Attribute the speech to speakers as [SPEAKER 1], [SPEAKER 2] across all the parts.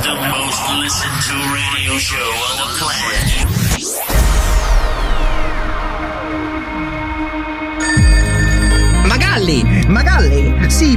[SPEAKER 1] most listened to radio show on the planet.
[SPEAKER 2] Magalli!
[SPEAKER 3] Magalli! Sì,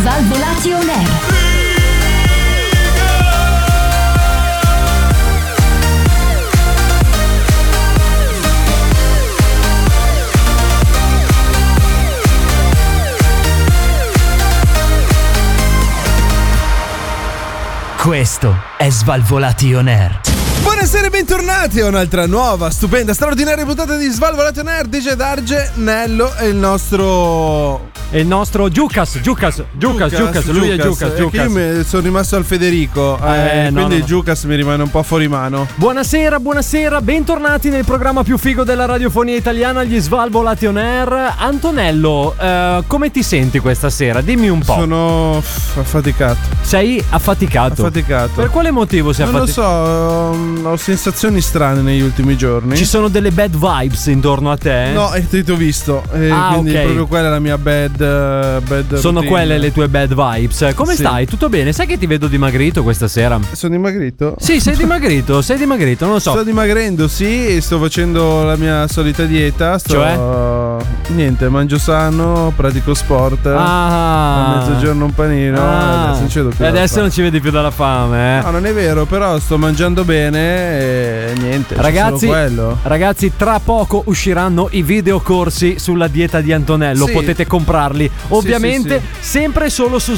[SPEAKER 4] Svalvolati on air.
[SPEAKER 5] Questo è Svalvolati On Air.
[SPEAKER 6] Buonasera e bentornati a un'altra nuova, stupenda, straordinaria puntata di Svalvolati on Air, DJ Darge, Nello e il nostro...
[SPEAKER 7] E il nostro Giucas, Giucas, Giucas, Giucas, lui è Giucas,
[SPEAKER 6] eh, che Io
[SPEAKER 7] Giucas.
[SPEAKER 6] mi- sono rimasto al Federico, eh,
[SPEAKER 7] Eh, no,
[SPEAKER 6] quindi
[SPEAKER 7] no, no.
[SPEAKER 6] Giucas mi rimane un po' fuori mano.
[SPEAKER 7] Buonasera, buonasera, bentornati nel programma più figo della radiofonia italiana, gli Svalvolati On Air. Antonello, eh, come ti senti questa sera? Dimmi un po'.
[SPEAKER 6] Sono pff, affaticato,
[SPEAKER 7] Sei affaticato.
[SPEAKER 6] affaticato.
[SPEAKER 7] Per quale motivo sei
[SPEAKER 6] non lo so,
[SPEAKER 7] affaticato?
[SPEAKER 6] ehm, ho sensazioni strane negli ultimi giorni.
[SPEAKER 7] Ci sono delle bad vibes intorno a te? eh?
[SPEAKER 6] No, e ti ti ho visto, eh,
[SPEAKER 7] Ah,
[SPEAKER 6] quindi
[SPEAKER 7] ok.
[SPEAKER 6] proprio quella è la mia bad, eh, bad
[SPEAKER 7] Sono
[SPEAKER 6] routine.
[SPEAKER 7] quelle le tue bad vibes. Come
[SPEAKER 6] Sì.
[SPEAKER 7] stai? Tutto bene? Sai che ti vedo dimagrito questa sera?
[SPEAKER 6] Sono dimagrito?
[SPEAKER 7] Sì, sei dimagrito, sei dimagrito, non lo so.
[SPEAKER 6] Sto dimagrendo, sì, e sto facendo la mia solita dieta. Sto, Niente, mangio sano, pratico sport.
[SPEAKER 7] Cioè? Ah.
[SPEAKER 6] A mezzogiorno un panino.
[SPEAKER 7] Ah.
[SPEAKER 6] e Adesso non ci vedo più.
[SPEAKER 7] E
[SPEAKER 6] la
[SPEAKER 7] adesso
[SPEAKER 6] fame.
[SPEAKER 7] non ci vedi più dalla fame, eh.
[SPEAKER 6] No, non è vero, però sto mangiando bene e niente. c'è
[SPEAKER 7] Ragazzi,
[SPEAKER 6] solo quello.
[SPEAKER 7] ragazzi, tra poco usciranno i videocorsi sulla dieta di Antonello.
[SPEAKER 6] Sì.
[SPEAKER 7] Potete comprarli. Ovviamente,
[SPEAKER 6] sì,
[SPEAKER 7] sempre solo su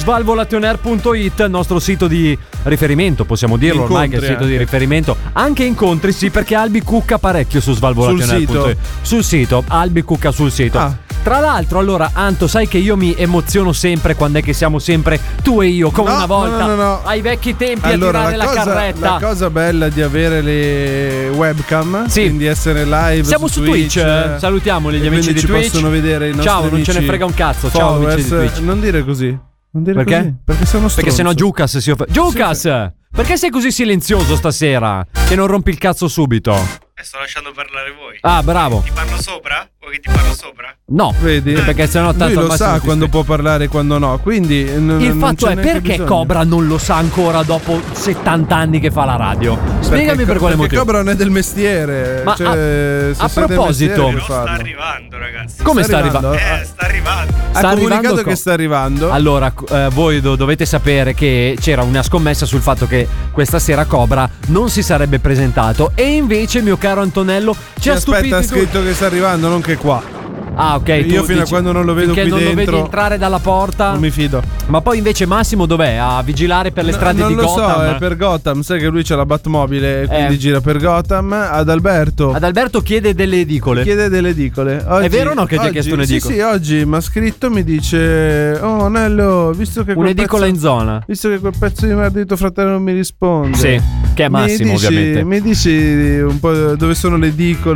[SPEAKER 7] svalvolationer.it, il nostro sito di riferimento, possiamo dirlo ormai che è il
[SPEAKER 6] Incontri eh.
[SPEAKER 7] sito di
[SPEAKER 6] anche.
[SPEAKER 7] riferimento. Anche incontri, sì, perché Albi cucca parecchio su svalvolationer.it.
[SPEAKER 6] Sul sito.
[SPEAKER 7] Sul sito, Albi cucca sul sito.
[SPEAKER 6] Ah.
[SPEAKER 7] Tra l'altro, allora, Anto, sai che io mi emoziono sempre quando è che siamo sempre tu e io, come
[SPEAKER 6] No,
[SPEAKER 7] una
[SPEAKER 6] no,
[SPEAKER 7] volta
[SPEAKER 6] no, no, no.
[SPEAKER 7] ai vecchi tempi a
[SPEAKER 6] Allora,
[SPEAKER 7] tirare
[SPEAKER 6] la
[SPEAKER 7] la,
[SPEAKER 6] cosa,
[SPEAKER 7] carretta.
[SPEAKER 6] la cosa bella di avere le webcam,
[SPEAKER 7] Sì.
[SPEAKER 6] quindi essere live.
[SPEAKER 7] Siamo su Twitch, eh. salutiamoli gli
[SPEAKER 6] e
[SPEAKER 7] amici
[SPEAKER 6] quindi
[SPEAKER 7] di
[SPEAKER 6] ci
[SPEAKER 7] Twitch.
[SPEAKER 6] possono vedere i nostri
[SPEAKER 7] Ciao, non ce ne
[SPEAKER 6] amici
[SPEAKER 7] frega un cazzo, ciao, amici di
[SPEAKER 6] followers.
[SPEAKER 7] Twitch.
[SPEAKER 6] Non dire così. Non dire
[SPEAKER 7] Perché?
[SPEAKER 6] così. Perché sono stronzo.
[SPEAKER 7] Perché sennò Giucas si offende. Giucas! Perché sei così silenzioso stasera? Che non rompi il cazzo subito?
[SPEAKER 8] Eh, Sto lasciando parlare voi.
[SPEAKER 7] Ah, bravo.
[SPEAKER 8] Ti parlo sopra? Vuoi che ti parlo sopra?
[SPEAKER 7] No.
[SPEAKER 6] Vedi?
[SPEAKER 7] Eh, Perché sennò tanto
[SPEAKER 6] Lui
[SPEAKER 7] al
[SPEAKER 6] lo
[SPEAKER 7] massimo
[SPEAKER 6] sa
[SPEAKER 7] ti
[SPEAKER 6] quando
[SPEAKER 7] spe-
[SPEAKER 6] può parlare e quando no. Quindi n-
[SPEAKER 7] Il
[SPEAKER 6] non
[SPEAKER 7] fatto
[SPEAKER 6] c'è
[SPEAKER 7] è
[SPEAKER 6] neanche
[SPEAKER 7] perché
[SPEAKER 6] bisogno.
[SPEAKER 7] Cobra non lo sa ancora dopo 70 anni che fa la radio. Spiegami
[SPEAKER 6] Perché
[SPEAKER 7] per
[SPEAKER 6] co- perché
[SPEAKER 7] quale motivo.
[SPEAKER 6] Cobra non è del mestiere.
[SPEAKER 7] Ma
[SPEAKER 6] cioè,
[SPEAKER 7] a-
[SPEAKER 6] se
[SPEAKER 7] a
[SPEAKER 6] siete del
[SPEAKER 7] proposito-
[SPEAKER 6] mestiere,
[SPEAKER 7] Però
[SPEAKER 8] Però
[SPEAKER 6] farlo.
[SPEAKER 8] sta arrivando, ragazzi.
[SPEAKER 7] Come sta arrivando?
[SPEAKER 6] Ah.
[SPEAKER 8] Eh, sta arrivando.
[SPEAKER 6] Ha
[SPEAKER 7] Sta
[SPEAKER 6] comunicato
[SPEAKER 7] arrivando co-
[SPEAKER 6] che sta arrivando.
[SPEAKER 7] Allora, co- eh, voi do- dovete sapere che c'era una scommessa sul fatto che questa sera Cobra non si sarebbe presentato. E invece, mio caro Antonello, ci,
[SPEAKER 6] Ci
[SPEAKER 7] ha
[SPEAKER 6] aspetta,
[SPEAKER 7] stupito.
[SPEAKER 6] ha scritto che sta arrivando, non che qua.
[SPEAKER 7] Ah, ok.
[SPEAKER 6] Io
[SPEAKER 7] tu
[SPEAKER 6] fino a
[SPEAKER 7] dici-
[SPEAKER 6] quando non lo vedo
[SPEAKER 7] finché
[SPEAKER 6] qui
[SPEAKER 7] non lo
[SPEAKER 6] dentro-
[SPEAKER 7] vedi entrare dalla porta.
[SPEAKER 6] Non mi fido.
[SPEAKER 7] Ma poi invece Massimo dov'è? A vigilare per le strade
[SPEAKER 6] non
[SPEAKER 7] di
[SPEAKER 6] lo so,
[SPEAKER 7] Gotham?
[SPEAKER 6] è per Gotham. Sai che lui c'ha la Batmobile, e
[SPEAKER 7] Eh.
[SPEAKER 6] quindi gira per Gotham. Ad Alberto.
[SPEAKER 7] Ad Alberto chiede delle edicole.
[SPEAKER 6] Chiede delle edicole. Oggi-
[SPEAKER 7] vero o no che ti ha
[SPEAKER 6] oggi-
[SPEAKER 7] chiesto un'edicola?
[SPEAKER 6] Sì, sì, oggi mi ha scritto mi dice: Oh, Nello, visto che. quel
[SPEAKER 7] Un'edicola
[SPEAKER 6] pezzo-
[SPEAKER 7] in zona.
[SPEAKER 6] Visto che quel pezzo di merda di tuo fratello non mi risponde.
[SPEAKER 7] Sì, che è Massimo,
[SPEAKER 6] mi dici,
[SPEAKER 7] ovviamente.
[SPEAKER 6] Mi dici un po' dove sono le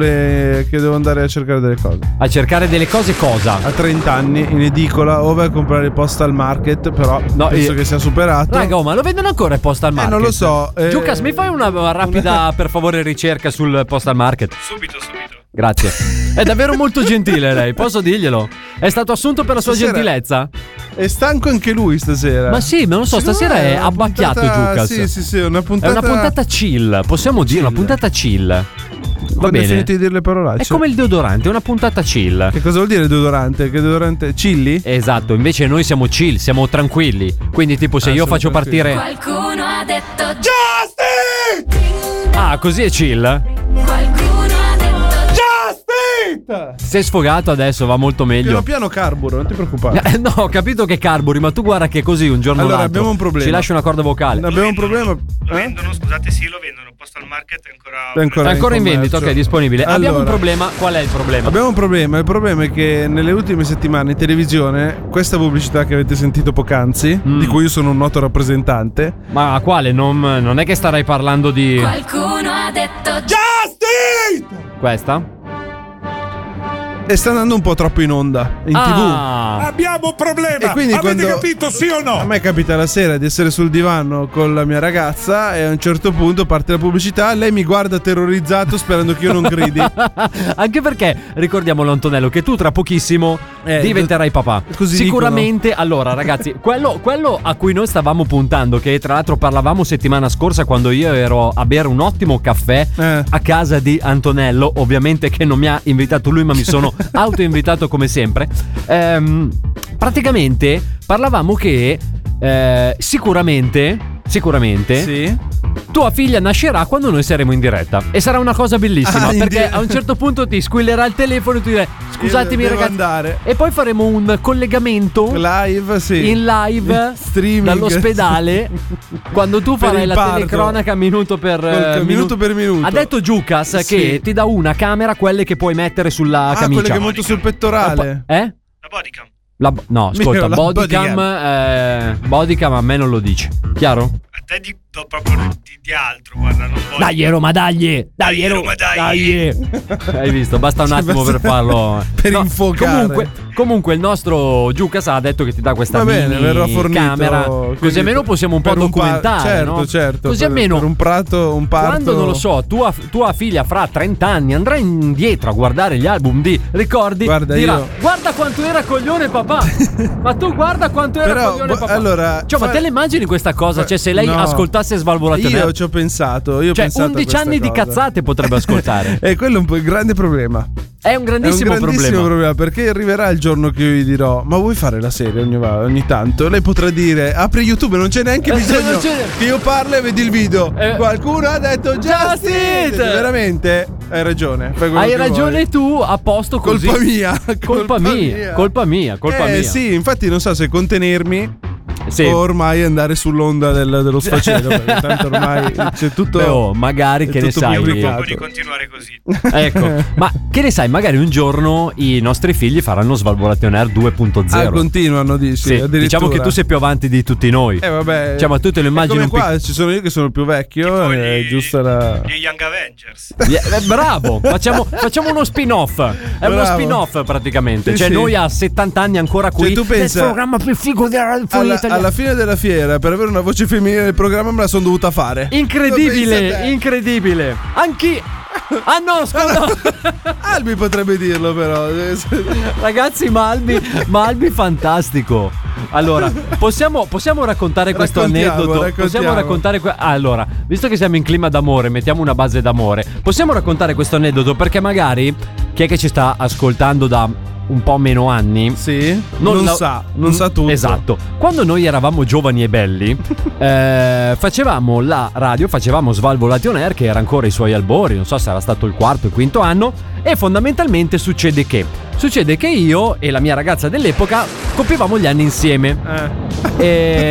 [SPEAKER 6] edicole che devo andare a cercare delle cose.
[SPEAKER 7] A cercare delle cose cosa?
[SPEAKER 6] A 30 anni in edicola o vai a comprare il postal market, però
[SPEAKER 7] No,
[SPEAKER 6] penso
[SPEAKER 7] io-
[SPEAKER 6] che sia superato.
[SPEAKER 7] Raga, oh, ma lo vendono ancora il postal market?
[SPEAKER 6] non lo so, eh,
[SPEAKER 7] Giucas, mi fai una rapida, per favore, ricerca sul postal market?
[SPEAKER 8] Subito, subito.
[SPEAKER 7] Grazie. È davvero molto gentile lei, posso dirglielo? È stato assunto per la sua
[SPEAKER 6] Stasera-
[SPEAKER 7] gentilezza?
[SPEAKER 6] È stanco anche lui stasera.
[SPEAKER 7] Ma sì, ma non so,
[SPEAKER 6] Secondo
[SPEAKER 7] stasera
[SPEAKER 6] me
[SPEAKER 7] è
[SPEAKER 6] una
[SPEAKER 7] abbacchiato
[SPEAKER 6] puntata-
[SPEAKER 7] Giucas.
[SPEAKER 6] Sì, sì, sì, è una
[SPEAKER 7] È
[SPEAKER 6] puntata.
[SPEAKER 7] una puntata chill, possiamo dire, una
[SPEAKER 6] Chill.
[SPEAKER 7] puntata chill. Va
[SPEAKER 6] Quando hai
[SPEAKER 7] bene.
[SPEAKER 6] finito di dire le parolacce.
[SPEAKER 7] È come il deodorante, è una puntata chill.
[SPEAKER 6] Che cosa vuol dire deodorante? Che deodorante? Chilli?
[SPEAKER 7] Esatto, invece noi siamo chill, siamo tranquilli. Quindi, tipo, se
[SPEAKER 6] Ah,
[SPEAKER 7] io
[SPEAKER 6] siamo
[SPEAKER 7] faccio
[SPEAKER 6] tranquilli.
[SPEAKER 7] partire.
[SPEAKER 4] Qualcuno ha detto
[SPEAKER 7] Ah, così è chill.
[SPEAKER 4] Qualcuno ha detto
[SPEAKER 6] Justin!
[SPEAKER 9] tutta.
[SPEAKER 7] Sei sfogato adesso, va molto
[SPEAKER 6] Piano
[SPEAKER 7] meglio.
[SPEAKER 6] piano carburo, non ti preoccupare.
[SPEAKER 7] Eh, No, ho capito che carburi, ma tu guarda che così un giorno o
[SPEAKER 6] Allora,
[SPEAKER 7] l'altro
[SPEAKER 6] abbiamo un problema.
[SPEAKER 7] Ci lasci una corda vocale.
[SPEAKER 6] Abbiamo un problema.
[SPEAKER 8] Lo
[SPEAKER 6] eh?
[SPEAKER 8] vendono, scusate, sì, lo vendono. Posto al market è ancora.
[SPEAKER 6] È ancora,
[SPEAKER 7] È ancora in vendita, ok,
[SPEAKER 6] commercio.
[SPEAKER 7] è disponibile. Abbiamo un
[SPEAKER 6] Allora,
[SPEAKER 7] problema. Qual è il problema?
[SPEAKER 6] Abbiamo un problema. Il problema è che nelle ultime settimane in televisione, questa pubblicità che avete sentito poc'anzi,
[SPEAKER 7] Mm.
[SPEAKER 6] di cui io sono un noto rappresentante,
[SPEAKER 7] Ma a quale? Non, non è che starai parlando di
[SPEAKER 4] Qualcuno ha detto
[SPEAKER 7] questa?
[SPEAKER 6] e eh, sta andando un po' troppo in onda in
[SPEAKER 7] Ah.
[SPEAKER 9] Abbiamo un problema.
[SPEAKER 6] E quindi
[SPEAKER 9] Avete
[SPEAKER 6] quando-
[SPEAKER 9] capito sì o
[SPEAKER 6] tv. A
[SPEAKER 9] no?
[SPEAKER 6] me capita la sera di essere sul divano con la mia ragazza e a un certo punto parte la pubblicità, lei mi guarda terrorizzato sperando che io non gridi.
[SPEAKER 7] Anche perché ricordiamolo Antonello che tu tra pochissimo
[SPEAKER 6] Eh,
[SPEAKER 7] diventerai papà.
[SPEAKER 6] così
[SPEAKER 7] Sicuramente, allora ragazzi, quello, quello a cui noi stavamo puntando, che tra l'altro parlavamo settimana scorsa quando io ero a bere un ottimo caffè
[SPEAKER 6] Eh.
[SPEAKER 7] a casa di Antonello, ovviamente che non mi ha invitato lui ma mi sono autoinvitato come sempre, Ehm, praticamente parlavamo che eh, sicuramente, sicuramente... Tua figlia nascerà quando noi saremo in diretta. E sarà una cosa bellissima.
[SPEAKER 6] Ah, in
[SPEAKER 7] perché
[SPEAKER 6] diretta.
[SPEAKER 7] a un certo punto ti squillerà il telefono e tu dirai: Scusatemi,
[SPEAKER 6] Io devo
[SPEAKER 7] ragazzi.
[SPEAKER 6] andare.
[SPEAKER 7] E poi faremo un collegamento
[SPEAKER 6] Live, sì.
[SPEAKER 7] in live
[SPEAKER 6] In streaming.
[SPEAKER 7] dall'ospedale. quando tu
[SPEAKER 6] Per
[SPEAKER 7] farai
[SPEAKER 6] il
[SPEAKER 7] la
[SPEAKER 6] parto.
[SPEAKER 7] telecronaca minuto per
[SPEAKER 6] Col-
[SPEAKER 7] eh,
[SPEAKER 6] minuto per minuto.
[SPEAKER 7] Ha detto Giucas che
[SPEAKER 6] Sì.
[SPEAKER 7] ti dà una camera, quelle che puoi mettere sulla
[SPEAKER 6] Ah,
[SPEAKER 7] camicia.
[SPEAKER 6] quelle che monto sul pettorale.
[SPEAKER 7] Eh?
[SPEAKER 8] La bodycam.
[SPEAKER 7] La bo- no,
[SPEAKER 6] Mio,
[SPEAKER 7] ascolta,
[SPEAKER 6] la
[SPEAKER 7] bodycam, eh, bodycam a me non lo dice. Chiaro?
[SPEAKER 8] A te di, do proprio di, di altro, guarda. Non voglio.
[SPEAKER 7] Dai, Roma, dagli! Dai,
[SPEAKER 8] Dai,
[SPEAKER 7] Roma,
[SPEAKER 8] Roma, dai!
[SPEAKER 7] dagli! Hai visto? Basta un attimo per farlo.
[SPEAKER 6] Cioè, Per infocare.
[SPEAKER 7] Comunque, comunque il nostro Giucas ha detto che ti dà questa
[SPEAKER 6] Va bene,
[SPEAKER 7] mini
[SPEAKER 6] verrà fornito.
[SPEAKER 7] camera. Così
[SPEAKER 6] quindi
[SPEAKER 7] almeno possiamo un po'
[SPEAKER 6] per pa-
[SPEAKER 7] documentare.
[SPEAKER 6] certo,
[SPEAKER 7] no?
[SPEAKER 6] certo.
[SPEAKER 7] Così
[SPEAKER 6] per-
[SPEAKER 7] almeno.
[SPEAKER 6] Per un prato, un parto.
[SPEAKER 7] Quando non lo so, tua, tua figlia fra 30 anni andrà indietro a guardare gli album di ricordi.
[SPEAKER 6] Guarda,
[SPEAKER 7] dirà:
[SPEAKER 6] io-
[SPEAKER 7] Guarda quanto era coglione papà! ma tu guarda quanto era
[SPEAKER 6] Però,
[SPEAKER 7] coglione
[SPEAKER 6] bo-
[SPEAKER 7] papà!
[SPEAKER 6] allora,
[SPEAKER 7] cioè, ma
[SPEAKER 6] fa-
[SPEAKER 7] te le immagini questa cosa? Cioè, se lei
[SPEAKER 6] No.
[SPEAKER 7] ascoltasse Svalvolati
[SPEAKER 6] Io ci ho pensato. Io ho
[SPEAKER 7] Cioè,
[SPEAKER 6] pensato a
[SPEAKER 7] 11
[SPEAKER 6] questa
[SPEAKER 7] anni di
[SPEAKER 6] cosa.
[SPEAKER 7] cazzate potrebbe ascoltare.
[SPEAKER 6] e quello è un po' il grande problema.
[SPEAKER 7] È
[SPEAKER 6] È
[SPEAKER 7] un
[SPEAKER 6] un
[SPEAKER 7] grandissimo,
[SPEAKER 6] grandissimo problema.
[SPEAKER 7] problema.
[SPEAKER 6] perché arriverà il giorno che io gli dirò: Ma vuoi fare la serie ogni, va- ogni tanto? Lei potrà dire: Apri YouTube, non c'è neanche
[SPEAKER 7] Eh,
[SPEAKER 6] bisogno
[SPEAKER 7] non c'è-
[SPEAKER 6] che io parli e vedi il video.
[SPEAKER 7] Eh.
[SPEAKER 6] Qualcuno ha detto: Just
[SPEAKER 7] Just
[SPEAKER 6] it!
[SPEAKER 7] it!
[SPEAKER 6] Veramente? Hai ragione. fai quello
[SPEAKER 7] Hai
[SPEAKER 6] che
[SPEAKER 7] ragione
[SPEAKER 6] vuoi.
[SPEAKER 7] tu, a posto così.
[SPEAKER 6] Colpa mia,
[SPEAKER 7] Colpa mia, colpa mia, colpa
[SPEAKER 6] eh,
[SPEAKER 7] mia.
[SPEAKER 6] Sì, infatti non so se contenermi
[SPEAKER 7] Sì.
[SPEAKER 6] o ormai andare sull'onda del- dello sfacelo. perché tanto ormai c'è tutto.
[SPEAKER 7] Beh, oh, magari
[SPEAKER 6] è
[SPEAKER 7] che ne
[SPEAKER 6] tutto
[SPEAKER 7] sai.
[SPEAKER 6] pubblicato.
[SPEAKER 8] Propongo di continuare così.
[SPEAKER 7] Ecco, ma che ne sai, magari un giorno i nostri figli faranno Svalvolation Air 2.0.
[SPEAKER 6] Ah, continuano, dici?
[SPEAKER 7] Sì,
[SPEAKER 6] addirittura.
[SPEAKER 7] diciamo che tu sei più avanti di tutti noi.
[SPEAKER 6] Eh vabbè.
[SPEAKER 7] Cioè, ma tu te lo
[SPEAKER 6] È
[SPEAKER 7] immagini
[SPEAKER 6] Come
[SPEAKER 7] un pic-
[SPEAKER 6] qua ci sono io che sono più vecchio,
[SPEAKER 8] Tipo
[SPEAKER 6] è
[SPEAKER 8] gli-
[SPEAKER 6] giusto la
[SPEAKER 8] Gli Young Avengers.
[SPEAKER 7] Yeah, eh, bravo, facciamo, facciamo uno spin-off. È uno
[SPEAKER 6] Bravo.
[SPEAKER 7] spin-off praticamente.
[SPEAKER 6] Sì,
[SPEAKER 7] cioè,
[SPEAKER 6] sì.
[SPEAKER 7] noi a 70 anni ancora qui.
[SPEAKER 6] Cioè, tu pensa-
[SPEAKER 7] Nel programma più figo della radio
[SPEAKER 6] alla,
[SPEAKER 7] italiana.
[SPEAKER 6] alla fine della fiera, per avere una voce femminile nel programma, me la sono dovuta fare. Pensa a
[SPEAKER 7] Incredibile,
[SPEAKER 6] te.
[SPEAKER 7] incredibile. Anche. Ah no, scusa.
[SPEAKER 6] Albi potrebbe dirlo, però.
[SPEAKER 7] Ragazzi, Malbi, Malbi fantastico. Allora, possiamo, possiamo raccontare questo
[SPEAKER 6] Raccontiamo,
[SPEAKER 7] aneddoto? Possiamo
[SPEAKER 6] raccontiamo.
[SPEAKER 7] raccontare. que- ah, allora, visto che siamo in clima d'amore, mettiamo una base d'amore. Possiamo raccontare questo aneddoto perché magari chi è che ci sta ascoltando da un po' meno anni
[SPEAKER 6] sì, non,
[SPEAKER 7] la-
[SPEAKER 6] sa, non sa tutto.
[SPEAKER 7] Esatto. Quando noi eravamo giovani e belli, eh, facevamo la radio, facevamo Svalvolati on Air, che era ancora i suoi albori, non so se era stato il quarto o il quinto anno, e fondamentalmente succede che? Succede che io e la mia ragazza dell'epoca compivamo gli anni insieme
[SPEAKER 6] Eh.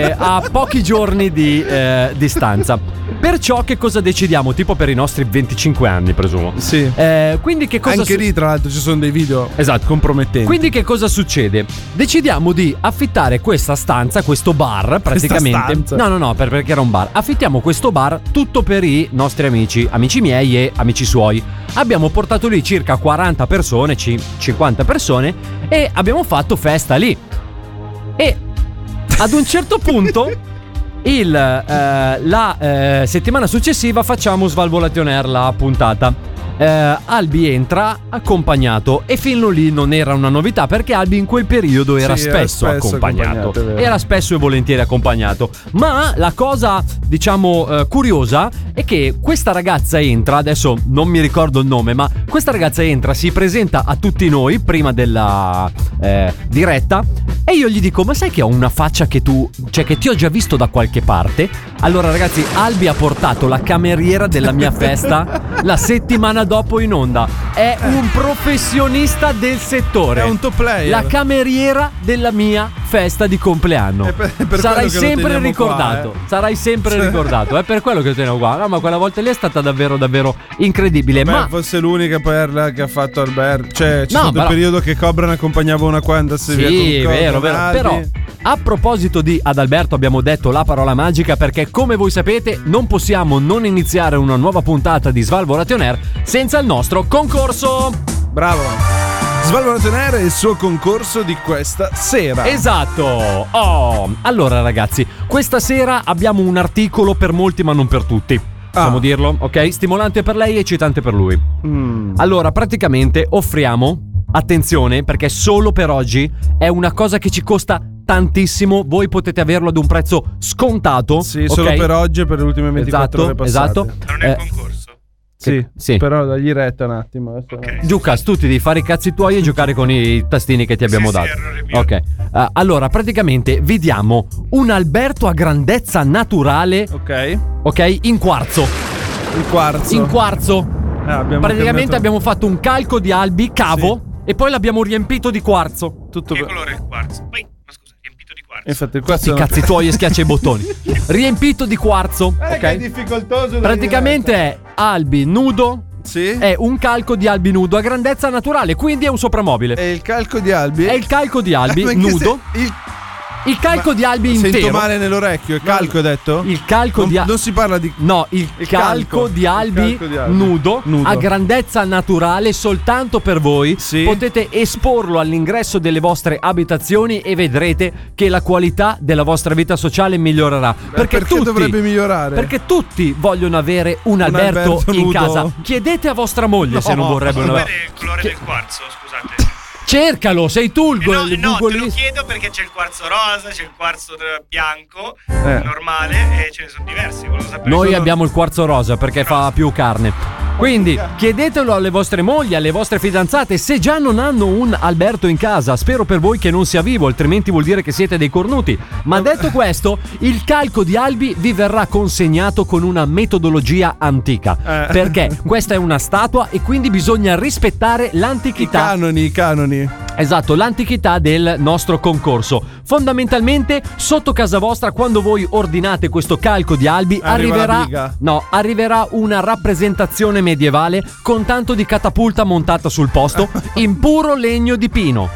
[SPEAKER 7] e a pochi giorni di eh, distanza. Perciò che cosa decidiamo? Tipo per i nostri 25 anni, presumo.
[SPEAKER 6] Sì.
[SPEAKER 7] Eh, quindi che cosa
[SPEAKER 6] Anche
[SPEAKER 7] su-
[SPEAKER 6] lì, tra l'altro, ci sono dei video
[SPEAKER 7] Esatto.
[SPEAKER 6] compromettenti.
[SPEAKER 7] quindi che cosa succede? Decidiamo di affittare questa stanza, questo bar praticamente.
[SPEAKER 6] stanza.
[SPEAKER 7] No, no, no, per- perché era un bar. Affittiamo questo bar tutto per i nostri amici, amici miei e amici suoi. Abbiamo portato lì circa 40 persone, ci- 50 persone e abbiamo fatto festa lì. E ad un certo punto il, eh, la eh, settimana successiva facciamo Svalvolation Air la puntata. Eh, Albi entra accompagnato e fino lì non era una novità perché Albi in quel periodo era,
[SPEAKER 6] Sì, era
[SPEAKER 7] spesso,
[SPEAKER 6] spesso
[SPEAKER 7] accompagnato,
[SPEAKER 6] accompagnato, è vero.
[SPEAKER 7] era spesso e volentieri accompagnato ma la cosa diciamo eh, curiosa è che questa ragazza entra adesso non mi ricordo il nome ma questa ragazza entra si presenta a tutti noi prima della eh, diretta e io gli dico ma sai che ho una faccia che tu cioè che ti ho già visto da qualche parte allora ragazzi Albi ha portato la cameriera della mia festa la settimana dopo in onda. È un professionista del settore.
[SPEAKER 6] Eh. È un top player.
[SPEAKER 7] La cameriera della mia festa di compleanno.
[SPEAKER 6] È per- è per
[SPEAKER 7] Sarai
[SPEAKER 6] quello che lo
[SPEAKER 7] sempre
[SPEAKER 6] teniamo
[SPEAKER 7] ricordato.
[SPEAKER 6] qua, eh.
[SPEAKER 7] Sarai sempre ricordato. È per quello che lo teniamo qua. No, ma quella volta lì è stata davvero, davvero incredibile.
[SPEAKER 6] Beh,
[SPEAKER 7] ma
[SPEAKER 6] fosse l'unica perla che ha fatto Alberto. Cioè, c'è
[SPEAKER 7] No,
[SPEAKER 6] stato
[SPEAKER 7] però-
[SPEAKER 6] il periodo che Cobran accompagnava una qua e andasse
[SPEAKER 7] Sì,
[SPEAKER 6] via con
[SPEAKER 7] vero, vero.
[SPEAKER 6] Cobran,
[SPEAKER 7] Però
[SPEAKER 6] Aldi.
[SPEAKER 7] a proposito di Adalberto abbiamo detto la parola magica perché come voi sapete non possiamo non iniziare una nuova puntata di Svalvolation Air senza il nostro concorso.
[SPEAKER 6] Bravo. Svalvolation Air e il suo concorso di questa sera.
[SPEAKER 7] Esatto. Oh, allora ragazzi, questa sera abbiamo un articolo per molti ma non per tutti. Possiamo
[SPEAKER 6] Ah.
[SPEAKER 7] dirlo, ok? Stimolante per lei e eccitante per lui.
[SPEAKER 6] Mm.
[SPEAKER 7] Allora, praticamente offriamo Attenzione, perché solo per oggi è una cosa che ci costa tantissimo. Voi potete averlo ad un prezzo scontato.
[SPEAKER 6] Sì, solo
[SPEAKER 7] ok?
[SPEAKER 6] per oggi e per le ultime 24 ore
[SPEAKER 7] Esatto,
[SPEAKER 6] passate.
[SPEAKER 7] esatto.
[SPEAKER 8] Non è
[SPEAKER 7] Eh,
[SPEAKER 8] il concorso.
[SPEAKER 6] Sì,
[SPEAKER 7] sì.
[SPEAKER 6] Però dagli retta un attimo. adesso-
[SPEAKER 8] Ok.
[SPEAKER 7] Giucas, tu ti devi fare i cazzi tuoi e giocare con i tastini che ti abbiamo
[SPEAKER 8] sì,
[SPEAKER 7] dato.
[SPEAKER 8] errore mio.
[SPEAKER 7] ok. Eh, allora, praticamente vi diamo un Alberto a grandezza naturale,
[SPEAKER 6] Ok.
[SPEAKER 7] ok? In quarzo.
[SPEAKER 6] Il quarzo.
[SPEAKER 7] In quarzo.
[SPEAKER 6] Eh, abbiamo
[SPEAKER 7] Praticamente
[SPEAKER 6] cambiato
[SPEAKER 7] abbiamo fatto un calco di albi, cavo, e poi l'abbiamo riempito di quarzo.
[SPEAKER 6] tutto
[SPEAKER 8] Che
[SPEAKER 6] per-
[SPEAKER 8] colore è il quarzo? Poi, ma scusa, riempito di quarzo.
[SPEAKER 6] Infatti, il
[SPEAKER 7] Sì,
[SPEAKER 6] quarzo.
[SPEAKER 7] cazzi tuoi e schiaccia i bottoni. Riempito di quarzo.
[SPEAKER 6] Eh,
[SPEAKER 7] ok?
[SPEAKER 6] che è difficoltoso. da
[SPEAKER 7] Praticamente
[SPEAKER 6] dire.
[SPEAKER 7] è albi nudo.
[SPEAKER 6] Sì.
[SPEAKER 7] È un calco di albi nudo a grandezza naturale, quindi è un sopramobile.
[SPEAKER 6] È il calco di Albi.
[SPEAKER 7] È il calco di albi
[SPEAKER 6] Eh, Ma che
[SPEAKER 7] nudo.
[SPEAKER 6] se- il-
[SPEAKER 7] Il calco di albi
[SPEAKER 6] Sento
[SPEAKER 7] intero.
[SPEAKER 6] male nell'orecchio. È calco, hai detto?
[SPEAKER 7] Il calco
[SPEAKER 6] non,
[SPEAKER 7] di albi.
[SPEAKER 6] non si parla di.
[SPEAKER 7] No, il,
[SPEAKER 6] Il
[SPEAKER 7] calco,
[SPEAKER 6] calco.
[SPEAKER 7] di albi,
[SPEAKER 6] Il calco di albi.
[SPEAKER 7] Nudo,
[SPEAKER 6] Nudo.
[SPEAKER 7] a grandezza naturale soltanto per voi.
[SPEAKER 6] Sì.
[SPEAKER 7] Potete esporlo all'ingresso delle vostre abitazioni e vedrete che la qualità della vostra vita sociale migliorerà. Perché,
[SPEAKER 6] Eh, perché
[SPEAKER 7] tutti,
[SPEAKER 6] dovrebbe migliorare?
[SPEAKER 7] Perché tutti vogliono avere un, Alberto,
[SPEAKER 6] Alberto
[SPEAKER 7] in
[SPEAKER 6] nudo.
[SPEAKER 7] casa. Chiedete a vostra moglie se non vorrebbe una.
[SPEAKER 8] Qual è il colore del quarzo? Scusate.
[SPEAKER 7] Cercalo, sei tu il
[SPEAKER 8] Eh no,
[SPEAKER 7] go-
[SPEAKER 8] eh
[SPEAKER 7] il
[SPEAKER 8] no, te lo
[SPEAKER 7] googolista.
[SPEAKER 8] chiedo perché c'è il quarzo rosa, c'è il quarzo eh, bianco,
[SPEAKER 6] Eh.
[SPEAKER 8] normale, e ce ne sono diversi. Volevo sapere
[SPEAKER 7] Noi
[SPEAKER 8] solo-
[SPEAKER 7] abbiamo il quarzo rosa perché fa più carne. Quindi chiedetelo alle vostre mogli, alle vostre fidanzate, se già non hanno un Alberto in casa. Spero per voi che non sia vivo, altrimenti vuol dire che siete dei cornuti. Ma detto questo, il calco di Albi vi verrà consegnato con una metodologia antica.
[SPEAKER 6] Eh.
[SPEAKER 7] Perché questa è una statua e quindi bisogna rispettare
[SPEAKER 6] I
[SPEAKER 7] l'antichità
[SPEAKER 6] canoni, i canoni.
[SPEAKER 7] Esatto, l'antichità del nostro concorso. Fondamentalmente, sotto casa vostra, quando voi ordinate questo calco di albi,
[SPEAKER 6] Arriva la
[SPEAKER 7] arriverà,
[SPEAKER 6] biga.
[SPEAKER 7] no, arriverà una rappresentazione medievale con tanto di catapulta montata sul posto in puro legno di pino.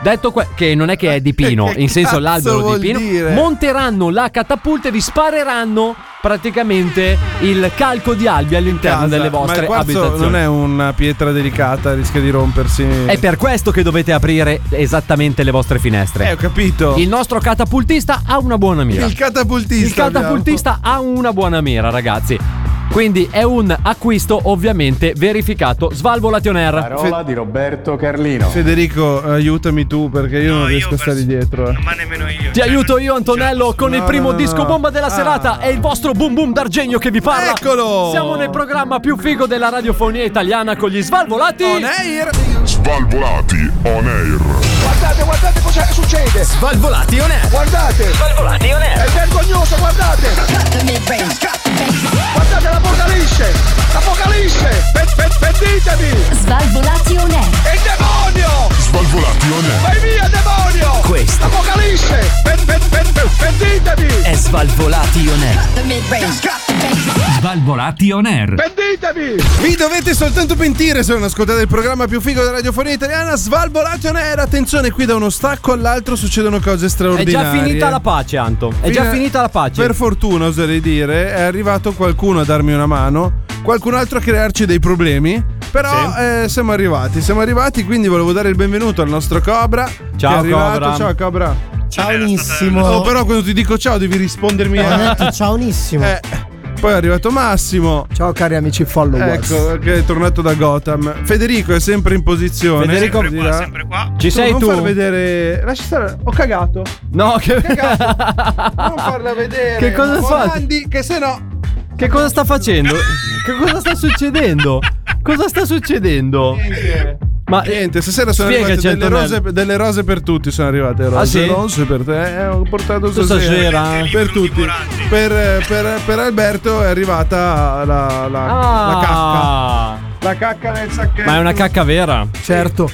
[SPEAKER 7] Detto que- che non è che è di pino,
[SPEAKER 6] Che
[SPEAKER 7] in senso
[SPEAKER 6] cazzo
[SPEAKER 7] l'albero
[SPEAKER 6] vuol
[SPEAKER 7] di pino,
[SPEAKER 6] dire?
[SPEAKER 7] monteranno la catapulta e vi spareranno praticamente il calco di albi all'interno
[SPEAKER 6] Casa.
[SPEAKER 7] delle
[SPEAKER 6] Ma
[SPEAKER 7] vostre
[SPEAKER 6] il quarzo
[SPEAKER 7] abitazioni.
[SPEAKER 6] non è una pietra delicata, rischia di rompersi.
[SPEAKER 7] È per questo che dovete aprire esattamente le vostre finestre.
[SPEAKER 6] Eh, ho capito.
[SPEAKER 7] Il nostro catapultista ha una buona mira.
[SPEAKER 6] Il catapultista.
[SPEAKER 7] Il catapultista ha una buona mira, ragazzi. Quindi è un acquisto ovviamente verificato. Svalvolation Air.
[SPEAKER 6] Parola
[SPEAKER 10] di Roberto Carlino.
[SPEAKER 6] abbiamo. Federico, aiutami tu perché io
[SPEAKER 8] No,
[SPEAKER 6] non riesco
[SPEAKER 8] io
[SPEAKER 6] a stare
[SPEAKER 8] perso-
[SPEAKER 6] dietro. eh.
[SPEAKER 8] Ma nemmeno io.
[SPEAKER 7] Ti
[SPEAKER 8] cioè,
[SPEAKER 7] aiuto
[SPEAKER 8] non-
[SPEAKER 7] io, Antonello, con il
[SPEAKER 6] no,
[SPEAKER 7] primo
[SPEAKER 6] no, no.
[SPEAKER 7] disco bomba della
[SPEAKER 6] Ah.
[SPEAKER 7] serata. È il vostro boom boom d'argenio che vi parla.
[SPEAKER 6] Eccolo!
[SPEAKER 7] Siamo nel programma più figo della radiofonia italiana con gli svalvolati.
[SPEAKER 6] On air.
[SPEAKER 11] Svalvolati on air.
[SPEAKER 9] Guardate, guardate cosa succede!
[SPEAKER 5] Svalvolati on air.
[SPEAKER 9] Guardate!
[SPEAKER 5] Svalvolati on air.
[SPEAKER 9] È vergognoso, guardate! Guardate l'apocalisse! L'apocalisse! Pe- pe- Pentitevi!
[SPEAKER 4] Svalvolation Air.
[SPEAKER 9] È il demonio!
[SPEAKER 11] Svalvolati on air.
[SPEAKER 9] Vai via, demonio!
[SPEAKER 5] Questo.
[SPEAKER 9] L'apocalisse! Pe- pe- pe- pe- Pentitevi!
[SPEAKER 5] È Svalvolati on air. Svalvolati on air.
[SPEAKER 9] Pentitevi!
[SPEAKER 6] Vi dovete soltanto pentire se non ascoltate il programma più figo della radiofonia italiana. Svalvolation Air. Attenzione, qui da uno stacco all'altro succedono cose
[SPEAKER 7] È già
[SPEAKER 6] straordinarie.
[SPEAKER 7] finita la pace, Anto. È già
[SPEAKER 6] Fine-
[SPEAKER 7] finita la pace.
[SPEAKER 6] Per fortuna, oserei dire, è arrivato qualcuno a darmi una mano, qualcun altro a crearci dei problemi. Però eh, siamo arrivati, siamo arrivati, quindi volevo dare il benvenuto al nostro Cobra. che è arrivato.
[SPEAKER 7] Cobra.
[SPEAKER 6] Ciao Cobra.
[SPEAKER 8] Ciao, Nissimo.
[SPEAKER 6] Oh, però quando ti dico ciao devi rispondermi a...
[SPEAKER 2] Ciao Nissimo.
[SPEAKER 6] Eh, Poi è arrivato Massimo.
[SPEAKER 2] Ciao cari amici followers.
[SPEAKER 6] Ecco, che è tornato da Gotham. Federico è sempre in posizione.
[SPEAKER 7] Federico-
[SPEAKER 6] Di
[SPEAKER 8] Sempre qua,
[SPEAKER 6] là.
[SPEAKER 8] sempre qua.
[SPEAKER 7] Ci sei
[SPEAKER 6] non
[SPEAKER 7] tu?
[SPEAKER 6] far vedere. Lascia stare. Ho cagato.
[SPEAKER 7] No, che
[SPEAKER 6] Non farla vedere.
[SPEAKER 7] Che cosa fate?
[SPEAKER 6] Comandi, che se no.
[SPEAKER 7] Che cosa sta facendo? Che cosa sta succedendo? Cosa sta succedendo? Ma
[SPEAKER 6] Ah, Niente, stasera sono
[SPEAKER 7] Spiegaci,
[SPEAKER 6] arrivate delle
[SPEAKER 7] Antonello.
[SPEAKER 6] rose, delle rose per tutti. Sono arrivate rose,
[SPEAKER 7] Ah, sì?
[SPEAKER 6] rose per te. eh, ho portato
[SPEAKER 7] Tu
[SPEAKER 6] stasera.
[SPEAKER 7] stasera-
[SPEAKER 6] Per tutti.
[SPEAKER 8] Limoranti.
[SPEAKER 6] Per, per- per Alberto è arrivata la, la, la cacca.
[SPEAKER 7] Ah,
[SPEAKER 6] La cacca nel sacchetto.
[SPEAKER 7] Ma è una cacca vera?
[SPEAKER 10] Certo.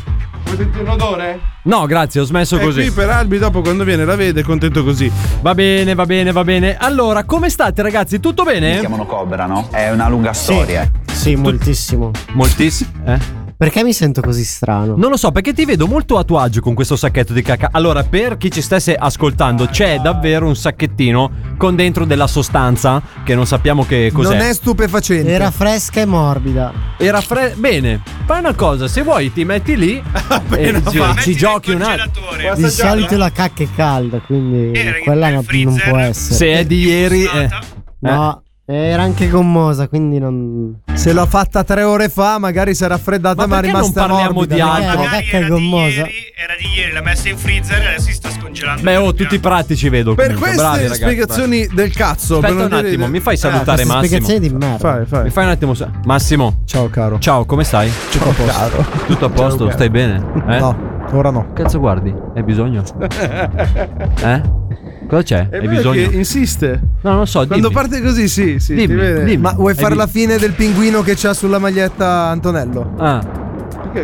[SPEAKER 6] Vuoi sentire l'odore?
[SPEAKER 7] No, grazie, ho smesso
[SPEAKER 6] E
[SPEAKER 7] così.
[SPEAKER 6] qui per Albi dopo quando viene la vede è contento così.
[SPEAKER 7] Va bene, va bene, va bene. Allora, come state ragazzi? Tutto bene?
[SPEAKER 5] Chiamano Cobra, no? È una lunga storia.
[SPEAKER 10] Sì, moltissimo.
[SPEAKER 7] Moltissimo. Eh?
[SPEAKER 10] Perché mi sento così strano?
[SPEAKER 7] Non lo so, perché ti vedo molto a tuo agio con questo sacchetto di cacca. Allora, per chi ci stesse ascoltando, c'è davvero un sacchettino con dentro della sostanza che non sappiamo che cos'è.
[SPEAKER 12] Non è stupefacente.
[SPEAKER 10] Era fresca e morbida.
[SPEAKER 7] Era fre- Bene, fai una cosa, se vuoi ti metti lì e ci, ci giochi un attimo.
[SPEAKER 8] attimo.
[SPEAKER 10] Di solito la cacca è calda, quindi
[SPEAKER 8] Eh, ragazzi,
[SPEAKER 10] quella
[SPEAKER 8] nel
[SPEAKER 10] non, non
[SPEAKER 8] freezer.
[SPEAKER 10] può essere.
[SPEAKER 7] Se è di ieri... eh.
[SPEAKER 10] No, era anche gommosa, quindi non.
[SPEAKER 12] Se l'ha fatta tre ore fa, magari si è raffreddata,
[SPEAKER 7] Ma
[SPEAKER 12] ma, è
[SPEAKER 7] perché non
[SPEAKER 12] rimasta
[SPEAKER 7] parliamo
[SPEAKER 12] morbida.
[SPEAKER 7] di
[SPEAKER 6] Eh,
[SPEAKER 12] no?
[SPEAKER 7] altro?
[SPEAKER 10] la
[SPEAKER 8] Magari
[SPEAKER 10] cacca è
[SPEAKER 8] era di,
[SPEAKER 10] gommosa.
[SPEAKER 8] ieri, era di ieri, l'ha messa in freezer e adesso si sta scongelando.
[SPEAKER 7] Beh, oh, tutti pratici vedo.
[SPEAKER 6] Per
[SPEAKER 7] comunque.
[SPEAKER 6] queste
[SPEAKER 7] Bravi, ragazzi,
[SPEAKER 6] spiegazioni del cazzo.
[SPEAKER 7] bravi.
[SPEAKER 6] per non
[SPEAKER 7] Aspetta un
[SPEAKER 6] dire-
[SPEAKER 7] attimo, mi fai
[SPEAKER 6] Eh,
[SPEAKER 7] salutare
[SPEAKER 10] Questa
[SPEAKER 7] Massimo.
[SPEAKER 10] spiegazione di merda.
[SPEAKER 6] Fai,
[SPEAKER 7] Mi
[SPEAKER 6] fai.
[SPEAKER 7] fai un attimo... sa- Massimo,
[SPEAKER 12] Ciao, caro.
[SPEAKER 7] ciao, come stai?
[SPEAKER 12] Ciao, caro.
[SPEAKER 7] Tutto a posto?
[SPEAKER 12] Piero.
[SPEAKER 7] Stai bene? Eh?
[SPEAKER 12] No, ora no.
[SPEAKER 7] Cazzo guardi? Hai bisogno? Eh? Cosa c'è?
[SPEAKER 6] È
[SPEAKER 7] Hai
[SPEAKER 6] vero
[SPEAKER 7] bisogno?
[SPEAKER 6] che insiste.
[SPEAKER 7] No, non lo so.
[SPEAKER 6] Quando
[SPEAKER 7] dimmi.
[SPEAKER 6] parte così, sì, sì.
[SPEAKER 7] Dimmi,
[SPEAKER 6] ti vede.
[SPEAKER 7] dimmi.
[SPEAKER 12] Ma vuoi
[SPEAKER 7] Hai
[SPEAKER 12] far
[SPEAKER 7] vi-
[SPEAKER 12] la fine del pinguino che c'ha sulla maglietta Antonello?
[SPEAKER 7] Ah,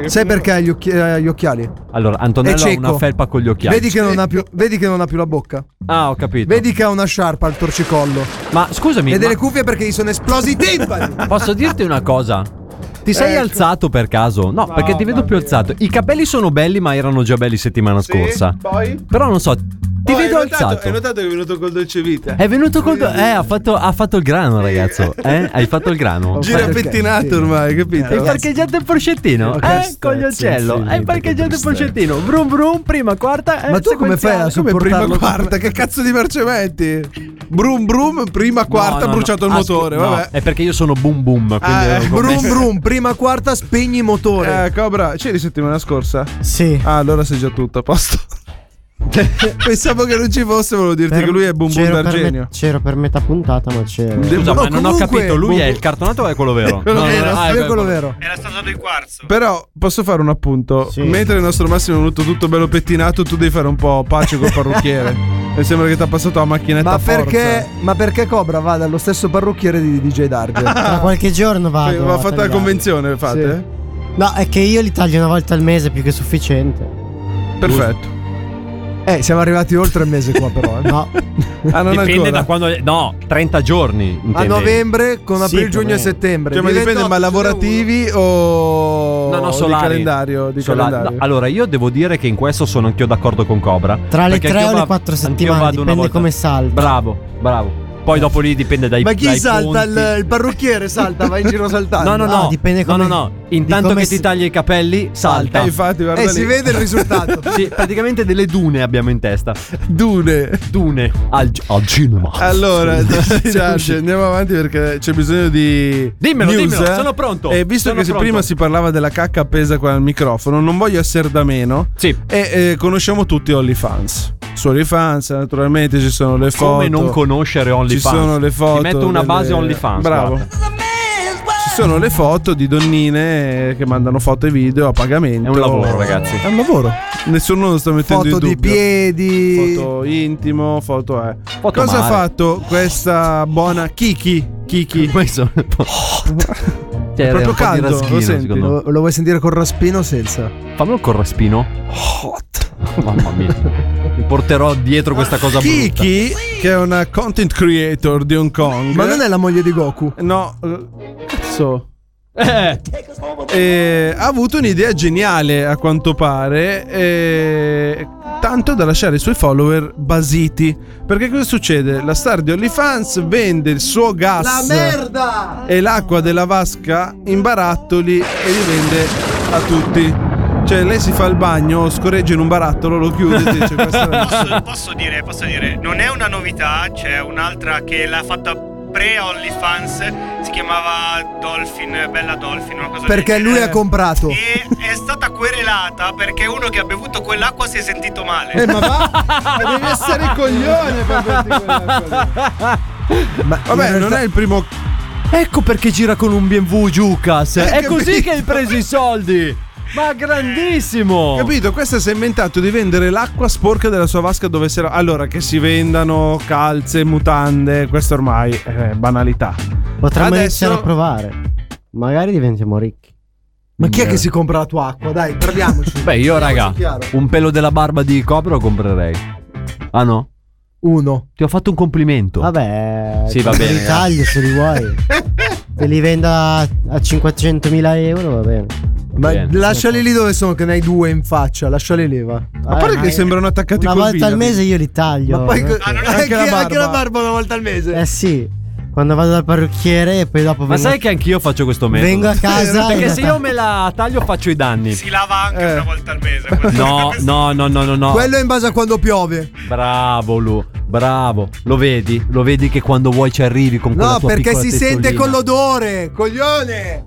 [SPEAKER 12] Sai perché ha gli, occhi- eh, gli occhiali?
[SPEAKER 7] allora, Antonello ha
[SPEAKER 12] cieco.
[SPEAKER 7] una felpa con gli occhiali.
[SPEAKER 12] Vedi che, non ha più, vedi che non ha più la bocca.
[SPEAKER 7] Ah, ho capito.
[SPEAKER 12] Vedi che ha una sciarpa al torcicollo.
[SPEAKER 7] Ma scusami,
[SPEAKER 12] E delle
[SPEAKER 7] ma
[SPEAKER 12] cuffie perché gli sono esplosi i timpani.
[SPEAKER 7] posso dirti una cosa? Ti sei alzato per caso? No, perché ti vedo più alzato. I capelli sono belli, ma erano già belli settimana scorsa.
[SPEAKER 6] Poi?
[SPEAKER 7] Però non so, ti
[SPEAKER 6] Oh,
[SPEAKER 7] vedo
[SPEAKER 6] hai notato-
[SPEAKER 7] alzato.
[SPEAKER 6] Hai notato che è venuto col dolce vita.
[SPEAKER 7] È venuto col. Eh, ha fatto, ha fatto il grano, ragazzo. Eh? Hai fatto il grano.
[SPEAKER 6] Gira
[SPEAKER 12] Perché?
[SPEAKER 6] pettinato
[SPEAKER 12] Sì.
[SPEAKER 6] ormai, capito?
[SPEAKER 7] Hai parcheggiato il porcettino? Eh, cogliocello. Hai parcheggiato il porcettino. Vrum vrum, prima, quarta. eh,
[SPEAKER 12] Ma tu come fai
[SPEAKER 7] sequenziale.
[SPEAKER 12] a
[SPEAKER 6] Come prima
[SPEAKER 12] sopportarlo?
[SPEAKER 6] quarta, che cazzo di merce metti? Brum brum, prima quarta,
[SPEAKER 7] No, no,
[SPEAKER 6] bruciato
[SPEAKER 7] no.
[SPEAKER 6] il
[SPEAKER 7] Asco-
[SPEAKER 6] motore,
[SPEAKER 7] no,
[SPEAKER 6] vabbè.
[SPEAKER 7] È perché io sono boom boom. Quindi
[SPEAKER 6] Ah,
[SPEAKER 7] ero
[SPEAKER 6] eh,
[SPEAKER 7] con-
[SPEAKER 12] Brum brum, prima quarta spegni motore.
[SPEAKER 6] Eh, Cobra, c'eri settimana scorsa?
[SPEAKER 10] Sì.
[SPEAKER 6] Ah, allora sei già tutto a posto. Pensavo che non ci fosse, volevo dirti
[SPEAKER 10] Per-
[SPEAKER 6] che lui è Bum Bum
[SPEAKER 10] c'ero per me-
[SPEAKER 6] d'Argenio.
[SPEAKER 10] c'ero per metà puntata, ma c'ero.
[SPEAKER 7] Scusa,
[SPEAKER 12] No,
[SPEAKER 7] ma non ho
[SPEAKER 12] comunque-
[SPEAKER 7] capito. Lui è il cartonato o è quello vero?
[SPEAKER 6] quello
[SPEAKER 7] No, no, no,
[SPEAKER 6] vero,
[SPEAKER 7] ah,
[SPEAKER 12] Io
[SPEAKER 7] beh,
[SPEAKER 12] quello vero.
[SPEAKER 8] Era stato del quarzo.
[SPEAKER 6] Però posso fare un appunto?
[SPEAKER 10] Sì.
[SPEAKER 6] Mentre il nostro Massimo è venuto tutto bello pettinato, tu devi fare un po' pace col parrucchiere. Mi sembra che ti ha passato la macchinetta
[SPEAKER 12] Ma
[SPEAKER 6] a forza.
[SPEAKER 12] perché, ma perché Cobra va dallo stesso parrucchiere di DJ Darge?
[SPEAKER 10] Tra qualche giorno
[SPEAKER 6] Cioè,
[SPEAKER 10] vado.
[SPEAKER 6] Va
[SPEAKER 10] a
[SPEAKER 6] fatta la
[SPEAKER 10] tagliarli.
[SPEAKER 6] convenzione, fate?
[SPEAKER 10] No, è che io li taglio una volta al mese, più che sufficiente.
[SPEAKER 6] Perfetto.
[SPEAKER 12] eh, siamo arrivati oltre il mese qua però. eh.
[SPEAKER 10] No,
[SPEAKER 6] Ah, non
[SPEAKER 7] Dipende
[SPEAKER 6] ancora.
[SPEAKER 7] da quando. No, 30 giorni.
[SPEAKER 12] A
[SPEAKER 7] intendevi.
[SPEAKER 12] novembre con
[SPEAKER 10] Sì,
[SPEAKER 12] aprile,
[SPEAKER 10] più o
[SPEAKER 12] giugno e
[SPEAKER 10] meno.
[SPEAKER 12] settembre.
[SPEAKER 6] Cioè, ma
[SPEAKER 12] Di
[SPEAKER 6] dipende,
[SPEAKER 12] 28
[SPEAKER 6] ma
[SPEAKER 12] ce n'è uno.
[SPEAKER 6] lavorativi o
[SPEAKER 7] No, no,
[SPEAKER 6] di
[SPEAKER 7] solari.
[SPEAKER 6] calendario? Di
[SPEAKER 7] Solari.
[SPEAKER 6] calendario.
[SPEAKER 7] No, allora, io devo dire che in questo sono anch'io d'accordo con Cobra.
[SPEAKER 10] tra le
[SPEAKER 7] perché
[SPEAKER 10] 3
[SPEAKER 7] anch'io
[SPEAKER 10] o le
[SPEAKER 7] va-
[SPEAKER 10] 4
[SPEAKER 7] anch'io
[SPEAKER 10] settimane,
[SPEAKER 7] vado una
[SPEAKER 10] dipende
[SPEAKER 7] volta-
[SPEAKER 10] come salta.
[SPEAKER 7] Bravo, bravo. Poi dopo lì dipende dai
[SPEAKER 12] Ma chi
[SPEAKER 7] dai
[SPEAKER 12] salta?
[SPEAKER 7] punti.
[SPEAKER 12] Il, il parrucchiere salta, va in giro saltando.
[SPEAKER 7] No, no, no.
[SPEAKER 10] Ah, dipende
[SPEAKER 7] no,
[SPEAKER 10] come-
[SPEAKER 7] no, no.
[SPEAKER 10] di
[SPEAKER 7] Intanto
[SPEAKER 10] come
[SPEAKER 7] che
[SPEAKER 10] si-
[SPEAKER 7] ti tagli i capelli, salta.
[SPEAKER 6] Eh, infatti, guarda
[SPEAKER 12] E
[SPEAKER 6] lì.
[SPEAKER 12] si vede il risultato.
[SPEAKER 7] Sì, praticamente delle dune abbiamo in testa.
[SPEAKER 6] Dune.
[SPEAKER 7] Dune. Al, al cinema.
[SPEAKER 6] Allora, Giorgio, andiamo avanti perché c'è bisogno di.
[SPEAKER 7] Dimmelo,
[SPEAKER 6] news,
[SPEAKER 7] dimmelo,
[SPEAKER 6] eh.
[SPEAKER 7] sono pronto,
[SPEAKER 6] E visto
[SPEAKER 7] sono
[SPEAKER 6] che se
[SPEAKER 7] pronto.
[SPEAKER 6] prima si parlava della cacca appesa qua al microfono, non voglio essere da meno.
[SPEAKER 7] Sì.
[SPEAKER 6] E eh, conosciamo tutti OnlyFans. Su OnlyFans, naturalmente, ci sono le foto.
[SPEAKER 7] Come non conoscere OnlyFans?
[SPEAKER 6] Ci sono le foto.
[SPEAKER 7] Ti metto una
[SPEAKER 6] delle-
[SPEAKER 7] base OnlyFans.
[SPEAKER 6] Bravo.
[SPEAKER 7] guarda.
[SPEAKER 6] Ci sono le foto di donnine che mandano foto e video a pagamento.
[SPEAKER 7] È un lavoro, ragazzi.
[SPEAKER 6] È un lavoro. Nessuno lo sta mettendo
[SPEAKER 12] Foto
[SPEAKER 6] in
[SPEAKER 12] di
[SPEAKER 6] dubbio.
[SPEAKER 12] piedi.
[SPEAKER 6] Foto intimo, foto è.
[SPEAKER 7] Foto
[SPEAKER 6] Cosa ha
[SPEAKER 7] mare.
[SPEAKER 6] fatto questa buona Kiki? Kiki.
[SPEAKER 7] Ma sono un po'. Cioè,
[SPEAKER 6] proprio
[SPEAKER 7] era un po' di
[SPEAKER 6] caldo, lo
[SPEAKER 7] raschino,
[SPEAKER 6] senti?
[SPEAKER 7] secondo me.
[SPEAKER 12] Lo, lo vuoi sentire col raspino o senza?
[SPEAKER 7] Fammelo col raspino. Hot. Mamma mia. Mi porterò dietro questa cosa brutta.
[SPEAKER 6] Kiki, che è una content creator di Hong Kong.
[SPEAKER 12] Ma non è la moglie di Goku.
[SPEAKER 6] No, eh, cazzo. Eh, ha avuto un'idea geniale a quanto pare, eh, tanto da lasciare i suoi follower basiti. Perché cosa succede? La star di OnlyFans vende il suo gas
[SPEAKER 12] merda!
[SPEAKER 6] e l'acqua della vasca in barattoli e li vende a tutti. Cioè, lei si fa il bagno, scorreggia in un barattolo, lo chiude e dice: Questa è la mia".
[SPEAKER 8] Posso, posso dire, posso dire, non è una novità, c'è un'altra che l'ha fatta pre-OnlyFans, si chiamava Dolphin, Bella Dolphin, una cosa del
[SPEAKER 12] Perché lui
[SPEAKER 8] genere.
[SPEAKER 12] ha comprato.
[SPEAKER 8] E è stata querelata perché uno che ha bevuto quell'acqua si è sentito male.
[SPEAKER 6] Eh, ma va, ma devi essere coglione per farti quella cosa.
[SPEAKER 12] Ma
[SPEAKER 6] Vabbè, non è il primo
[SPEAKER 7] Ecco perché gira con un BMW Giucas.
[SPEAKER 6] Eh,
[SPEAKER 7] È così che hai preso i soldi. Ma grandissimo.
[SPEAKER 10] Oh.
[SPEAKER 6] Capito? Questo si è inventato di vendere l'acqua sporca della sua vasca dove si era. Allora, che si vendano calze, mutande, questo ormai è banalità.
[SPEAKER 10] Potremmo
[SPEAKER 6] Adesso-
[SPEAKER 10] iniziare a provare. Magari diventiamo ricchi.
[SPEAKER 12] Ma chi è
[SPEAKER 6] Eh.
[SPEAKER 12] che si compra la tua acqua? Dai, parliamoci.
[SPEAKER 7] Beh, io, raga,
[SPEAKER 12] chiaro.
[SPEAKER 7] un pelo della barba di cobra lo comprerei. Ah no?
[SPEAKER 12] Uno.
[SPEAKER 7] Ti ho fatto un complimento.
[SPEAKER 10] Vabbè,
[SPEAKER 7] Sì, va
[SPEAKER 10] te
[SPEAKER 7] bene,
[SPEAKER 10] Li tagli se li vuoi. Se li venda a 500.000 euro, va bene.
[SPEAKER 12] Ma
[SPEAKER 7] Bene.
[SPEAKER 12] lasciali lì dove sono, che ne hai due in faccia. Lasciali lì, va.
[SPEAKER 6] A
[SPEAKER 10] Eh,
[SPEAKER 6] parte
[SPEAKER 10] ma
[SPEAKER 6] che
[SPEAKER 10] io-
[SPEAKER 6] sembrano attaccati
[SPEAKER 10] Una
[SPEAKER 6] col
[SPEAKER 10] volta al
[SPEAKER 6] vino.
[SPEAKER 10] mese io li taglio.
[SPEAKER 12] Ma poi.
[SPEAKER 10] eh.
[SPEAKER 12] co-
[SPEAKER 8] Ah, non è
[SPEAKER 12] anche,
[SPEAKER 6] anche la
[SPEAKER 12] anche la
[SPEAKER 6] barba.
[SPEAKER 12] barba una volta al mese.
[SPEAKER 10] Eh sì, quando vado dal parrucchiere e poi dopo
[SPEAKER 7] Ma
[SPEAKER 10] vengo,
[SPEAKER 7] sai che anch'io faccio questo metodo?
[SPEAKER 10] vengo a casa.
[SPEAKER 7] Perché se io
[SPEAKER 10] e-
[SPEAKER 7] me la taglio faccio i danni.
[SPEAKER 8] Si lava anche
[SPEAKER 6] Eh.
[SPEAKER 8] una volta al mese.
[SPEAKER 7] No, no, no, no, no, no.
[SPEAKER 12] Quello è in base a quando piove.
[SPEAKER 7] Bravo Lu, bravo. Lo vedi? Lo vedi che quando vuoi ci arrivi con quella
[SPEAKER 12] No,
[SPEAKER 7] tua
[SPEAKER 12] perché
[SPEAKER 7] piccola
[SPEAKER 12] si sente
[SPEAKER 7] testolina.
[SPEAKER 12] con l'odore, coglione.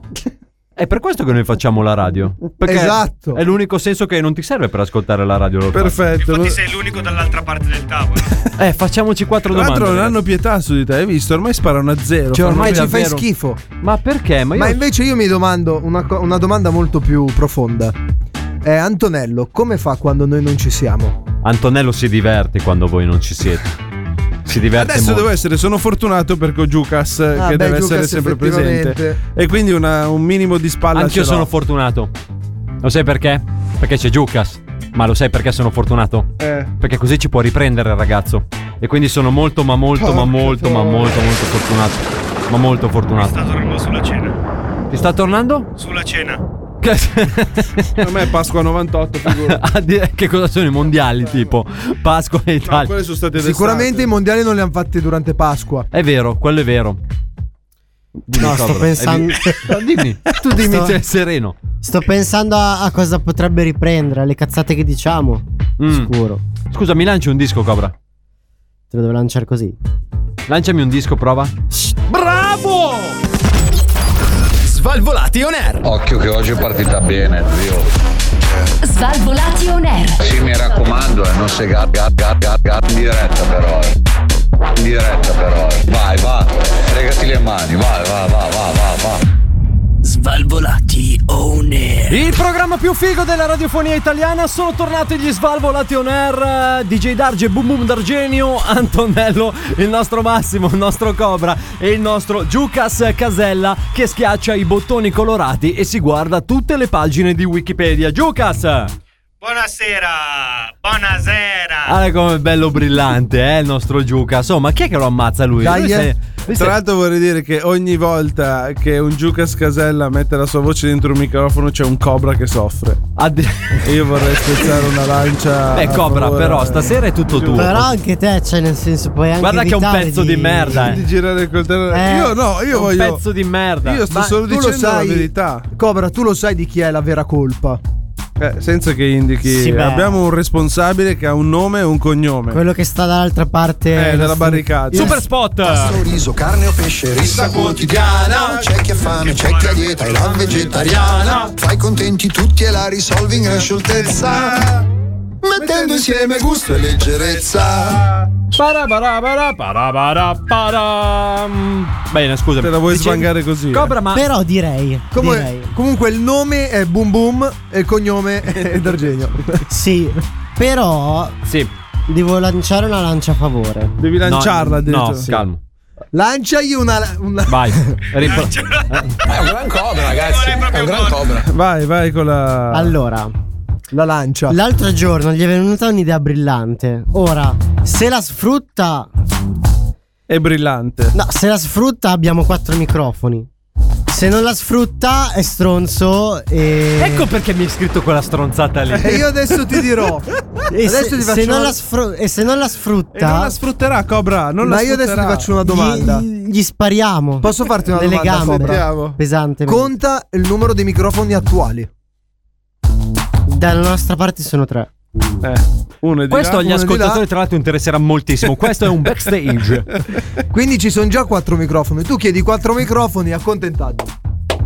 [SPEAKER 7] È per questo che noi facciamo la radio. Perché
[SPEAKER 12] Esatto.
[SPEAKER 7] È l'unico senso che non ti serve per ascoltare la radio. lo fai.
[SPEAKER 6] Perfetto.
[SPEAKER 8] Infatti sei l'unico dall'altra parte del tavolo.
[SPEAKER 7] Eh, facciamoci quattro
[SPEAKER 6] Tra
[SPEAKER 7] domande.
[SPEAKER 6] l'altro non
[SPEAKER 7] ragazzi.
[SPEAKER 6] hanno pietà su di te, hai visto? Ormai sparano a zero.
[SPEAKER 12] Cioè,
[SPEAKER 6] Fanno
[SPEAKER 12] ormai ci fai
[SPEAKER 6] davvero-
[SPEAKER 12] schifo.
[SPEAKER 7] Ma perché? Ma io
[SPEAKER 12] Ma invece io mi domando una, co- una domanda molto più profonda. Eh, Antonello, come fa quando noi non ci siamo?
[SPEAKER 7] Antonello si diverte quando voi non ci siete. Si diverte
[SPEAKER 6] Adesso
[SPEAKER 7] molto.
[SPEAKER 6] devo essere, sono fortunato perché ho Giucas eh,
[SPEAKER 12] Ah,
[SPEAKER 6] che
[SPEAKER 12] beh,
[SPEAKER 6] deve
[SPEAKER 12] Giucas
[SPEAKER 6] essere sempre presente.
[SPEAKER 12] effettivamente.
[SPEAKER 6] E quindi una- un minimo di spalla.
[SPEAKER 7] Anch'io
[SPEAKER 6] ce
[SPEAKER 7] sono
[SPEAKER 6] l'ho.
[SPEAKER 7] fortunato. Lo sai perché? Perché c'è Giucas. Ma lo sai perché sono fortunato?
[SPEAKER 6] Eh.
[SPEAKER 7] Perché così ci può riprendere il ragazzo. E quindi sono molto, ma molto, ma
[SPEAKER 6] Porca
[SPEAKER 7] molto, ma
[SPEAKER 6] troia.
[SPEAKER 7] molto, molto fortunato. Ma molto fortunato.
[SPEAKER 8] Sta tornando sulla cena.
[SPEAKER 7] Ti sta tornando?
[SPEAKER 8] Sulla cena.
[SPEAKER 7] Che,
[SPEAKER 6] Per me è Pasqua 98, figura.
[SPEAKER 7] Ah, di- che cosa sono i mondiali? Tipo Pasqua
[SPEAKER 6] No,
[SPEAKER 7] e Italia.
[SPEAKER 6] quelle sono state
[SPEAKER 12] Sicuramente i
[SPEAKER 6] d'estate.
[SPEAKER 12] mondiali non li hanno fatti durante Pasqua.
[SPEAKER 7] È vero, quello è vero. Dimmi
[SPEAKER 10] No, sto
[SPEAKER 7] Cobra.
[SPEAKER 10] pensando.
[SPEAKER 7] Eh, di- Dimmi, tu dimmi,
[SPEAKER 10] Sto-
[SPEAKER 7] sei sereno.
[SPEAKER 10] Sto pensando a, a cosa potrebbe riprendere, alle cazzate che diciamo.
[SPEAKER 7] Mm.
[SPEAKER 10] Sicuro.
[SPEAKER 7] Scusa, mi lanci un disco, Cobra.
[SPEAKER 10] Te lo devo lanciare così.
[SPEAKER 7] Lanciami un disco, prova.
[SPEAKER 13] Occhio che oggi è partita bene, zio.
[SPEAKER 4] Svalvolati on air.
[SPEAKER 13] Sì, mi raccomando, eh, non sei gat, gat, gat, gat, gat. In diretta però. eh. In diretta però. eh. Vai, va. Fregati le mani, vai, va, va, va, va, va.
[SPEAKER 1] Svalvolati on air.
[SPEAKER 7] Il programma più figo della radiofonia italiana sono tornati gli Svalvolati on Air, eh, DJ Darge, Boom Boom Dargenio, Antonello, il nostro Massimo, il nostro Cobra e il nostro Giucas Casella che schiaccia i bottoni colorati e si guarda tutte le pagine di Wikipedia. Giucas!
[SPEAKER 8] Buonasera. Buonasera.
[SPEAKER 7] Ah, come bello brillante, eh, il nostro Giucas. Oh, ma chi è che lo ammazza lui?
[SPEAKER 12] Dai,
[SPEAKER 7] Lui
[SPEAKER 12] eh.
[SPEAKER 7] se- lui se-
[SPEAKER 6] Tra l'altro vorrei dire che ogni volta che un Giucas Casella mette la sua voce dentro un microfono c'è un Cobra che soffre.
[SPEAKER 7] ha de-
[SPEAKER 6] E io vorrei spezzare una lancia.
[SPEAKER 7] Beh,
[SPEAKER 6] a
[SPEAKER 7] Cobra,
[SPEAKER 6] favore,
[SPEAKER 7] però,
[SPEAKER 6] eh,
[SPEAKER 7] stasera è tutto tuo.
[SPEAKER 10] Però anche te, cioè, nel senso, puoi anche.
[SPEAKER 7] Guarda che è un
[SPEAKER 10] evitare
[SPEAKER 7] pezzo di merda, eh.
[SPEAKER 6] Di girare il coltello.
[SPEAKER 10] Eh,
[SPEAKER 6] io no,
[SPEAKER 7] È
[SPEAKER 6] io
[SPEAKER 7] un
[SPEAKER 6] voglio.
[SPEAKER 7] pezzo di merda.
[SPEAKER 6] Io sto
[SPEAKER 12] Ma
[SPEAKER 6] solo
[SPEAKER 12] tu lo
[SPEAKER 6] dicendo
[SPEAKER 12] sai-
[SPEAKER 6] la verità.
[SPEAKER 12] Cobra, tu lo sai di chi è la vera colpa?
[SPEAKER 6] Eh, senza che indichi.
[SPEAKER 10] Sì, beh.
[SPEAKER 6] abbiamo un responsabile che ha un nome e un cognome.
[SPEAKER 10] Quello che sta dall'altra parte.
[SPEAKER 6] Eh, dalla barricata.
[SPEAKER 7] Super spot!
[SPEAKER 13] Sorriso, carne o pesce, rissa quotidiana. C'è chi ha fame, c'è chi ha dieta, e la vegetariana. Fai contenti tutti e la risolvi in gran scioltezza. Mettendo insieme gusto e leggerezza.
[SPEAKER 7] Parabarabara, parabara, param. Bene, scusa.
[SPEAKER 6] Te la vuoi
[SPEAKER 7] Dicevi-
[SPEAKER 6] svangare così? eh?
[SPEAKER 7] Cobra, ma
[SPEAKER 10] Però direi.
[SPEAKER 12] Comunque-
[SPEAKER 10] direi.
[SPEAKER 12] comunque il nome è Boom Boom e il cognome è D'Argenio.
[SPEAKER 10] Sì. Però
[SPEAKER 7] sì,
[SPEAKER 10] devo lanciare una lancia a favore.
[SPEAKER 6] Devi
[SPEAKER 7] no,
[SPEAKER 6] lanciarla
[SPEAKER 7] No,
[SPEAKER 6] addirittura.
[SPEAKER 7] calmo.
[SPEAKER 12] Lanciagli una... una...
[SPEAKER 7] Vai. Ripro-
[SPEAKER 13] È un gran cobra, ragazzi. È un gran cobra.
[SPEAKER 6] Vai, vai con la.
[SPEAKER 10] Allora,
[SPEAKER 12] La lancia.
[SPEAKER 10] l'altro giorno gli è venuta un'idea brillante. Ora, se la sfrutta.
[SPEAKER 6] È brillante.
[SPEAKER 10] No, se la sfrutta abbiamo quattro microfoni. Se non la sfrutta è stronzo e.
[SPEAKER 7] Ecco perché mi hai scritto quella stronzata lì.
[SPEAKER 6] Eh,
[SPEAKER 12] E io adesso ti dirò.
[SPEAKER 10] e
[SPEAKER 12] adesso
[SPEAKER 10] se,
[SPEAKER 12] ti
[SPEAKER 10] se
[SPEAKER 12] faccio
[SPEAKER 10] non
[SPEAKER 12] una-
[SPEAKER 10] la sfru- e se non la sfrutta.
[SPEAKER 6] E non la sfrutterà, Cobra. Non la
[SPEAKER 12] Ma io adesso ti
[SPEAKER 6] sfrutterà.
[SPEAKER 12] faccio una domanda.
[SPEAKER 10] Gli, gli spariamo.
[SPEAKER 12] Posso farti una
[SPEAKER 10] Nelle
[SPEAKER 12] domanda?
[SPEAKER 10] gambe.
[SPEAKER 12] Sentiamo.
[SPEAKER 10] Pesante.
[SPEAKER 12] Conta il numero dei microfoni attuali.
[SPEAKER 10] Dalla nostra parte sono tre.
[SPEAKER 6] Eh, uno è di
[SPEAKER 7] Questo
[SPEAKER 6] là,
[SPEAKER 7] agli
[SPEAKER 6] uno è di là.
[SPEAKER 7] ascoltatori, tra l'altro, interesserà moltissimo. Questo è un backstage.
[SPEAKER 12] Quindi ci sono già quattro microfoni. Tu chiedi quattro microfoni, accontentato.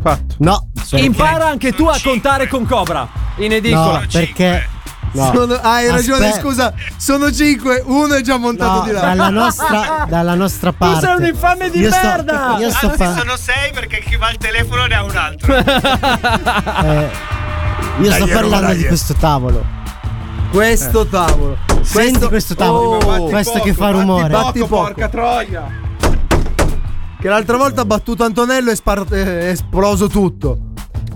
[SPEAKER 6] Fatto.
[SPEAKER 10] No,
[SPEAKER 7] Impara anche tu a contare con Cobra. In edicola.
[SPEAKER 10] no, perché. No.
[SPEAKER 12] Sono- ah, hai ragione,
[SPEAKER 10] Aspe-
[SPEAKER 12] scusa. Sono cinque, uno è già montato
[SPEAKER 10] No,
[SPEAKER 12] di là.
[SPEAKER 10] dalla nostra, dalla nostra parte.
[SPEAKER 7] sei un infame di
[SPEAKER 10] Io sto-
[SPEAKER 7] merda!
[SPEAKER 10] io sto
[SPEAKER 8] Anzi,
[SPEAKER 10] fa-
[SPEAKER 8] sono sei perché chi va al telefono ne ha un altro.
[SPEAKER 10] eh, io sto parlando di questo tavolo.
[SPEAKER 12] Questo tavolo.
[SPEAKER 10] Senti questo tavolo.
[SPEAKER 6] Oh,
[SPEAKER 10] questo che fa
[SPEAKER 6] Batti
[SPEAKER 10] rumore.
[SPEAKER 6] poco,
[SPEAKER 12] Batti poco.
[SPEAKER 6] porca troia.
[SPEAKER 12] Che l'altra volta ha battuto Antonello e spar- eh, è esploso tutto.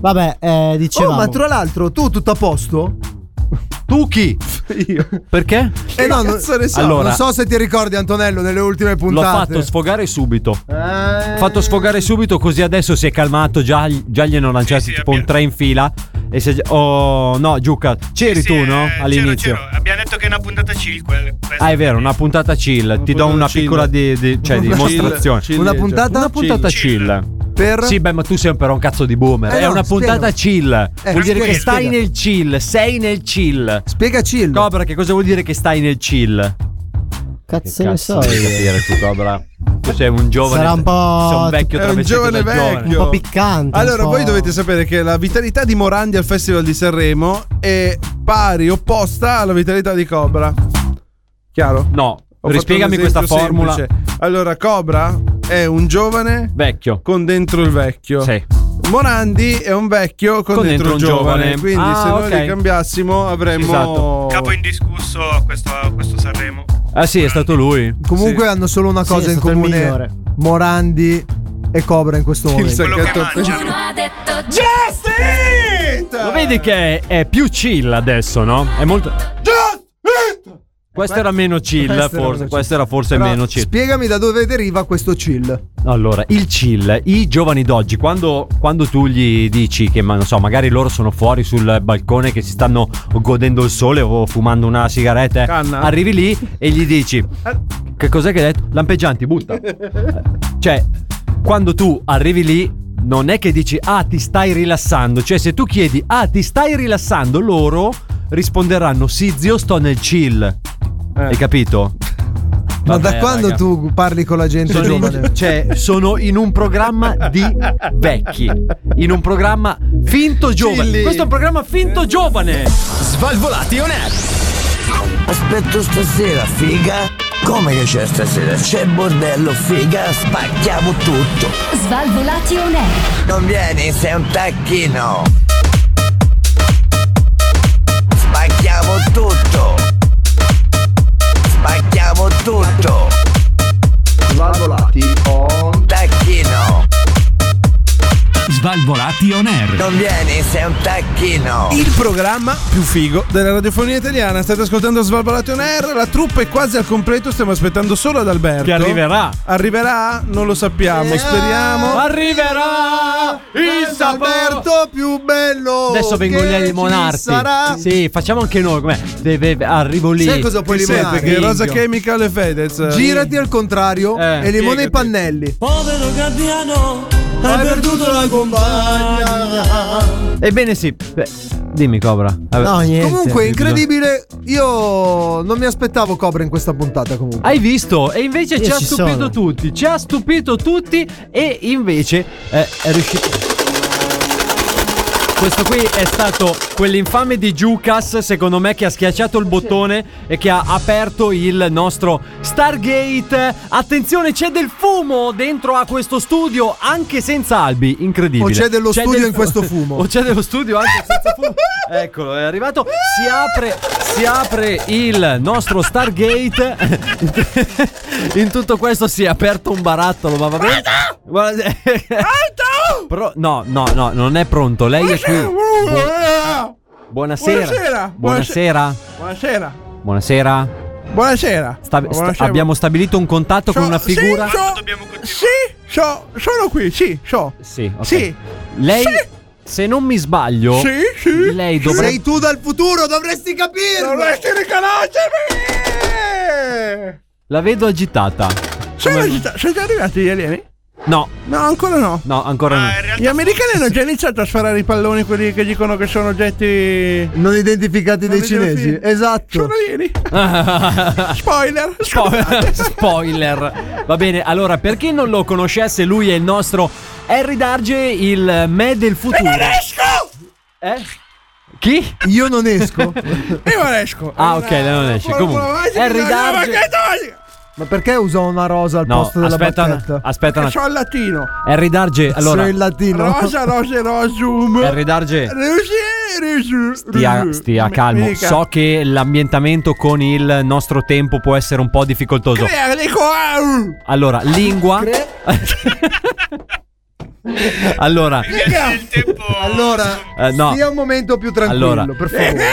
[SPEAKER 10] Vabbè, eh, dicevamo.
[SPEAKER 12] Oh, ma tra l'altro, tu tutto a posto?
[SPEAKER 7] Tu chi?
[SPEAKER 12] Io.
[SPEAKER 7] Perché?
[SPEAKER 12] Eh no, non,
[SPEAKER 7] cazzo ne so? Allora-
[SPEAKER 12] non so se ti ricordi Antonello nelle ultime
[SPEAKER 7] L'ho
[SPEAKER 12] puntate. Eh.
[SPEAKER 7] fatto sfogare subito. Fatto sfogare subito, così adesso si è calmato. Già, già gliene ho lanciati tipo un tre in fila. E se, oh, no, Giuca, c'eri
[SPEAKER 8] Sì,
[SPEAKER 7] tu,
[SPEAKER 8] eh,
[SPEAKER 7] no?
[SPEAKER 8] c'ero,
[SPEAKER 7] All'inizio.
[SPEAKER 8] c'ero. Abbiamo detto che è una puntata eh, chill quella.
[SPEAKER 7] Ah, è vero, una puntata chill. Ti
[SPEAKER 8] puntata
[SPEAKER 7] do una
[SPEAKER 8] chill.
[SPEAKER 7] piccola di, di- cioè,
[SPEAKER 8] Una puntata
[SPEAKER 7] dimostrazione.
[SPEAKER 8] chill, chill,
[SPEAKER 7] una
[SPEAKER 8] cioè,
[SPEAKER 7] puntata, una puntata chill.
[SPEAKER 12] Per?
[SPEAKER 7] Sì, beh, ma tu sei però un cazzo di boomer.
[SPEAKER 12] Eh
[SPEAKER 7] è
[SPEAKER 12] no,
[SPEAKER 7] una puntata chill.
[SPEAKER 12] Eh,
[SPEAKER 7] vuol dire
[SPEAKER 12] spiega,
[SPEAKER 7] che stai
[SPEAKER 12] spiega.
[SPEAKER 7] nel chill, sei nel chill.
[SPEAKER 12] Spiega chill.
[SPEAKER 7] Cobra, che cosa vuol dire che stai nel chill?
[SPEAKER 10] Cazzo ne so
[SPEAKER 7] Cazzo, devi
[SPEAKER 10] io.
[SPEAKER 7] capire tu, Cobra. Tu sei un giovane.
[SPEAKER 10] Sarà un po'.
[SPEAKER 7] sei un vecchio
[SPEAKER 6] È un
[SPEAKER 7] travestito
[SPEAKER 6] giovane
[SPEAKER 7] da
[SPEAKER 6] vecchio.
[SPEAKER 10] Un po' piccante. un
[SPEAKER 6] Allora,
[SPEAKER 10] po'-
[SPEAKER 6] voi dovete sapere che la vitalità di Morandi al Festival di Sanremo è pari, opposta alla vitalità di Cobra. Chiaro?
[SPEAKER 7] No,
[SPEAKER 6] Ho
[SPEAKER 7] rispiegami
[SPEAKER 6] fatto un
[SPEAKER 7] questa
[SPEAKER 6] esempio
[SPEAKER 7] formula.
[SPEAKER 6] semplice. Allora, Cobra è un giovane
[SPEAKER 7] vecchio
[SPEAKER 6] con dentro il vecchio.
[SPEAKER 7] Sì.
[SPEAKER 6] Morandi è un vecchio con,
[SPEAKER 7] Con
[SPEAKER 6] dentro,
[SPEAKER 7] dentro
[SPEAKER 6] il
[SPEAKER 7] un
[SPEAKER 6] giovane.
[SPEAKER 7] giovane.
[SPEAKER 6] Quindi,
[SPEAKER 7] Ah,
[SPEAKER 6] se noi
[SPEAKER 7] ok.
[SPEAKER 6] li cambiassimo, avremmo.
[SPEAKER 7] Esatto.
[SPEAKER 8] Capo indiscusso a questo, a questo Sanremo.
[SPEAKER 7] Ah, sì, è stato lui.
[SPEAKER 12] Comunque
[SPEAKER 8] Sì.
[SPEAKER 12] hanno solo una
[SPEAKER 8] Sì,
[SPEAKER 12] cosa
[SPEAKER 8] è
[SPEAKER 12] in
[SPEAKER 8] stato il
[SPEAKER 12] comune:
[SPEAKER 8] migliore.
[SPEAKER 12] Morandi e Cobra in questo
[SPEAKER 8] Quello
[SPEAKER 12] momento.
[SPEAKER 8] che mangiano.
[SPEAKER 4] ha detto
[SPEAKER 7] Lo vedi che è, è più chill adesso, no? È molto. Questo era meno chill,
[SPEAKER 12] Questo era meno
[SPEAKER 7] forse.
[SPEAKER 12] chill.
[SPEAKER 7] Questo era forse
[SPEAKER 12] Però
[SPEAKER 7] meno chill.
[SPEAKER 12] Spiegami da dove deriva questo chill.
[SPEAKER 7] Allora, il chill, i giovani d'oggi, quando, quando tu gli dici che, ma non so, magari loro sono fuori sul balcone che si stanno godendo il sole o fumando una sigaretta, eh,
[SPEAKER 6] Canna.
[SPEAKER 7] arrivi lì e gli dici: Che cos'è che hai detto? Lampeggianti, butta. Cioè, quando tu arrivi lì, non è che dici ah, ti stai rilassando. Cioè, se tu chiedi ah, ti stai rilassando, loro risponderanno sì, zio, sto nel chill. Hai capito?
[SPEAKER 12] Ma
[SPEAKER 7] Vabbè,
[SPEAKER 12] da quando
[SPEAKER 7] raga.
[SPEAKER 12] tu parli con la gente
[SPEAKER 7] Sono
[SPEAKER 12] giovane?
[SPEAKER 7] in, cioè, sono in un programma di vecchi. In un programma finto giovane.
[SPEAKER 1] Chilli.
[SPEAKER 7] Questo è un programma finto giovane.
[SPEAKER 1] Svalvolati on air. Aspetto stasera, figa. Come che c'è stasera? C'è bordello, figa. Spacchiamo tutto.
[SPEAKER 4] Svalvolati on air.
[SPEAKER 1] Non vieni, sei un tacchino. Spacchiamo tutto. Spacchiamo tutto. Svalvolati on tacchino.
[SPEAKER 14] Svalvolati on air.
[SPEAKER 1] Non vieni, sei un tacchino.
[SPEAKER 6] Il programma più figo della radiofonia italiana. State ascoltando Svalbardation Air. La truppa è quasi al completo. Stiamo aspettando solo ad Alberto.
[SPEAKER 7] Che arriverà.
[SPEAKER 6] Arriverà? Non lo sappiamo. Speriamo.
[SPEAKER 7] Arriverà il
[SPEAKER 12] Alberto più bello.
[SPEAKER 7] Adesso vengo lì a
[SPEAKER 12] che ci
[SPEAKER 7] limonarti.
[SPEAKER 12] Sarà.
[SPEAKER 7] Sì, facciamo anche noi. Com'è? Deve- arrivo lì.
[SPEAKER 12] Sai cosa puoi
[SPEAKER 7] Sì,
[SPEAKER 12] limonare?
[SPEAKER 6] Perché
[SPEAKER 7] Ringhio.
[SPEAKER 6] Rosa Chemical e Fedez.
[SPEAKER 12] Girati al contrario
[SPEAKER 7] Eh,
[SPEAKER 12] e limone
[SPEAKER 6] spiegati.
[SPEAKER 12] i pannelli.
[SPEAKER 2] Povero Gabbiano,
[SPEAKER 12] Hai perduto la compagna.
[SPEAKER 7] Ebbene sì. Beh, dimmi Cobra. Vabbè.
[SPEAKER 10] No, niente.
[SPEAKER 12] Comunque, incredibile. Io non mi aspettavo Cobra in questa puntata. Comunque,
[SPEAKER 7] Hai visto? E invece
[SPEAKER 10] Io
[SPEAKER 7] ci ha
[SPEAKER 10] ci
[SPEAKER 7] stupito
[SPEAKER 10] sono.
[SPEAKER 7] tutti. Ci ha stupito tutti e invece eh, è riuscito. Questo qui è stato quell'infame di Jukas, secondo me, che ha schiacciato il bottone e che ha aperto il nostro Stargate. Attenzione, c'è del fumo dentro a questo studio, anche senza albi. Incredibile.
[SPEAKER 12] O c'è dello studio in questo fumo.
[SPEAKER 7] O c'è dello studio anche senza fumo. Eccolo, è arrivato. Si apre, si apre il nostro Stargate. In tutto questo si è aperto un barattolo, ma va bene. Guarda- Pro- no, no, no, non è pronto. Lei è qui. boh. Bu- buonasera.
[SPEAKER 6] eh. Buonasera.
[SPEAKER 7] Buonasera.
[SPEAKER 6] Buonasera.
[SPEAKER 7] Buonasera.
[SPEAKER 6] Buonasera.
[SPEAKER 7] Sta- sta-
[SPEAKER 6] Buonasera.
[SPEAKER 7] abbiamo stabilito un contatto con
[SPEAKER 6] Ciao,
[SPEAKER 7] una
[SPEAKER 6] sì,
[SPEAKER 7] figura.
[SPEAKER 6] ciao. Sì, ciao, sono qui, sì, ciao.
[SPEAKER 7] Sì, ok.
[SPEAKER 6] Sì.
[SPEAKER 7] Lei,
[SPEAKER 6] Sì.
[SPEAKER 7] se non mi sbaglio,
[SPEAKER 6] Sì, sì.
[SPEAKER 7] lei dovrebbe.
[SPEAKER 12] Sei tu dal futuro, dovresti capirlo.
[SPEAKER 6] Dovresti riconoscermi!
[SPEAKER 7] La vedo agitata.
[SPEAKER 6] Sono agita- Sono già arrivati gli alieni?
[SPEAKER 7] No,
[SPEAKER 6] No, ancora no.
[SPEAKER 7] no, ancora no.
[SPEAKER 6] Gli americani hanno già iniziato a sparare i palloni, quelli che dicono che sono oggetti.
[SPEAKER 12] Non identificati dai
[SPEAKER 6] Non identificati.
[SPEAKER 12] cinesi. Esatto.
[SPEAKER 6] Sono alieni. Spoiler.
[SPEAKER 7] Spo- Spoiler. Va bene, allora, per chi non lo conoscesse, lui è il nostro Harry Darge, il me del futuro. Eh? Chi?
[SPEAKER 12] Io non esco.
[SPEAKER 6] Io non esco.
[SPEAKER 7] Ah, ok, lei non esce. Comunque, Harry Darge.
[SPEAKER 12] Ma perché usò una rosa al
[SPEAKER 7] No,
[SPEAKER 12] posto della
[SPEAKER 7] aspetta,
[SPEAKER 12] bacchetta?
[SPEAKER 7] aspetta un
[SPEAKER 6] Perché so il latino.
[SPEAKER 7] Harry Darge, allora.
[SPEAKER 12] Sono in latino.
[SPEAKER 6] Rosa, rosa, rosum.
[SPEAKER 7] Harry Darge. Stia, stia calmo, so che l'ambientamento con il nostro tempo può essere un po' difficoltoso. Allora, lingua. allora,
[SPEAKER 12] Allora,
[SPEAKER 7] Eh, no.
[SPEAKER 12] sia un momento più tranquillo,
[SPEAKER 7] Allora.
[SPEAKER 12] per
[SPEAKER 6] Eh,
[SPEAKER 12] favore.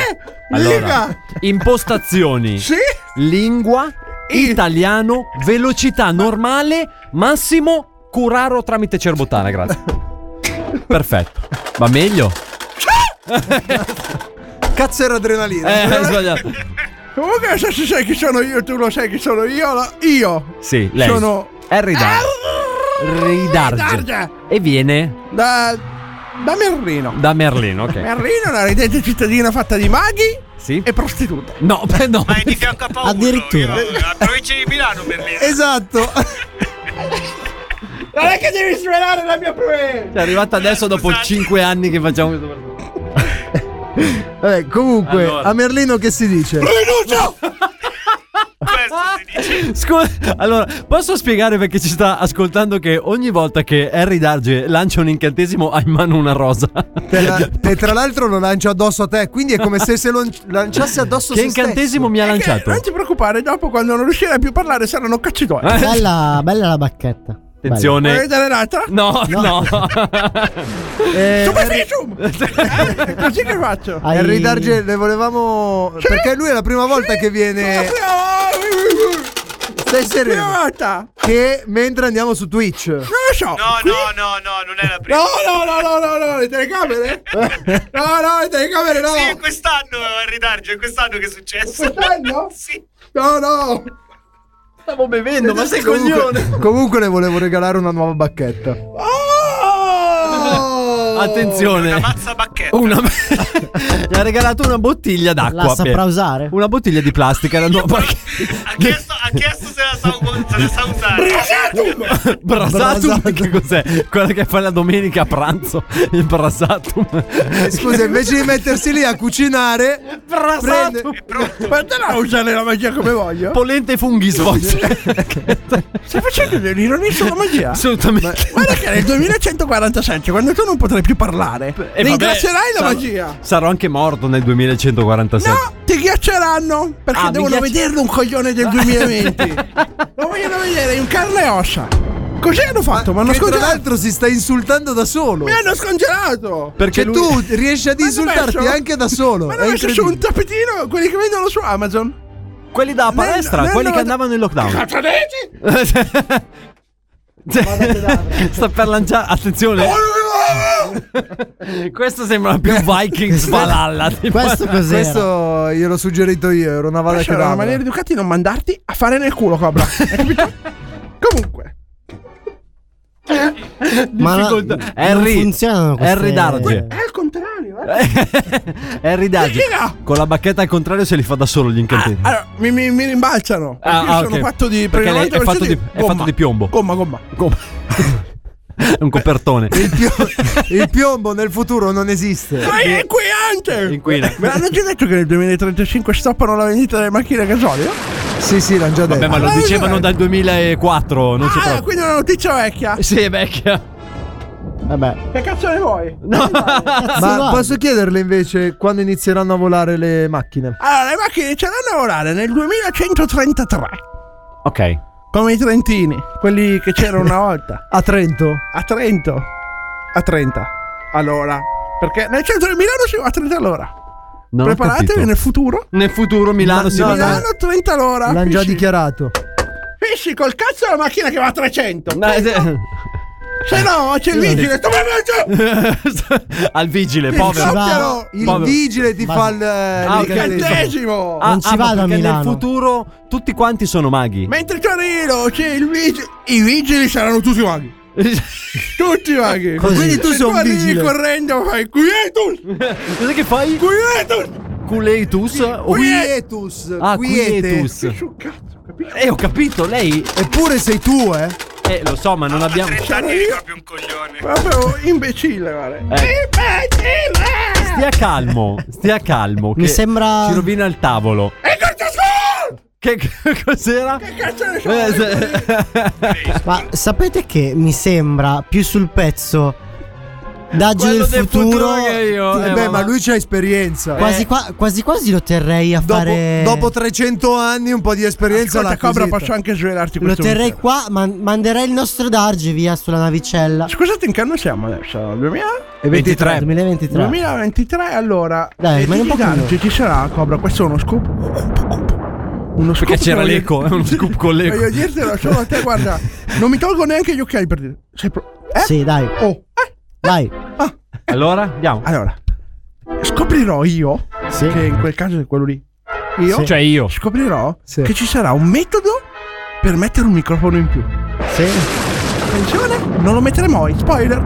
[SPEAKER 7] allora, impostazioni. Lingua, italiano, velocità normale, massimo, curaro tramite cerbotana, grazie. Perfetto. Va meglio?
[SPEAKER 12] Cazzo era adrenalina.
[SPEAKER 7] Eh, hai sbagliato.
[SPEAKER 6] Comunque adesso se sai chi sono io, tu lo sai chi sono io. la- Io
[SPEAKER 7] Sì, lei.
[SPEAKER 6] sono
[SPEAKER 7] Harry Dar-
[SPEAKER 8] Ah,
[SPEAKER 7] Ridarge.
[SPEAKER 6] Darge.
[SPEAKER 7] E viene
[SPEAKER 6] da, da Merlino.
[SPEAKER 7] da Merlino, ok.
[SPEAKER 6] Merlino è una ridente cittadina fatta di maghi
[SPEAKER 7] Sì?
[SPEAKER 6] e prostitute.
[SPEAKER 7] No, beh, no.
[SPEAKER 8] Ma è di fianco a Paolo.
[SPEAKER 10] Addirittura.
[SPEAKER 8] La provincia di Milano Berlino.
[SPEAKER 12] Esatto.
[SPEAKER 6] Non è che devi svelare la mia provenienza.
[SPEAKER 7] È arrivata adesso dopo
[SPEAKER 8] Scusate.
[SPEAKER 7] 5 anni che facciamo questo programma.
[SPEAKER 12] Vabbè, Eh, comunque,
[SPEAKER 7] Allora.
[SPEAKER 12] a Merlino che si dice?
[SPEAKER 8] Questo si dice.
[SPEAKER 7] Scusa, allora, posso spiegare perché ci sta ascoltando che ogni volta che Harry Darge lancia un incantesimo ha in mano una rosa?
[SPEAKER 12] Te la- e tra l'altro lo lancia addosso a te, quindi è come se se lo lanciasse addosso a
[SPEAKER 7] Che
[SPEAKER 12] se stesso.
[SPEAKER 7] incantesimo mi ha lanciato?
[SPEAKER 6] Non ti preoccupare, dopo quando non riuscirai più a parlare saranno cacciatori.
[SPEAKER 7] Eh,
[SPEAKER 10] Bella, bella la bacchetta. Bella.
[SPEAKER 6] Vuoi
[SPEAKER 7] Attenzione.
[SPEAKER 6] vedere l'altra?
[SPEAKER 7] No, no.
[SPEAKER 12] Eh,
[SPEAKER 6] Superficium! Eh, così che faccio?
[SPEAKER 10] Hai-
[SPEAKER 12] Harry Darge le volevamo perché lui è la prima volta che viene
[SPEAKER 6] ah,
[SPEAKER 12] Stai
[SPEAKER 6] Prima
[SPEAKER 12] sereno
[SPEAKER 6] volta! Non
[SPEAKER 12] che mentre andiamo su Twitch
[SPEAKER 6] lo so!
[SPEAKER 8] No, no, no, no, non è la prima.
[SPEAKER 6] No, no, no, no, no, no, le telecamere? No, no, le telecamere no!
[SPEAKER 8] Sì, quest'anno Harry Darge, è quest'anno che è successo.
[SPEAKER 6] Quest'anno?
[SPEAKER 8] Sì.
[SPEAKER 6] No, no!
[SPEAKER 7] Stavo bevendo, ma sei
[SPEAKER 12] comunque, comunque le volevo regalare una nuova bacchetta.
[SPEAKER 6] Ah! Oh!
[SPEAKER 8] Una
[SPEAKER 7] Attenzione.
[SPEAKER 8] mazza bacchetta.
[SPEAKER 7] Una... Mi ha regalato una bottiglia d'acqua.
[SPEAKER 10] La saprà
[SPEAKER 7] Beh,
[SPEAKER 10] usare?
[SPEAKER 7] Una bottiglia di plastica. Era nuova.
[SPEAKER 8] ha, chiesto, ha chiesto se la sa, se la sa usare.
[SPEAKER 7] Brasatum,
[SPEAKER 12] Brasatum.
[SPEAKER 7] che cos'è? Quella che fai la domenica a pranzo. Il brasatum.
[SPEAKER 12] Eh, Scusa, invece di mettersi lì a cucinare, prende-
[SPEAKER 7] Brasatum.
[SPEAKER 6] Fatela usare la magia come voglio!
[SPEAKER 7] Polente funghi
[SPEAKER 6] Stai facendo dell'ironia sulla magia?
[SPEAKER 7] Assolutamente.
[SPEAKER 6] Guarda che nel 2147, quando tu non potrai più parlare,
[SPEAKER 7] E vabbè,
[SPEAKER 6] ringrazierai la
[SPEAKER 7] sarò-
[SPEAKER 6] magia!
[SPEAKER 7] Sarò anche morto nel 2147.
[SPEAKER 6] No, ti ghiacceranno perché
[SPEAKER 7] Ah, mi
[SPEAKER 6] devono
[SPEAKER 7] ghiacci-
[SPEAKER 6] vederlo un coglione del 2020. Lo vogliono vedere in carne e ossa. Così hanno fatto, ma hanno
[SPEAKER 12] che tra
[SPEAKER 6] scongelato.
[SPEAKER 12] l'altro si sta insultando da solo.
[SPEAKER 6] Mi hanno scongelato.
[SPEAKER 7] Perché
[SPEAKER 12] Cioè,
[SPEAKER 7] lui...
[SPEAKER 12] tu riesci ad
[SPEAKER 6] hanno
[SPEAKER 12] insultarti
[SPEAKER 6] messo-
[SPEAKER 12] anche da solo.
[SPEAKER 6] Ma
[SPEAKER 12] è
[SPEAKER 6] hanno messo su un
[SPEAKER 12] incredibile.
[SPEAKER 6] tappetino quelli che vendono su Amazon.
[SPEAKER 7] Quelli da palestra,
[SPEAKER 6] nel-
[SPEAKER 7] quelli
[SPEAKER 6] nel-
[SPEAKER 7] che andavano in lockdown. Cioè, Sta per lanciare. Attenzione. Questo sembra più Vikings Valhalla. tipo.
[SPEAKER 10] Questo cos'era?
[SPEAKER 12] Questo gliel'ho suggerito io, era una vada
[SPEAKER 6] Questa
[SPEAKER 12] che
[SPEAKER 6] era una
[SPEAKER 12] dava.
[SPEAKER 6] maniera educata di non mandarti a fare nel culo, Cobra. Hai capito? Comunque.
[SPEAKER 10] Ma no-
[SPEAKER 7] Difficoltà.
[SPEAKER 10] non
[SPEAKER 7] Harry,
[SPEAKER 10] funzionano queste-
[SPEAKER 7] Harry Darge.
[SPEAKER 6] È al contrario, eh.
[SPEAKER 7] Harry Darge.
[SPEAKER 6] Sigla!
[SPEAKER 7] Con la bacchetta al contrario se li fa da solo gli incantesimi.
[SPEAKER 6] Ah, Allora, mi, mi- mi rimbalzano. Perché
[SPEAKER 7] Ah,
[SPEAKER 6] io
[SPEAKER 7] ah,
[SPEAKER 6] sono
[SPEAKER 7] ok.
[SPEAKER 6] fatto di.
[SPEAKER 7] Perché lei è
[SPEAKER 6] prevalentemente
[SPEAKER 7] fatto di- è fatto
[SPEAKER 6] gomma.
[SPEAKER 7] di piombo.
[SPEAKER 6] Gomma, gomma.
[SPEAKER 7] Come- È un copertone.
[SPEAKER 12] Il, pio- il piombo nel futuro non esiste.
[SPEAKER 6] Ma è inquiante!
[SPEAKER 7] Inquina.
[SPEAKER 6] Me l'hanno già detto che nel 2035 stoppano la vendita delle macchine a gasolio?
[SPEAKER 12] Sì, sì, l'hanno già detto.
[SPEAKER 7] Beh, ma lo
[SPEAKER 6] Ah,
[SPEAKER 7] dicevano dal 2004, non si
[SPEAKER 6] Ah,
[SPEAKER 7] trova.
[SPEAKER 6] quindi è una notizia vecchia.
[SPEAKER 7] Sì, è vecchia.
[SPEAKER 10] Vabbè.
[SPEAKER 6] Che cazzo ne vuoi?
[SPEAKER 12] Ma
[SPEAKER 10] guarda.
[SPEAKER 12] posso chiederle invece quando inizieranno a volare le macchine?
[SPEAKER 6] Allora, le macchine ce l'hanno a lavorare nel 2133.
[SPEAKER 7] Ok.
[SPEAKER 6] Come i trentini, quelli che c'erano una volta.
[SPEAKER 12] A Trento?
[SPEAKER 6] A Trento. A 30. Allora. Perché nel centro di Milano si va a 30 all'ora.
[SPEAKER 7] Non ho
[SPEAKER 6] Preparatevi
[SPEAKER 7] capito.
[SPEAKER 6] nel futuro.
[SPEAKER 7] Nel futuro Milano
[SPEAKER 12] Ma-
[SPEAKER 7] si
[SPEAKER 12] no,
[SPEAKER 7] va.
[SPEAKER 6] Milano 30 all'ora.
[SPEAKER 12] L'hanno già
[SPEAKER 6] Fisci.
[SPEAKER 12] dichiarato.
[SPEAKER 6] Fisci col cazzo la macchina che va a 300.
[SPEAKER 7] No, eh,
[SPEAKER 6] Se no, c'è il vigile. Dove vai?
[SPEAKER 7] Al vigile,
[SPEAKER 10] ci
[SPEAKER 7] povero.
[SPEAKER 10] va-
[SPEAKER 6] Però
[SPEAKER 12] Il
[SPEAKER 7] Povero.
[SPEAKER 12] vigile ti
[SPEAKER 10] Ma-
[SPEAKER 12] fa il. Ah,
[SPEAKER 7] ok.
[SPEAKER 6] Incantesimo.
[SPEAKER 7] Ah,
[SPEAKER 10] Non ci
[SPEAKER 7] ah, ma
[SPEAKER 10] vado a
[SPEAKER 7] perché
[SPEAKER 10] Milano.
[SPEAKER 7] Nel futuro tutti quanti sono maghi.
[SPEAKER 6] Mentre a Torino c'è il vigile. I vigili saranno tutti maghi. Tutti maghi.
[SPEAKER 12] Così. Quindi tu
[SPEAKER 6] Se
[SPEAKER 12] sei un
[SPEAKER 6] arrivi
[SPEAKER 12] vigile.
[SPEAKER 6] correndo fai quietus.
[SPEAKER 7] Cos'è che fai? Oh,
[SPEAKER 6] Quietus.
[SPEAKER 7] Culeitus? O...
[SPEAKER 12] Quietus.
[SPEAKER 7] Ah,
[SPEAKER 12] quiete.
[SPEAKER 7] quietus.
[SPEAKER 6] Su cazzo, capisci?
[SPEAKER 7] Eh, ho capito, lei...
[SPEAKER 12] Eppure sei tu, eh?
[SPEAKER 7] Eh, lo so, ma non
[SPEAKER 8] A
[SPEAKER 7] abbiamo...
[SPEAKER 8] 30 anni eri proprio un coglione.
[SPEAKER 6] Proprio imbecille, guarda.
[SPEAKER 7] Eh.
[SPEAKER 6] Imbecille!
[SPEAKER 7] Stia calmo, stia calmo.
[SPEAKER 10] Mi
[SPEAKER 7] che
[SPEAKER 10] sembra-
[SPEAKER 7] Ci rovina il tavolo.
[SPEAKER 6] E cosa sono?
[SPEAKER 7] Che che cos'era? Che
[SPEAKER 9] cazzo ne so?
[SPEAKER 7] Eh, se-
[SPEAKER 10] Ma sapete che mi sembra più sul pezzo Daggio
[SPEAKER 12] Quello
[SPEAKER 10] del
[SPEAKER 12] del
[SPEAKER 10] futuro,
[SPEAKER 12] futuro che io, eh, Beh, ma ma- lui c'ha esperienza.
[SPEAKER 10] Quasi,
[SPEAKER 12] Eh.
[SPEAKER 10] qua- quasi quasi lo terrei a
[SPEAKER 12] Dopo,
[SPEAKER 10] fare
[SPEAKER 12] dopo 300 anni un po' di esperienza
[SPEAKER 10] Ascolta,
[SPEAKER 12] l'ha
[SPEAKER 10] Cobra,
[SPEAKER 12] acquisita.
[SPEAKER 10] posso
[SPEAKER 6] anche svelarti
[SPEAKER 10] Lo terrei qua, ma- manderei il nostro Darge via sulla navicella.
[SPEAKER 6] Scusate, in che anno siamo adesso?
[SPEAKER 10] 2023. 2023.
[SPEAKER 6] 2023, allora.
[SPEAKER 10] Dai,
[SPEAKER 6] eh,
[SPEAKER 10] rimani un
[SPEAKER 6] ti
[SPEAKER 10] po'
[SPEAKER 6] dico,
[SPEAKER 10] chiuso.
[SPEAKER 6] Ci sarà, Cobra, questo è uno scoop. Uno scoop
[SPEAKER 7] Perché c'era
[SPEAKER 6] che voglio-
[SPEAKER 7] l'eco, è uno scoop con l'eco.
[SPEAKER 6] Voglio dirtelo solo a te, guarda. Non mi tolgo neanche gli occhiali per dire. Sei pro- eh?
[SPEAKER 10] Sì, dai.
[SPEAKER 6] Oh,
[SPEAKER 10] Vai.
[SPEAKER 7] Allora, andiamo.
[SPEAKER 6] Allora, scoprirò io, che in quel caso è quello lì. Io,
[SPEAKER 7] Sì. Cioè io.
[SPEAKER 6] scoprirò che ci sarà un metodo per mettere un microfono in più.
[SPEAKER 10] Sì.
[SPEAKER 6] Attenzione, non lo metteremo mai. Spoiler.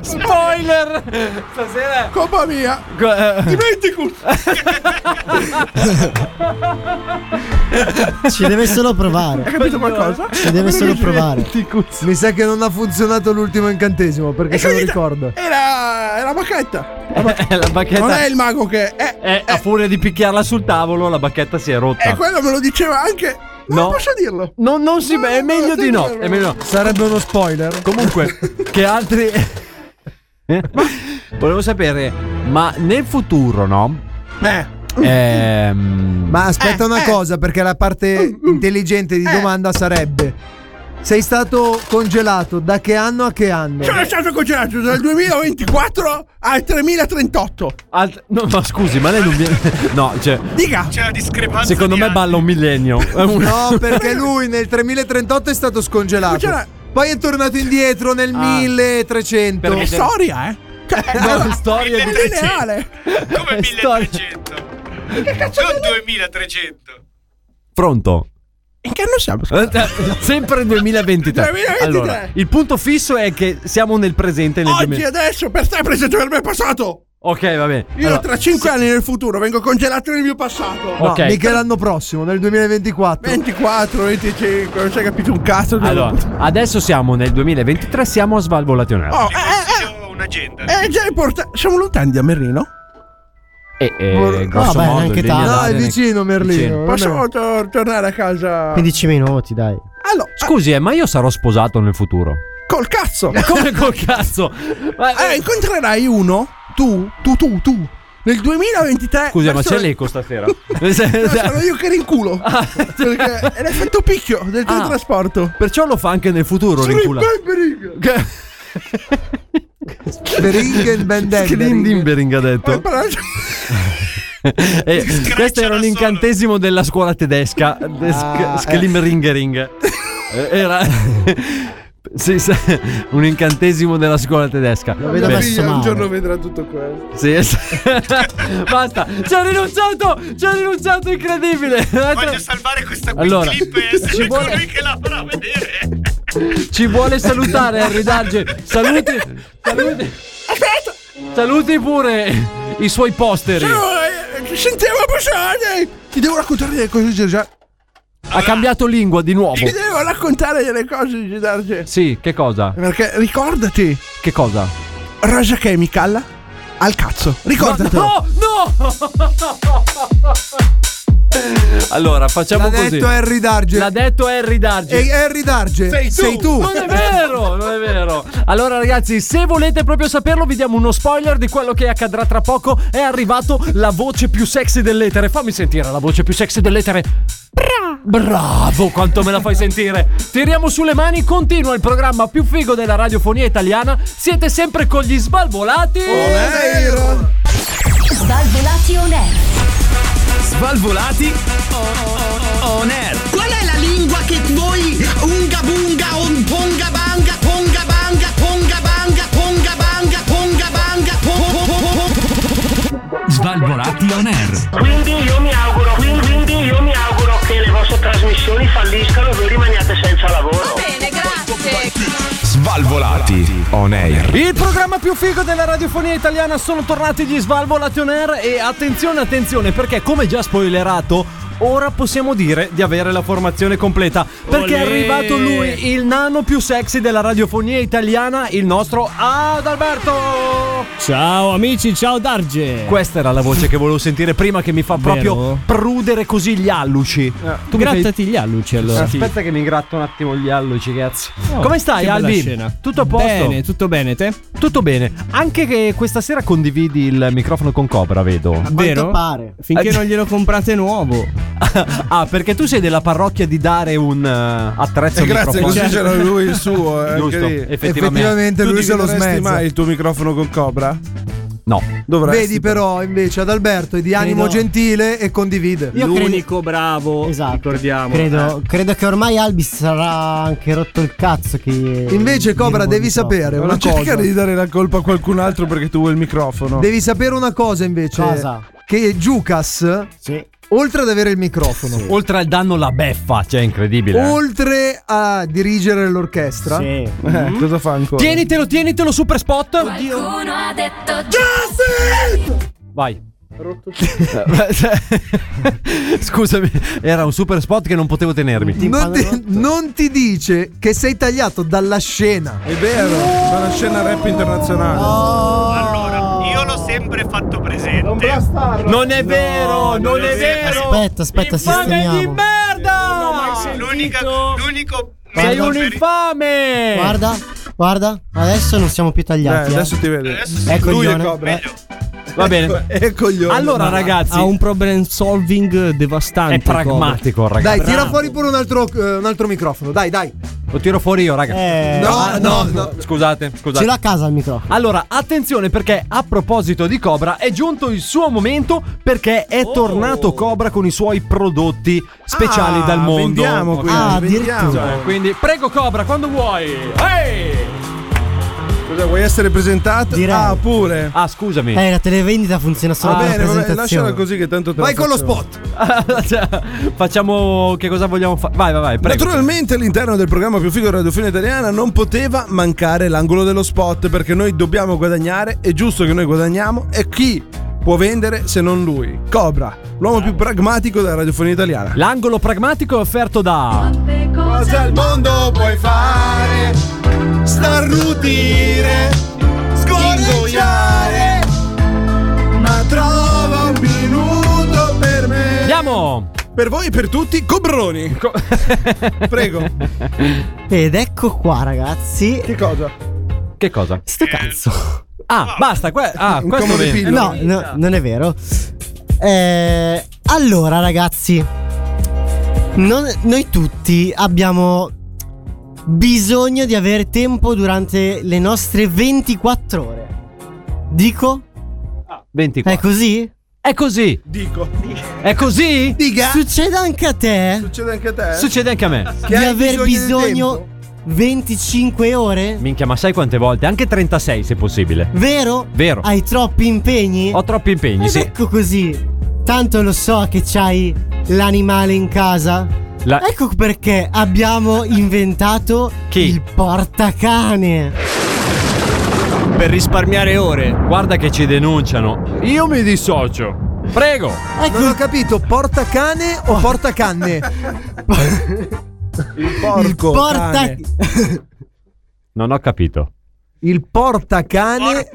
[SPEAKER 7] Spoiler! Stasera.
[SPEAKER 6] Colpa mia. Dimenticus.
[SPEAKER 10] Ci deve solo provare.
[SPEAKER 6] Hai capito qualcosa?
[SPEAKER 10] Ci deve solo provare.
[SPEAKER 12] Mi sa che non ha funzionato l'ultimo incantesimo perché se lo ricordo. Esatto.
[SPEAKER 6] È la, è la bacchetta.
[SPEAKER 7] la bacchetta.
[SPEAKER 6] Non è il mago che è.
[SPEAKER 7] Eh, a furia di picchiarla sul tavolo, la bacchetta si è rotta.
[SPEAKER 6] E quello me lo diceva anche. Non
[SPEAKER 7] No.
[SPEAKER 6] posso dirlo.
[SPEAKER 7] No, non si. beh, è meglio di no. È meglio di no.
[SPEAKER 12] Sarebbe uno spoiler.
[SPEAKER 7] Comunque, che altri. Eh? Volevo sapere, ma nel futuro, no?
[SPEAKER 6] eh.
[SPEAKER 7] Ehm,
[SPEAKER 12] Ma aspetta una cosa, perché la parte
[SPEAKER 6] Mm,
[SPEAKER 12] intelligente
[SPEAKER 6] Eh.
[SPEAKER 12] di domanda sarebbe: Sei stato congelato da che anno a che anno?
[SPEAKER 6] Sono Cioè, stato congelato dal 2024 al 3038.
[SPEAKER 7] alt- no, ma scusi, ma lei non viene. No, cioè.
[SPEAKER 6] Dica.
[SPEAKER 8] C'è una discrepanza.
[SPEAKER 7] Secondo
[SPEAKER 8] di
[SPEAKER 7] me
[SPEAKER 8] anni.
[SPEAKER 7] balla un millennio. È un-
[SPEAKER 12] No, perché lui nel 3038 è stato scongelato.
[SPEAKER 6] Congela-
[SPEAKER 12] Poi è tornato indietro
[SPEAKER 6] Ah.
[SPEAKER 12] nel 1300.
[SPEAKER 6] È storia, eh. Cioè,
[SPEAKER 7] No,
[SPEAKER 6] è
[SPEAKER 7] storia di.
[SPEAKER 8] 1300.
[SPEAKER 6] lineare.
[SPEAKER 8] Come 1300? Non 2300.
[SPEAKER 7] Pronto.
[SPEAKER 6] In che anno siamo?
[SPEAKER 7] Eh, Sempre 2023.
[SPEAKER 6] 2023.
[SPEAKER 7] Allora, il punto fisso è che siamo nel presente e nel
[SPEAKER 6] Oggi,
[SPEAKER 7] 2000.
[SPEAKER 6] adesso, per te, presente per me è passato.
[SPEAKER 7] Ok, va bene.
[SPEAKER 6] Io
[SPEAKER 7] Allora,
[SPEAKER 6] tra 5 anni nel futuro vengo congelato nel mio passato.
[SPEAKER 12] No,
[SPEAKER 7] ok.
[SPEAKER 12] mica l'anno prossimo, nel 2024.
[SPEAKER 6] 24, 25, non c'hai capito un cazzo.
[SPEAKER 7] Allora, adesso siamo nel 2023, siamo a Svalvolationale.
[SPEAKER 6] Oh, eh,
[SPEAKER 8] Io ho un'agenda.
[SPEAKER 6] eh, eh, già importa. Siamo lontani da Merlino.
[SPEAKER 7] E, e,
[SPEAKER 12] Vabbè,
[SPEAKER 6] Ah,
[SPEAKER 7] grosso
[SPEAKER 10] vabbè,
[SPEAKER 7] modo,
[SPEAKER 10] neanche
[SPEAKER 7] in linea
[SPEAKER 10] tanto.
[SPEAKER 12] No,
[SPEAKER 7] d'aria,
[SPEAKER 12] è
[SPEAKER 7] neanche-
[SPEAKER 12] vicino Merlino.
[SPEAKER 7] vicino.
[SPEAKER 6] Possiamo tor- tornare a casa.
[SPEAKER 10] 15 minuti, dai.
[SPEAKER 6] Allora,
[SPEAKER 7] Scusi, eh, ma io sarò sposato nel futuro.
[SPEAKER 6] col cazzo.
[SPEAKER 7] Ma come col cazzo? Ma-
[SPEAKER 6] Eh, incontrerai uno, tu, tu, tu, tu, nel 2023.
[SPEAKER 7] Scusi, ma c'è
[SPEAKER 6] persone-
[SPEAKER 7] l'eco stasera? Eh,
[SPEAKER 6] No, sono io che rinculo. perché è l'effetto picchio del tuo
[SPEAKER 7] Ah.
[SPEAKER 6] trasporto.
[SPEAKER 7] Perciò lo fa anche nel futuro, rincula.
[SPEAKER 12] Beringen Bendering.
[SPEAKER 7] Bering ha detto. Eh, questo era un incantesimo della scuola tedesca.
[SPEAKER 10] Ah,
[SPEAKER 7] de-
[SPEAKER 10] eh.
[SPEAKER 7] sk- Sklimringering. Eh, Era. Sì, sì, un incantesimo della scuola tedesca.
[SPEAKER 10] Lo vedo
[SPEAKER 7] Beh,
[SPEAKER 10] messo male.
[SPEAKER 6] vedrà tutto questo.
[SPEAKER 7] sì, es- Basta, ci ha rinunciato! Ci ha rinunciato, incredibile!
[SPEAKER 8] Voglio salvare questa
[SPEAKER 7] Allora,
[SPEAKER 8] clip e essere
[SPEAKER 7] ci vuole-
[SPEAKER 8] colui che la farà vedere.
[SPEAKER 7] Ci vuole salutare, Harry Darge. Saluti, saluti. Saluti pure i suoi posteri.
[SPEAKER 6] Eh, Sentiamo persone. Ti devo raccontare delle cose di Gerard.
[SPEAKER 7] Ha cambiato lingua di nuovo.
[SPEAKER 6] Ti devo raccontare delle cose di Gerard.
[SPEAKER 7] Sì, che cosa?
[SPEAKER 6] Perché ricordati,
[SPEAKER 7] Che cosa?
[SPEAKER 6] Rosa Chemical al cazzo. Ricordatelo.
[SPEAKER 7] No, no! Allora, facciamo
[SPEAKER 12] L'ha
[SPEAKER 7] così.
[SPEAKER 12] detto Harry Darge.
[SPEAKER 7] L'ha detto Harry Darge.
[SPEAKER 12] E Harry Darge, sei tu.
[SPEAKER 6] Eh,
[SPEAKER 7] Non è vero, non è vero. Allora, ragazzi, se volete proprio saperlo, vi diamo uno spoiler di quello che accadrà tra poco. È arrivato la voce più sexy dell'etere. Fammi sentire la voce più sexy dell'etere. Bravo, quanto me la fai sentire. Tiriamo sulle mani, continua il programma più figo della radiofonia italiana. Siete sempre con gli sbalvolati.
[SPEAKER 12] Oh,
[SPEAKER 4] Svalvolati on air.
[SPEAKER 14] Svalvolati on air.
[SPEAKER 2] Qual è la lingua che voi unga bunga on ponga banga ponga banga ponga banga ponga banga ponga banga po- po- po- po-
[SPEAKER 14] Svalvolati on air.
[SPEAKER 15] Quindi io mi auguro, quindi, quindi io mi auguro che le vostre trasmissioni falliscano e voi rimaniate senza lavoro.
[SPEAKER 2] Bene, grazie.
[SPEAKER 14] Svalvolati on air.
[SPEAKER 7] Il programma più figo della radiofonia italiana sono tornati gli Svalvolati On Air e attenzione attenzione perché come già spoilerato ora possiamo dire di avere la formazione completa. Perché è
[SPEAKER 16] Olè.
[SPEAKER 7] arrivato lui, il nano più sexy della radiofonia italiana, il nostro Adalberto.
[SPEAKER 16] Ciao amici, ciao Darge.
[SPEAKER 7] Questa era la voce che volevo sentire prima che mi fa proprio
[SPEAKER 16] Vero? Eh.
[SPEAKER 7] prudere così gli alluci.
[SPEAKER 16] Tu
[SPEAKER 7] mi
[SPEAKER 16] grattati
[SPEAKER 7] fai-
[SPEAKER 16] gli alluci allora.
[SPEAKER 7] Aspetta che mi ingratto un attimo gli alluci, cazzo.
[SPEAKER 16] Oh,
[SPEAKER 7] Come stai, Albi? Tutto a posto?
[SPEAKER 16] Bene, tutto bene, te?
[SPEAKER 7] Tutto bene. Anche che questa sera condividi il microfono con Cobra, vedo.
[SPEAKER 16] Vero? Finché non glielo comprate nuovo.
[SPEAKER 7] ah, perché tu sei della parrocchia di dare un eh, attrezzo
[SPEAKER 6] Eh, grazie,
[SPEAKER 7] microfono.
[SPEAKER 6] così c'era lui il suo. eh,
[SPEAKER 7] Giusto,
[SPEAKER 6] anche lì.
[SPEAKER 7] effettivamente.
[SPEAKER 10] Effettivamente
[SPEAKER 6] Tu
[SPEAKER 10] lui se lo
[SPEAKER 6] divideresti
[SPEAKER 10] smezza.
[SPEAKER 6] mai il tuo microfono con Cobra?
[SPEAKER 7] No.
[SPEAKER 6] Dovresti.
[SPEAKER 10] Vedi però invece ad Alberto è di animo
[SPEAKER 6] no.
[SPEAKER 10] gentile e condivide.
[SPEAKER 16] L'unico bravo, ricordiamo.
[SPEAKER 9] Credo, credo che ormai Albi sarà anche rotto il cazzo. Che
[SPEAKER 10] Invece, Cobra, devi sapere
[SPEAKER 6] Non
[SPEAKER 10] una cosa.
[SPEAKER 6] cercare di dare la colpa a qualcun altro perché tu vuoi il microfono.
[SPEAKER 10] Devi sapere una cosa invece.
[SPEAKER 6] Cosa?
[SPEAKER 10] Che Giucas, oltre ad avere il microfono,
[SPEAKER 7] Eh, Oltre al danno la beffa, cioè è incredibile. eh.
[SPEAKER 10] oltre a dirigere l'orchestra,
[SPEAKER 7] Sì.
[SPEAKER 10] eh,
[SPEAKER 7] Mhm.
[SPEAKER 10] cosa fa ancora?
[SPEAKER 7] Tienitelo, tienitelo, super spot.
[SPEAKER 4] Qualcuno ha detto
[SPEAKER 7] Vai. Scusami, era un super spot che non potevo tenermi.
[SPEAKER 10] Non ti, non ti dice che sei tagliato dalla scena.
[SPEAKER 6] È vero, da una scena rap internazionale.
[SPEAKER 8] Allora, io l'ho sempre fatto presente. Non
[SPEAKER 7] è vero, non è vero.
[SPEAKER 9] Aspetta, aspetta, sistemiamo.
[SPEAKER 7] merda!
[SPEAKER 8] L'unica, l'unico
[SPEAKER 9] Sei un
[SPEAKER 7] infame!
[SPEAKER 9] Guarda, guarda, adesso non siamo più tagliati.
[SPEAKER 6] Eh, adesso
[SPEAKER 9] eh.
[SPEAKER 6] ti vedo.
[SPEAKER 9] Ecco
[SPEAKER 6] Lui
[SPEAKER 9] il
[SPEAKER 6] è Cobra.
[SPEAKER 10] eh,
[SPEAKER 7] Va bene.
[SPEAKER 6] E
[SPEAKER 9] ecco.
[SPEAKER 6] coglione.
[SPEAKER 16] Ma Ha un problem solving devastante.
[SPEAKER 7] È pragmatico,
[SPEAKER 16] Cobra.
[SPEAKER 7] ragazzi.
[SPEAKER 10] Dai, tira fuori pure un altro, eh, un altro microfono. Dai, dai.
[SPEAKER 7] Lo tiro fuori io, raga.
[SPEAKER 9] Eh,
[SPEAKER 7] Ah, no, no. Scusate,
[SPEAKER 9] Ce
[SPEAKER 7] scusate.
[SPEAKER 9] l'ha a casa il microfono.
[SPEAKER 7] Allora, attenzione perché a proposito di Cobra è giunto il suo momento perché
[SPEAKER 6] Oh.
[SPEAKER 7] è tornato Cobra con i suoi prodotti speciali
[SPEAKER 6] Ah,
[SPEAKER 7] dal mondo.
[SPEAKER 6] vendiamo quindi, Ah, vendiamo. addirittura.
[SPEAKER 7] Cioè, Quindi prego Cobra quando vuoi. Ehi!
[SPEAKER 6] Cosa vuoi essere presentato?
[SPEAKER 9] Direi.
[SPEAKER 6] Ah, pure.
[SPEAKER 7] Ah, scusami.
[SPEAKER 9] Eh, la televendita funziona solo
[SPEAKER 6] Va
[SPEAKER 9] per la
[SPEAKER 6] bene, vabbè,
[SPEAKER 9] presentazione.
[SPEAKER 6] lasciala così che tanto te la
[SPEAKER 10] Vai con lo
[SPEAKER 6] facciamo.
[SPEAKER 10] spot.
[SPEAKER 7] Cioè, Facciamo che cosa vogliamo fare? Vai, vai, vai, prego.
[SPEAKER 6] Naturalmente all'interno del programma più figo della radiofonia italiana non poteva mancare l'angolo dello spot perché noi dobbiamo guadagnare, è giusto che noi guadagniamo e chi può vendere se non lui? Cobra, l'uomo più pragmatico della radiofonia italiana.
[SPEAKER 7] L'angolo pragmatico è offerto da
[SPEAKER 13] Cosa al mondo puoi fare? Starnutire, scorgogliare, ma trova un minuto per me.
[SPEAKER 7] Andiamo!
[SPEAKER 6] Per voi e per tutti, Cobroni. Prego.
[SPEAKER 9] Ed ecco qua, ragazzi.
[SPEAKER 6] Che cosa?
[SPEAKER 7] Che cosa?
[SPEAKER 9] Sto cazzo.
[SPEAKER 7] Ah, basta, que- ah, questo
[SPEAKER 9] Come
[SPEAKER 7] vende.
[SPEAKER 9] No, no, non è vero. Eh, allora, ragazzi, non- noi tutti abbiamo bisogno di avere tempo durante le nostre 24 ore. Dico?
[SPEAKER 7] 24.
[SPEAKER 9] È così?
[SPEAKER 7] È così.
[SPEAKER 6] Dico.
[SPEAKER 7] È così?
[SPEAKER 9] Succede anche a te
[SPEAKER 6] Succede anche a te?
[SPEAKER 7] Succede anche a me.
[SPEAKER 9] di
[SPEAKER 6] hai
[SPEAKER 9] aver
[SPEAKER 6] bisogno di
[SPEAKER 9] bisogno 25 ore?
[SPEAKER 7] Minchia, ma sai quante volte? Anche 36 se possibile.
[SPEAKER 9] Vero?
[SPEAKER 7] Vero.
[SPEAKER 9] Hai troppi impegni?
[SPEAKER 7] Ho troppi impegni,
[SPEAKER 9] Ed
[SPEAKER 7] sì.
[SPEAKER 9] Ecco così. Tanto lo so che c'hai l'animale in casa.
[SPEAKER 7] La-
[SPEAKER 9] Ecco perché abbiamo inventato
[SPEAKER 7] Chi?
[SPEAKER 9] il portacane.
[SPEAKER 7] Per risparmiare ore. Guarda che ci denunciano. Io mi dissocio. Prego.
[SPEAKER 9] Ecco.
[SPEAKER 10] Non ho capito, porta cane
[SPEAKER 9] Oh.
[SPEAKER 10] o porta canne?
[SPEAKER 6] Il porco.
[SPEAKER 9] Porta...
[SPEAKER 6] cane.
[SPEAKER 7] Non ho capito.
[SPEAKER 10] Il portacane.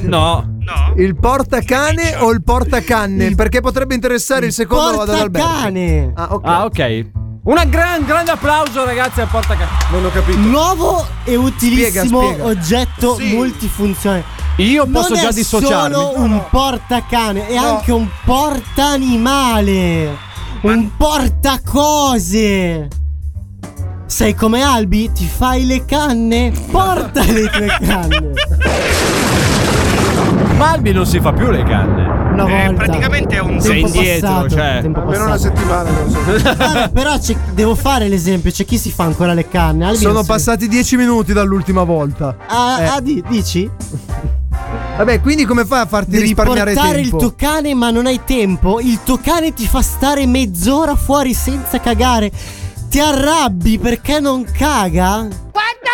[SPEAKER 7] No, no.
[SPEAKER 10] Il portacane o il portacanne? Perché potrebbe interessare il secondo ad Alberto.
[SPEAKER 9] Portacane.
[SPEAKER 10] Ah, ok.
[SPEAKER 7] Ah, ok. Un gran, grande applauso, ragazzi, a Porta Ca-
[SPEAKER 6] Non ho capito.
[SPEAKER 9] Nuovo e utilissimo
[SPEAKER 10] Spiega, spiega.
[SPEAKER 9] oggetto multifunzione.
[SPEAKER 7] Io posso
[SPEAKER 9] non
[SPEAKER 7] già
[SPEAKER 9] è
[SPEAKER 7] dissociarmi.
[SPEAKER 9] solo un portacane, è anche un portanimale. Un portacose. Sei come Albi? Ti fai le canne? Porta le tue canne.
[SPEAKER 7] Ma Albi non si fa più le canne.
[SPEAKER 9] Una volta.
[SPEAKER 8] praticamente è un
[SPEAKER 9] Tempo
[SPEAKER 7] Eh, Sei indietro,
[SPEAKER 9] passato,
[SPEAKER 7] cioè.
[SPEAKER 9] tempo
[SPEAKER 6] Per
[SPEAKER 9] passato.
[SPEAKER 6] una settimana non so.
[SPEAKER 9] Vabbè, però c'è- devo fare l'esempio. C'è chi si fa ancora le canne. Albi
[SPEAKER 10] Sono
[SPEAKER 9] non si-
[SPEAKER 10] passati dieci minuti dall'ultima volta.
[SPEAKER 9] Ah,
[SPEAKER 10] eh.
[SPEAKER 9] ah, di- dici?
[SPEAKER 10] Vabbè, quindi come fai a farti
[SPEAKER 9] Devi
[SPEAKER 10] risparmiare
[SPEAKER 9] portare il
[SPEAKER 10] tempo?
[SPEAKER 9] tuo cane ma non hai tempo. Il tuo cane ti fa stare mezz'ora fuori senza cagare. Ti arrabbi perché non caga?
[SPEAKER 4] Quanto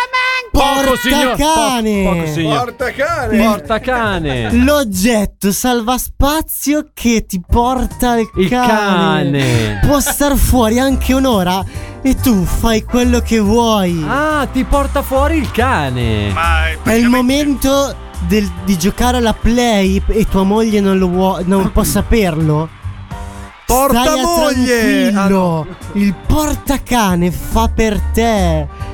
[SPEAKER 7] Poco signor
[SPEAKER 17] Portacane.
[SPEAKER 7] po- poco signor
[SPEAKER 18] Portacane.
[SPEAKER 7] Portacane.
[SPEAKER 17] L'oggetto salvaspazio che ti porta il,
[SPEAKER 7] Il cane.
[SPEAKER 17] Può star fuori anche un'ora e tu fai quello che vuoi.
[SPEAKER 7] Ah, ti porta fuori il cane.
[SPEAKER 17] È il momento del- di giocare alla play e tua moglie non, lo vuo- non può saperlo.
[SPEAKER 6] Porta
[SPEAKER 17] Stai a
[SPEAKER 6] moglie!
[SPEAKER 17] tranquillo.
[SPEAKER 6] Ah, no.
[SPEAKER 17] Il portacane fa per te.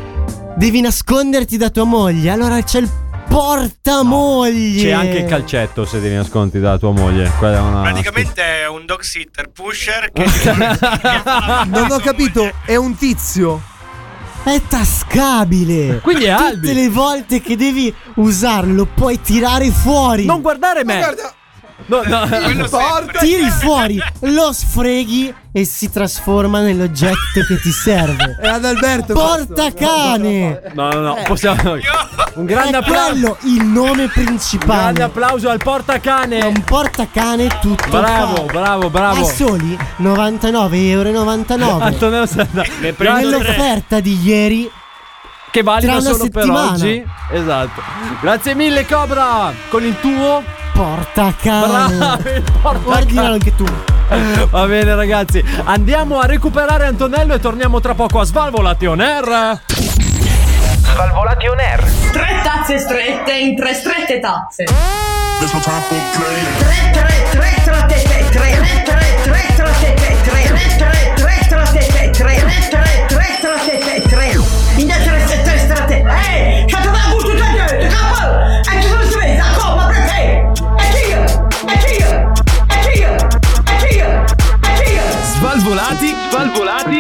[SPEAKER 17] Devi nasconderti da tua moglie. Allora c'è il portamoglie.
[SPEAKER 7] C'è anche il calcetto se devi nasconti dalla tua moglie. Quella è una...
[SPEAKER 8] Praticamente è un dog sitter pusher che Non
[SPEAKER 6] ho capito, Eh, è un tizio.
[SPEAKER 17] È tascabile.
[SPEAKER 7] Quindi è
[SPEAKER 17] Tutte
[SPEAKER 7] Albi.
[SPEAKER 17] le volte che devi usarlo, puoi tirare fuori.
[SPEAKER 7] Non guardare me. No, no.
[SPEAKER 17] Tiri fuori, lo sfreghi e si trasforma nell'oggetto che ti serve.
[SPEAKER 6] È ad Alberto.
[SPEAKER 17] Portacane!
[SPEAKER 7] No, no, no, possiamo. Un grande
[SPEAKER 17] è
[SPEAKER 7] applauso.
[SPEAKER 17] quello il nome
[SPEAKER 7] Un grande
[SPEAKER 17] principale.
[SPEAKER 7] applauso al portacane.
[SPEAKER 17] Un portacane tutto
[SPEAKER 7] Bravo,
[SPEAKER 17] fa.
[SPEAKER 7] bravo, bravo.
[SPEAKER 17] A soli 99,99 euro.
[SPEAKER 7] Antonello Sanda.
[SPEAKER 17] Nell'offerta di ieri
[SPEAKER 7] Che valida
[SPEAKER 17] Tra una
[SPEAKER 7] solo
[SPEAKER 17] settimana.
[SPEAKER 7] per oggi. Esatto. Grazie mille, Cobra. Con il tuo.
[SPEAKER 17] Portacane.
[SPEAKER 7] Bravi, il
[SPEAKER 17] Ordinalo
[SPEAKER 7] portacane.
[SPEAKER 17] anche tu.
[SPEAKER 7] Va bene, ragazzi. Andiamo a recuperare Antonello e torniamo tra poco a Svalvolati on Air.
[SPEAKER 10] Svalvolati on air.
[SPEAKER 19] Tre tazze strette in tre strette tazze.
[SPEAKER 13] There's no time for playing.
[SPEAKER 10] Svalvolati, svalvolati.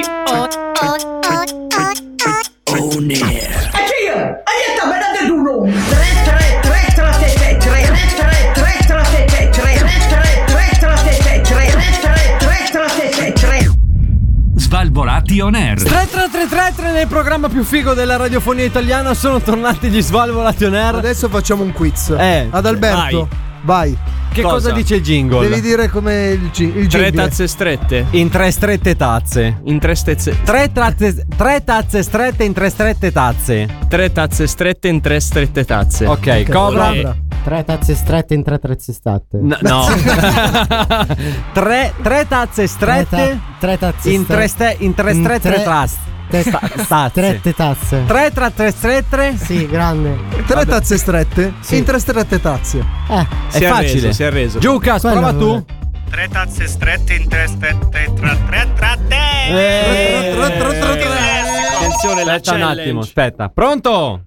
[SPEAKER 10] Svalvolati on air.
[SPEAKER 7] 3333 nel programma più figo della radiofonia italiana sono tornati gli Svalvolati on Air.
[SPEAKER 6] Adesso facciamo un quiz.
[SPEAKER 7] Eh,
[SPEAKER 6] Ad Alberto, vai.
[SPEAKER 7] Che cosa, dice il jingle?
[SPEAKER 6] Devi dire come il, gi- il
[SPEAKER 7] Tre
[SPEAKER 6] jingle.
[SPEAKER 7] tazze strette. In tre strette tazze. In tre strette. Tre, tazze- tre tazze strette in tre strette tazze. Tre tazze strette in tre strette tazze. Ok, Cobra.
[SPEAKER 17] Tre tazze strette in tre tazze strette.
[SPEAKER 7] No. no. tre, tre tazze
[SPEAKER 17] Tre
[SPEAKER 7] strette.
[SPEAKER 17] ta- tre tazze
[SPEAKER 7] in tre,
[SPEAKER 17] strette.
[SPEAKER 7] ste- in tre
[SPEAKER 17] In
[SPEAKER 7] strette
[SPEAKER 17] tre-
[SPEAKER 7] tazze.
[SPEAKER 17] Eh,
[SPEAKER 7] Sta- tazze.
[SPEAKER 17] Strette tazze.
[SPEAKER 7] Tre tra tre strette.
[SPEAKER 17] Sì, grande.
[SPEAKER 6] Tre tazze strette in tre strette tazze.
[SPEAKER 17] Eh,
[SPEAKER 7] È facile. Giù, Cas,
[SPEAKER 6] Quello
[SPEAKER 7] prova tu.
[SPEAKER 6] volevo.
[SPEAKER 8] Tre tazze strette in tre strette tra tre tra
[SPEAKER 7] Eh. Tra- tra- tra- tra- Eh.
[SPEAKER 8] Attenzione,
[SPEAKER 7] Aspetta un attimo, aspetta. Pronto?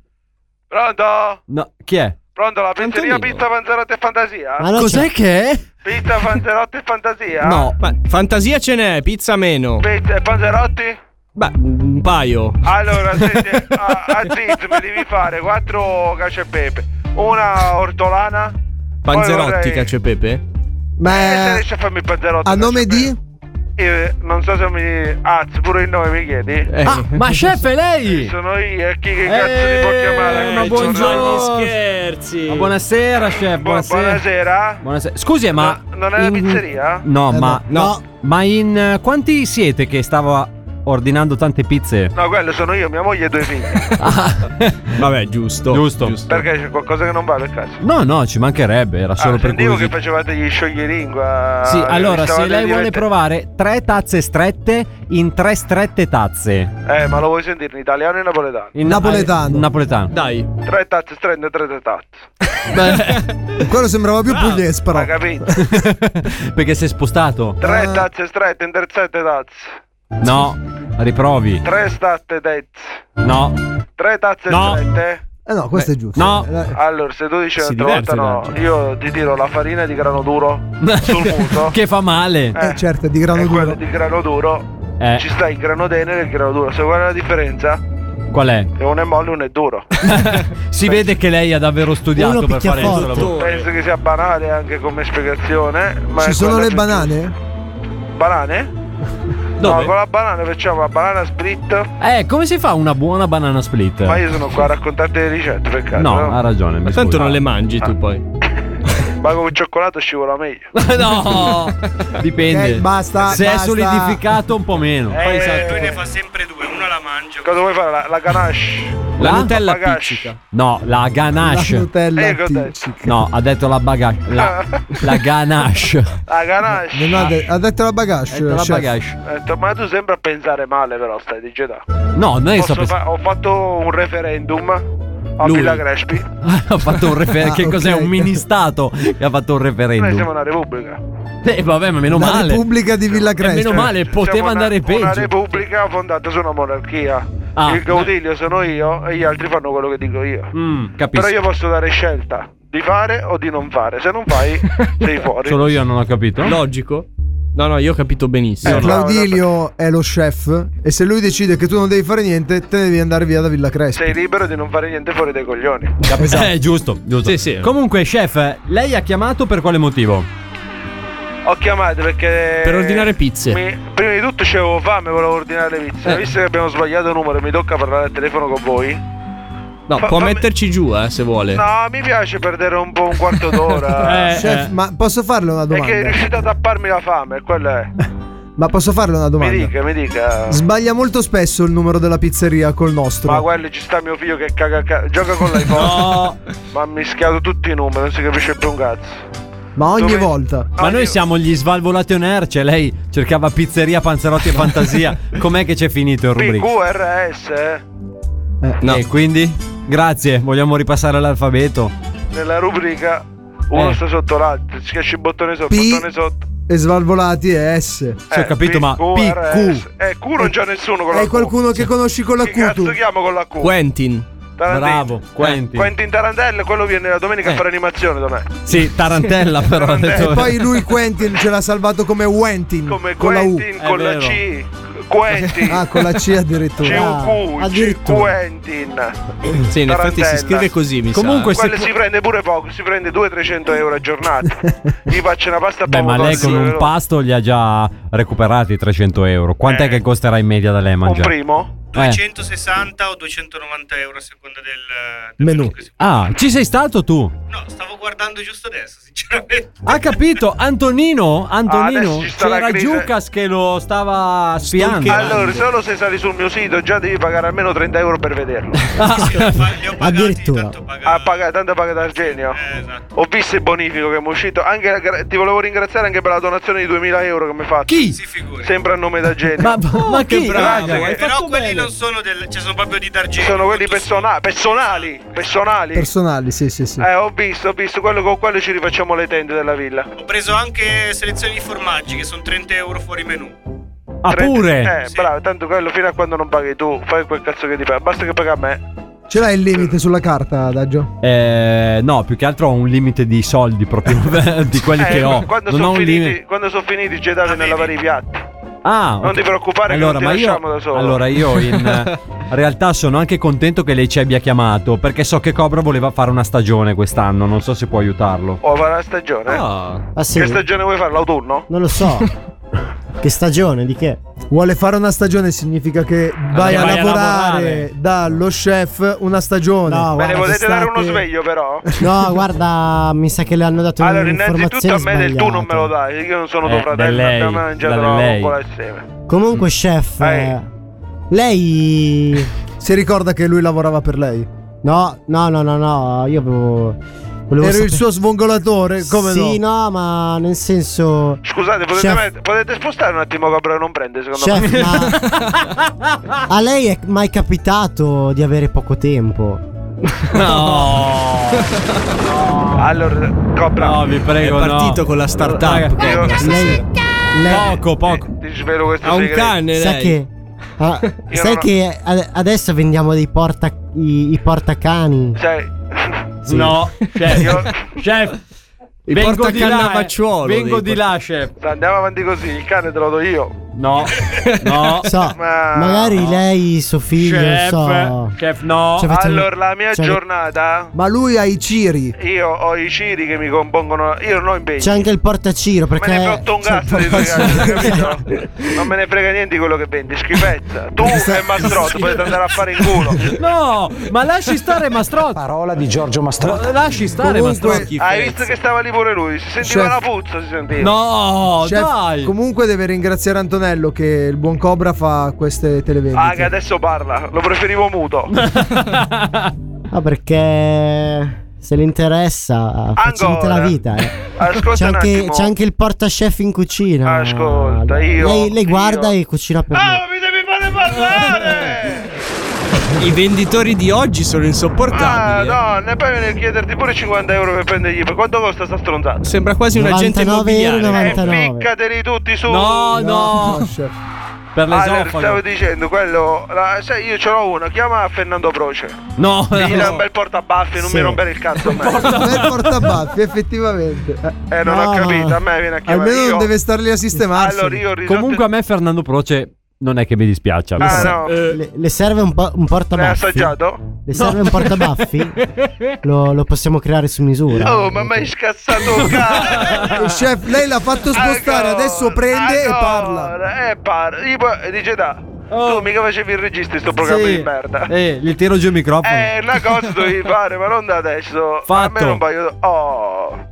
[SPEAKER 9] Pronto?
[SPEAKER 7] No, chi è?
[SPEAKER 9] Pronto la pizzeria Pizza Panzerotti e Fantasia?
[SPEAKER 7] Cos'è che è?
[SPEAKER 9] Pizza Panzerotti e Fantasia?
[SPEAKER 20] No, Ah, ma fantasia ce n'è, pizza meno.
[SPEAKER 9] Pizza e Panzerotti?
[SPEAKER 20] Beh, un paio.
[SPEAKER 9] Allora, senti, a, a Ziz mi devi fare quattro cacio e pepe, una ortolana. poi
[SPEAKER 20] Panzerotti,
[SPEAKER 9] vorrei-
[SPEAKER 20] cacio e pepe?
[SPEAKER 9] Eh, se
[SPEAKER 6] Ma
[SPEAKER 9] riesci a farmi il panzerotti.
[SPEAKER 6] a nome di?
[SPEAKER 9] Eh, non so se mi. Ah, pure il nome mi chiedi?
[SPEAKER 20] eh.
[SPEAKER 7] Ah, ma chef è lei!
[SPEAKER 9] Sono io, e chi che cazzo ti può chiamare?
[SPEAKER 7] ma
[SPEAKER 9] Come
[SPEAKER 7] Eh, buongiorno.
[SPEAKER 9] giornale?
[SPEAKER 20] Scherzi.
[SPEAKER 7] Ma buonasera, chef. Buonasera.
[SPEAKER 9] Buonasera.
[SPEAKER 7] Buonasera. Scusi, ma.
[SPEAKER 9] Non è la
[SPEAKER 7] in-
[SPEAKER 9] pizzeria?
[SPEAKER 7] No,
[SPEAKER 9] Eh,
[SPEAKER 7] ma.
[SPEAKER 9] no.
[SPEAKER 7] No. Ma in. eh, Quanti siete che stava ordinando tante pizze?
[SPEAKER 9] No, quello sono io, mia moglie e due figli.
[SPEAKER 7] Vabbè, giusto. Giusto.
[SPEAKER 9] Perché c'è qualcosa che non va per caso?
[SPEAKER 7] No, no, ci mancherebbe. Era solo
[SPEAKER 9] Ah,
[SPEAKER 7] per
[SPEAKER 9] sentivo
[SPEAKER 7] curiosità.
[SPEAKER 9] che facevate gli eh, scioglilingua.
[SPEAKER 7] Sì,
[SPEAKER 9] che
[SPEAKER 7] allora, se
[SPEAKER 9] stavate
[SPEAKER 7] lei vuole
[SPEAKER 9] divertendo.
[SPEAKER 7] provare tre tazze strette in tre strette tazze.
[SPEAKER 9] Eh, ma lo vuoi sentire in italiano e in napoletano?
[SPEAKER 7] In
[SPEAKER 6] Napoletano.
[SPEAKER 7] eh, napoletano.
[SPEAKER 20] Dai.
[SPEAKER 9] Tre tazze, strette, tre tazze.
[SPEAKER 6] Quello sembrava più pugliese, però.
[SPEAKER 9] Ma capito?
[SPEAKER 7] Perché si è spostato.
[SPEAKER 9] Tre tazze strette, in terzette tazze.
[SPEAKER 7] No, riprovi.
[SPEAKER 9] Tre state tazze.
[SPEAKER 7] No.
[SPEAKER 9] Tre tazze
[SPEAKER 7] No.
[SPEAKER 9] strette.
[SPEAKER 6] Eh no, questo è giusto.
[SPEAKER 7] No.
[SPEAKER 9] Allora, se tu dici
[SPEAKER 7] Si
[SPEAKER 9] un'altra volta no,
[SPEAKER 7] diverte,
[SPEAKER 9] io ti tiro la farina di grano duro sul muso.
[SPEAKER 7] Che fa male.
[SPEAKER 6] Eh, certo, è di grano
[SPEAKER 9] e quello
[SPEAKER 6] duro.
[SPEAKER 9] di grano duro.
[SPEAKER 7] Eh.
[SPEAKER 9] Ci sta il grano tenero e il grano duro. Se guarda la differenza,
[SPEAKER 7] Qual è?
[SPEAKER 9] che uno è molle e uno è duro.
[SPEAKER 7] Si vede che lei ha davvero studiato
[SPEAKER 6] Uno
[SPEAKER 7] per fare questo
[SPEAKER 6] picchiaforte.
[SPEAKER 7] lavoro.
[SPEAKER 9] Penso che sia banale anche come spiegazione. Ma
[SPEAKER 6] Ci
[SPEAKER 9] è
[SPEAKER 6] sono le
[SPEAKER 9] quella più-
[SPEAKER 6] banane?
[SPEAKER 9] Banane? No,
[SPEAKER 7] Dove?
[SPEAKER 9] con la banana facciamo la banana split.
[SPEAKER 7] Eh, come si fa una buona banana split?
[SPEAKER 9] Ma io sono qua a raccontarti le ricette, peccato.
[SPEAKER 7] Eh. No, ha ragione.
[SPEAKER 20] Ma tanto non le mangi tu poi.
[SPEAKER 9] Ma con il cioccolato scivola meglio.
[SPEAKER 7] no, dipende.
[SPEAKER 6] Eh, basta,
[SPEAKER 7] Se è
[SPEAKER 6] basta.
[SPEAKER 7] solidificato, un po' meno.
[SPEAKER 9] Eh,
[SPEAKER 8] Lui ne fa sempre due, uno la mangia.
[SPEAKER 9] Cosa vuoi fare? La, la ganache?
[SPEAKER 21] La Nutella
[SPEAKER 7] bagache.
[SPEAKER 21] pizzica.
[SPEAKER 7] No, la
[SPEAKER 6] Ah,
[SPEAKER 7] ganache.
[SPEAKER 21] La Nutella Eh, cos'è?
[SPEAKER 7] No, ha detto la bagache. La, la ganache.
[SPEAKER 9] La ganache.
[SPEAKER 12] Non ha, de- ha detto la
[SPEAKER 7] Ha
[SPEAKER 12] bagache.
[SPEAKER 6] Certo,
[SPEAKER 7] detto la
[SPEAKER 12] chef.
[SPEAKER 7] bagache.
[SPEAKER 9] Ho detto, ma tu sembra pensare male però stai di Jeddah.
[SPEAKER 7] No, non è che Eh, sto
[SPEAKER 9] Posso
[SPEAKER 7] pensando.
[SPEAKER 9] fa- ho fatto un referendum a
[SPEAKER 7] Lui.
[SPEAKER 9] Villa Crespi.
[SPEAKER 7] Ha fatto un refer-
[SPEAKER 9] Ah,
[SPEAKER 7] che cos'è?
[SPEAKER 9] ok.
[SPEAKER 7] Un mini stato che ha fatto un
[SPEAKER 9] Noi siamo
[SPEAKER 7] referendum.
[SPEAKER 9] una repubblica.
[SPEAKER 7] Eh, vabbè, ma meno
[SPEAKER 12] La
[SPEAKER 7] male.
[SPEAKER 12] Repubblica di Villa Crespi.
[SPEAKER 7] meno male, poteva
[SPEAKER 9] Siamo
[SPEAKER 7] andare
[SPEAKER 9] Diciamo una, Una
[SPEAKER 7] peggio.
[SPEAKER 9] repubblica fondata su una monarchia.
[SPEAKER 7] Ah.
[SPEAKER 9] il Gautilio sono io e gli altri fanno quello che dico io.
[SPEAKER 7] Mm, capisco.
[SPEAKER 9] Però io posso dare scelta di fare o di non fare. Se non fai, sei fuori.
[SPEAKER 7] Solo io non ho capito.
[SPEAKER 21] Logico. No, no, io ho capito benissimo.
[SPEAKER 12] Eh, Claudilio è lo chef e se lui decide che tu non devi fare niente, te ne devi andare via da Villa Crespi.
[SPEAKER 9] Sei libero di non fare niente fuori dai coglioni.
[SPEAKER 21] Esatto.
[SPEAKER 7] Eh, giusto, giusto. Comunque, chef, lei ha chiamato per quale motivo?
[SPEAKER 9] Ho chiamato perché.
[SPEAKER 7] Per ordinare pizze.
[SPEAKER 9] Eh, mi- prima di tutto c'avevo fame, volevo ordinare le pizze.
[SPEAKER 21] Eh.
[SPEAKER 9] Visto che abbiamo sbagliato numero e mi tocca parlare al telefono con voi.
[SPEAKER 21] No,
[SPEAKER 9] Fa-
[SPEAKER 21] può
[SPEAKER 9] fammi-
[SPEAKER 21] metterci giù, eh, se vuole. Eh,
[SPEAKER 9] No, Eh, mi piace perdere un po' un quarto
[SPEAKER 7] Eh,
[SPEAKER 9] d'ora.
[SPEAKER 12] Chef, ma posso farle una
[SPEAKER 9] È che è
[SPEAKER 12] domanda?
[SPEAKER 9] riuscito a tapparmi la fame, quella è.
[SPEAKER 12] Ma posso farle una
[SPEAKER 9] Mi
[SPEAKER 12] domanda?
[SPEAKER 9] dica, mi dica.
[SPEAKER 12] Sbaglia molto spesso il numero della pizzeria col nostro.
[SPEAKER 9] Ma quello ci sta mio figlio che caga, ca- gioca con l'iPhone.
[SPEAKER 7] No.
[SPEAKER 9] Ma ha mischiato tutti i numeri, non si capisce più un cazzo.
[SPEAKER 12] Ma ogni
[SPEAKER 9] Dove-
[SPEAKER 12] volta.
[SPEAKER 7] Ma noi siamo gli svalvolati on air, cioè lei cercava pizzeria, panzerotti e fantasia. Com'è che c'è finito il rubrico?
[SPEAKER 9] PQRS eh?
[SPEAKER 7] E quindi? Grazie, vogliamo ripassare l'alfabeto.
[SPEAKER 9] nella rubrica uno
[SPEAKER 7] Eh.
[SPEAKER 9] sta sotto l'altro, si schiaccia il bottone sotto, il bottone sotto. Eh,
[SPEAKER 12] E svalvolati è S.
[SPEAKER 7] Sì, ho capito, ma
[SPEAKER 9] PQRS.
[SPEAKER 7] PQ.
[SPEAKER 9] Eh, Q non c'è nessuno con la
[SPEAKER 12] Hai
[SPEAKER 9] Q.
[SPEAKER 12] eh, qualcuno che conosci con la
[SPEAKER 9] Chi
[SPEAKER 12] Q
[SPEAKER 9] cazzo
[SPEAKER 12] tu?
[SPEAKER 9] chiamo con la Q?
[SPEAKER 21] Quentin.
[SPEAKER 9] Tarantino. Eh,
[SPEAKER 7] Bravo, Quentin. Eh.
[SPEAKER 9] Quentin Tarantella, quello viene la domenica a fare animazione da me.
[SPEAKER 7] Sì, Tarantella però. ha detto-
[SPEAKER 12] E poi lui Quentin ce l'ha salvato come Wentin.
[SPEAKER 9] Come
[SPEAKER 12] con
[SPEAKER 9] Quentin
[SPEAKER 12] la U.
[SPEAKER 9] con la C. Quentin.
[SPEAKER 12] Ah, con la C addirittura.
[SPEAKER 9] CUQ,
[SPEAKER 12] Ah,
[SPEAKER 9] Quentin.
[SPEAKER 21] Sì, in effetti si scrive così, mi
[SPEAKER 7] Comunque,
[SPEAKER 21] sa.
[SPEAKER 7] se
[SPEAKER 9] Quello si prende pure poco, si prende 200-300 euro a giornata. Gli faccio una pasta a
[SPEAKER 7] Beh, ma lei con un pasto li ha già recuperati 300 euro. Quant'è
[SPEAKER 9] Eh.
[SPEAKER 7] che costerà in media da lei mangiare?
[SPEAKER 9] primo?
[SPEAKER 7] Eh.
[SPEAKER 8] 260 o 290 euro a seconda del...
[SPEAKER 7] Menù. Ah, ci sei stato tu?
[SPEAKER 8] No, stavo guardando giusto adesso, sinceramente.
[SPEAKER 7] Ha capito, Antonino? Antonino?
[SPEAKER 9] Ah, Adesso ci sta la
[SPEAKER 7] C'era
[SPEAKER 9] crisi.
[SPEAKER 7] Giucas che lo stava spiando.
[SPEAKER 9] Allora, solo se sali sul mio sito già devi pagare almeno 30 euro per vederlo.
[SPEAKER 7] Ah.
[SPEAKER 10] Addirittura.
[SPEAKER 9] Ha pagato, tanto pagato Argenio.
[SPEAKER 8] eh, esatto,
[SPEAKER 9] Ho visto il bonifico che mi è uscito. Anche la gra- ti volevo ringraziare anche per la donazione di 2000 euro che mi hai fatto.
[SPEAKER 7] Chi?
[SPEAKER 9] Sempre a nome da Genio.
[SPEAKER 7] Ma, ma chi?
[SPEAKER 9] Grazie, Oh, che-
[SPEAKER 8] Eh, Però quelli non sono del... Cioè, sono proprio di D'Argento.
[SPEAKER 9] sono quelli persona- personali. Personali.
[SPEAKER 12] Personali, sì, sì, sì.
[SPEAKER 9] eh, ho visto, ho visto. Quello con quello ci rifacciamo le tende della villa.
[SPEAKER 8] Ho preso anche selezioni di formaggi che sono 30 euro fuori menù.
[SPEAKER 7] Ah, pure?
[SPEAKER 9] Eh, bravo, tanto quello fino a quando non paghi tu, fai quel cazzo che ti pare. Basta che paghi a me.
[SPEAKER 12] Ce l'hai il limite sulla carta, Daggio?
[SPEAKER 7] Eh, no, più che altro ho un limite di soldi proprio di quelli
[SPEAKER 9] Eh,
[SPEAKER 7] che ho.
[SPEAKER 9] Quando
[SPEAKER 7] Non ho
[SPEAKER 9] sono
[SPEAKER 7] un
[SPEAKER 9] finiti,
[SPEAKER 7] limiti.
[SPEAKER 9] quando sono finiti gettate nel lavare i piatti.
[SPEAKER 7] Ah,
[SPEAKER 9] non
[SPEAKER 7] ok.
[SPEAKER 9] ti preoccupare che
[SPEAKER 7] allora,
[SPEAKER 9] non
[SPEAKER 7] ma
[SPEAKER 9] ti
[SPEAKER 7] io,
[SPEAKER 9] lasciamo da solo.
[SPEAKER 7] Allora, io in eh, realtà sono anche contento che lei ci abbia chiamato perché so che Cobra voleva fare una stagione quest'anno. Non so se può aiutarlo.
[SPEAKER 9] Oh, va la stagione.
[SPEAKER 10] Ah, sì?
[SPEAKER 9] Che stagione vuoi fare? L'autunno?
[SPEAKER 10] Non lo so. che stagione, di che?
[SPEAKER 12] Vuole fare una stagione significa che vai, a,
[SPEAKER 10] vai a
[SPEAKER 12] lavorare
[SPEAKER 10] lavorare.
[SPEAKER 12] dallo chef una stagione.
[SPEAKER 10] No,
[SPEAKER 9] Me ne
[SPEAKER 10] guarda,
[SPEAKER 9] potete dare uno
[SPEAKER 10] d'estate-
[SPEAKER 9] sveglio, però?
[SPEAKER 10] No, guarda, mi sa che le hanno dato
[SPEAKER 9] Allora, innanzitutto
[SPEAKER 10] un'informazione
[SPEAKER 9] a me del tu non
[SPEAKER 10] sbagliata.
[SPEAKER 9] me lo dai. Io non sono
[SPEAKER 7] Eh,
[SPEAKER 9] tuo
[SPEAKER 7] da
[SPEAKER 9] fratello,
[SPEAKER 7] lei,
[SPEAKER 9] da mangiare
[SPEAKER 7] da
[SPEAKER 9] la
[SPEAKER 7] lei.
[SPEAKER 9] bombola insieme.
[SPEAKER 10] Comunque, chef, eh, lei
[SPEAKER 12] Si ricorda che lui lavorava per lei.
[SPEAKER 10] No, no, no, no, no, io avevo volevo
[SPEAKER 12] Ero
[SPEAKER 10] sapere-
[SPEAKER 12] il suo svongolatore, come
[SPEAKER 10] Sì,
[SPEAKER 12] no?
[SPEAKER 10] no, ma nel senso
[SPEAKER 9] Scusate, potete,
[SPEAKER 10] Chef.
[SPEAKER 9] met- potete spostare un attimo Cobra non prende, secondo me.
[SPEAKER 10] chef, ma a lei è mai capitato di avere poco tempo?
[SPEAKER 9] Allora, Cobra,
[SPEAKER 7] No, vi prego.
[SPEAKER 21] È partito
[SPEAKER 7] no.
[SPEAKER 21] con la
[SPEAKER 7] Raga,
[SPEAKER 21] startup.
[SPEAKER 9] io
[SPEAKER 10] Lei, lei
[SPEAKER 7] Poco, poco.
[SPEAKER 9] ti svelo questo
[SPEAKER 21] Ha un
[SPEAKER 9] segreto.
[SPEAKER 21] cane,
[SPEAKER 10] sa
[SPEAKER 21] lei.
[SPEAKER 10] che ah, sai
[SPEAKER 9] non ho-
[SPEAKER 10] che ad- adesso vendiamo dei porta i, i portacani.
[SPEAKER 9] Cioè, Sai,
[SPEAKER 10] Sì.
[SPEAKER 7] No,
[SPEAKER 9] io-
[SPEAKER 7] chef. chef.
[SPEAKER 21] Il
[SPEAKER 7] Vengo di là, eh.
[SPEAKER 21] portacannavacciuolo,
[SPEAKER 7] vengo
[SPEAKER 21] dico.
[SPEAKER 7] di là, chef.
[SPEAKER 9] se andiamo avanti così, il cane te lo do io.
[SPEAKER 7] No, no,
[SPEAKER 10] So,
[SPEAKER 9] Ma-
[SPEAKER 10] Ah, magari lei, suo figlio,
[SPEAKER 7] chef,
[SPEAKER 10] non so.
[SPEAKER 7] chef, no.
[SPEAKER 10] Cioè, facciamo-
[SPEAKER 9] Allora, la mia
[SPEAKER 10] cioè,
[SPEAKER 9] giornata,
[SPEAKER 12] Ma lui ha i ciri.
[SPEAKER 9] io ho i ciri che mi compongono, io non ho impegni.
[SPEAKER 10] C'è anche il portaciro perché
[SPEAKER 9] me ne frotto un cazzo di due cazzi, capito? Non me ne frega niente di quello che vendi, schifezza. Tu e Mastrotto potete andare a fare in culo.
[SPEAKER 7] No, ma lasci stare Mastrotto. Parola di Giorgio Mastrotto. Lasci stare Mastrotto.
[SPEAKER 9] Hai visto
[SPEAKER 10] Cioè,
[SPEAKER 9] che stava lì pure lui? Si sentiva
[SPEAKER 12] Chef.
[SPEAKER 9] una puzza, si sentiva.
[SPEAKER 21] Oh,
[SPEAKER 7] No,
[SPEAKER 12] Oh, Chef,
[SPEAKER 7] dai.
[SPEAKER 12] Comunque deve ringraziare Antonello che il buon Cobra fa queste televendite.
[SPEAKER 9] Ah, che adesso parla. Lo preferivo muto.
[SPEAKER 10] Ah, perché se le interessa, facilita la vita. eh.
[SPEAKER 9] Ascolta
[SPEAKER 10] C'è
[SPEAKER 9] un
[SPEAKER 10] anche,
[SPEAKER 9] attimo.
[SPEAKER 10] c'è anche il portachef in cucina.
[SPEAKER 9] Ascolta, io-
[SPEAKER 10] Lei, lei
[SPEAKER 9] io-
[SPEAKER 10] guarda e cucina per me.
[SPEAKER 9] mi devi fare parlare!
[SPEAKER 21] I venditori di oggi sono
[SPEAKER 9] Ah,
[SPEAKER 21] insopportabili. eh.
[SPEAKER 9] no, ne puoi venire a chiederti pure 50 euro per prendergli. Per quanto costa sta stronzata?
[SPEAKER 21] Sembra quasi un agente
[SPEAKER 10] 99 euro,
[SPEAKER 21] immobiliare.
[SPEAKER 10] 99.
[SPEAKER 9] Ficcateli tutti su.
[SPEAKER 21] No, no. No, chef. Per l'esofago.
[SPEAKER 9] Allora, Ah, stavo dicendo, quello. la- sai, io ce l'ho uno, chiama Fernando Proce.
[SPEAKER 7] No,
[SPEAKER 9] Gli dà
[SPEAKER 12] no.
[SPEAKER 9] un bel portabaffi, non
[SPEAKER 12] Sì.
[SPEAKER 9] mi rompere il cazzo. a me.
[SPEAKER 12] Bel portabaffi, effettivamente.
[SPEAKER 9] Eh, non ho capito, a me viene a chiamare.
[SPEAKER 12] Almeno non
[SPEAKER 9] io-
[SPEAKER 12] deve star lì a sistemarsi.
[SPEAKER 9] Allora, io ho risolto-
[SPEAKER 7] Comunque a me Fernando Proce non è che mi dispiaccia.
[SPEAKER 9] Ah,
[SPEAKER 10] le, le- le serve un, po- un
[SPEAKER 9] L'hai
[SPEAKER 10] portabaffi?
[SPEAKER 9] assaggiato?
[SPEAKER 10] Le serve un portabaffi? lo, lo possiamo creare su misura.
[SPEAKER 9] Oh, ma mi hai scassato un cazzo.
[SPEAKER 12] Eh, Chef, lei l'ha fatto spostare, adesso prende e parla.
[SPEAKER 9] Eh, parla. Io poi- Dice da. Tu mica facevi il regista in sto programma
[SPEAKER 7] Sì.
[SPEAKER 9] di merda.
[SPEAKER 7] Eh, gli tiro giù il microfono.
[SPEAKER 9] Eh, una cosa dovevi fare, ma non da adesso. A me
[SPEAKER 7] Fatto.
[SPEAKER 9] non voglio. Oh.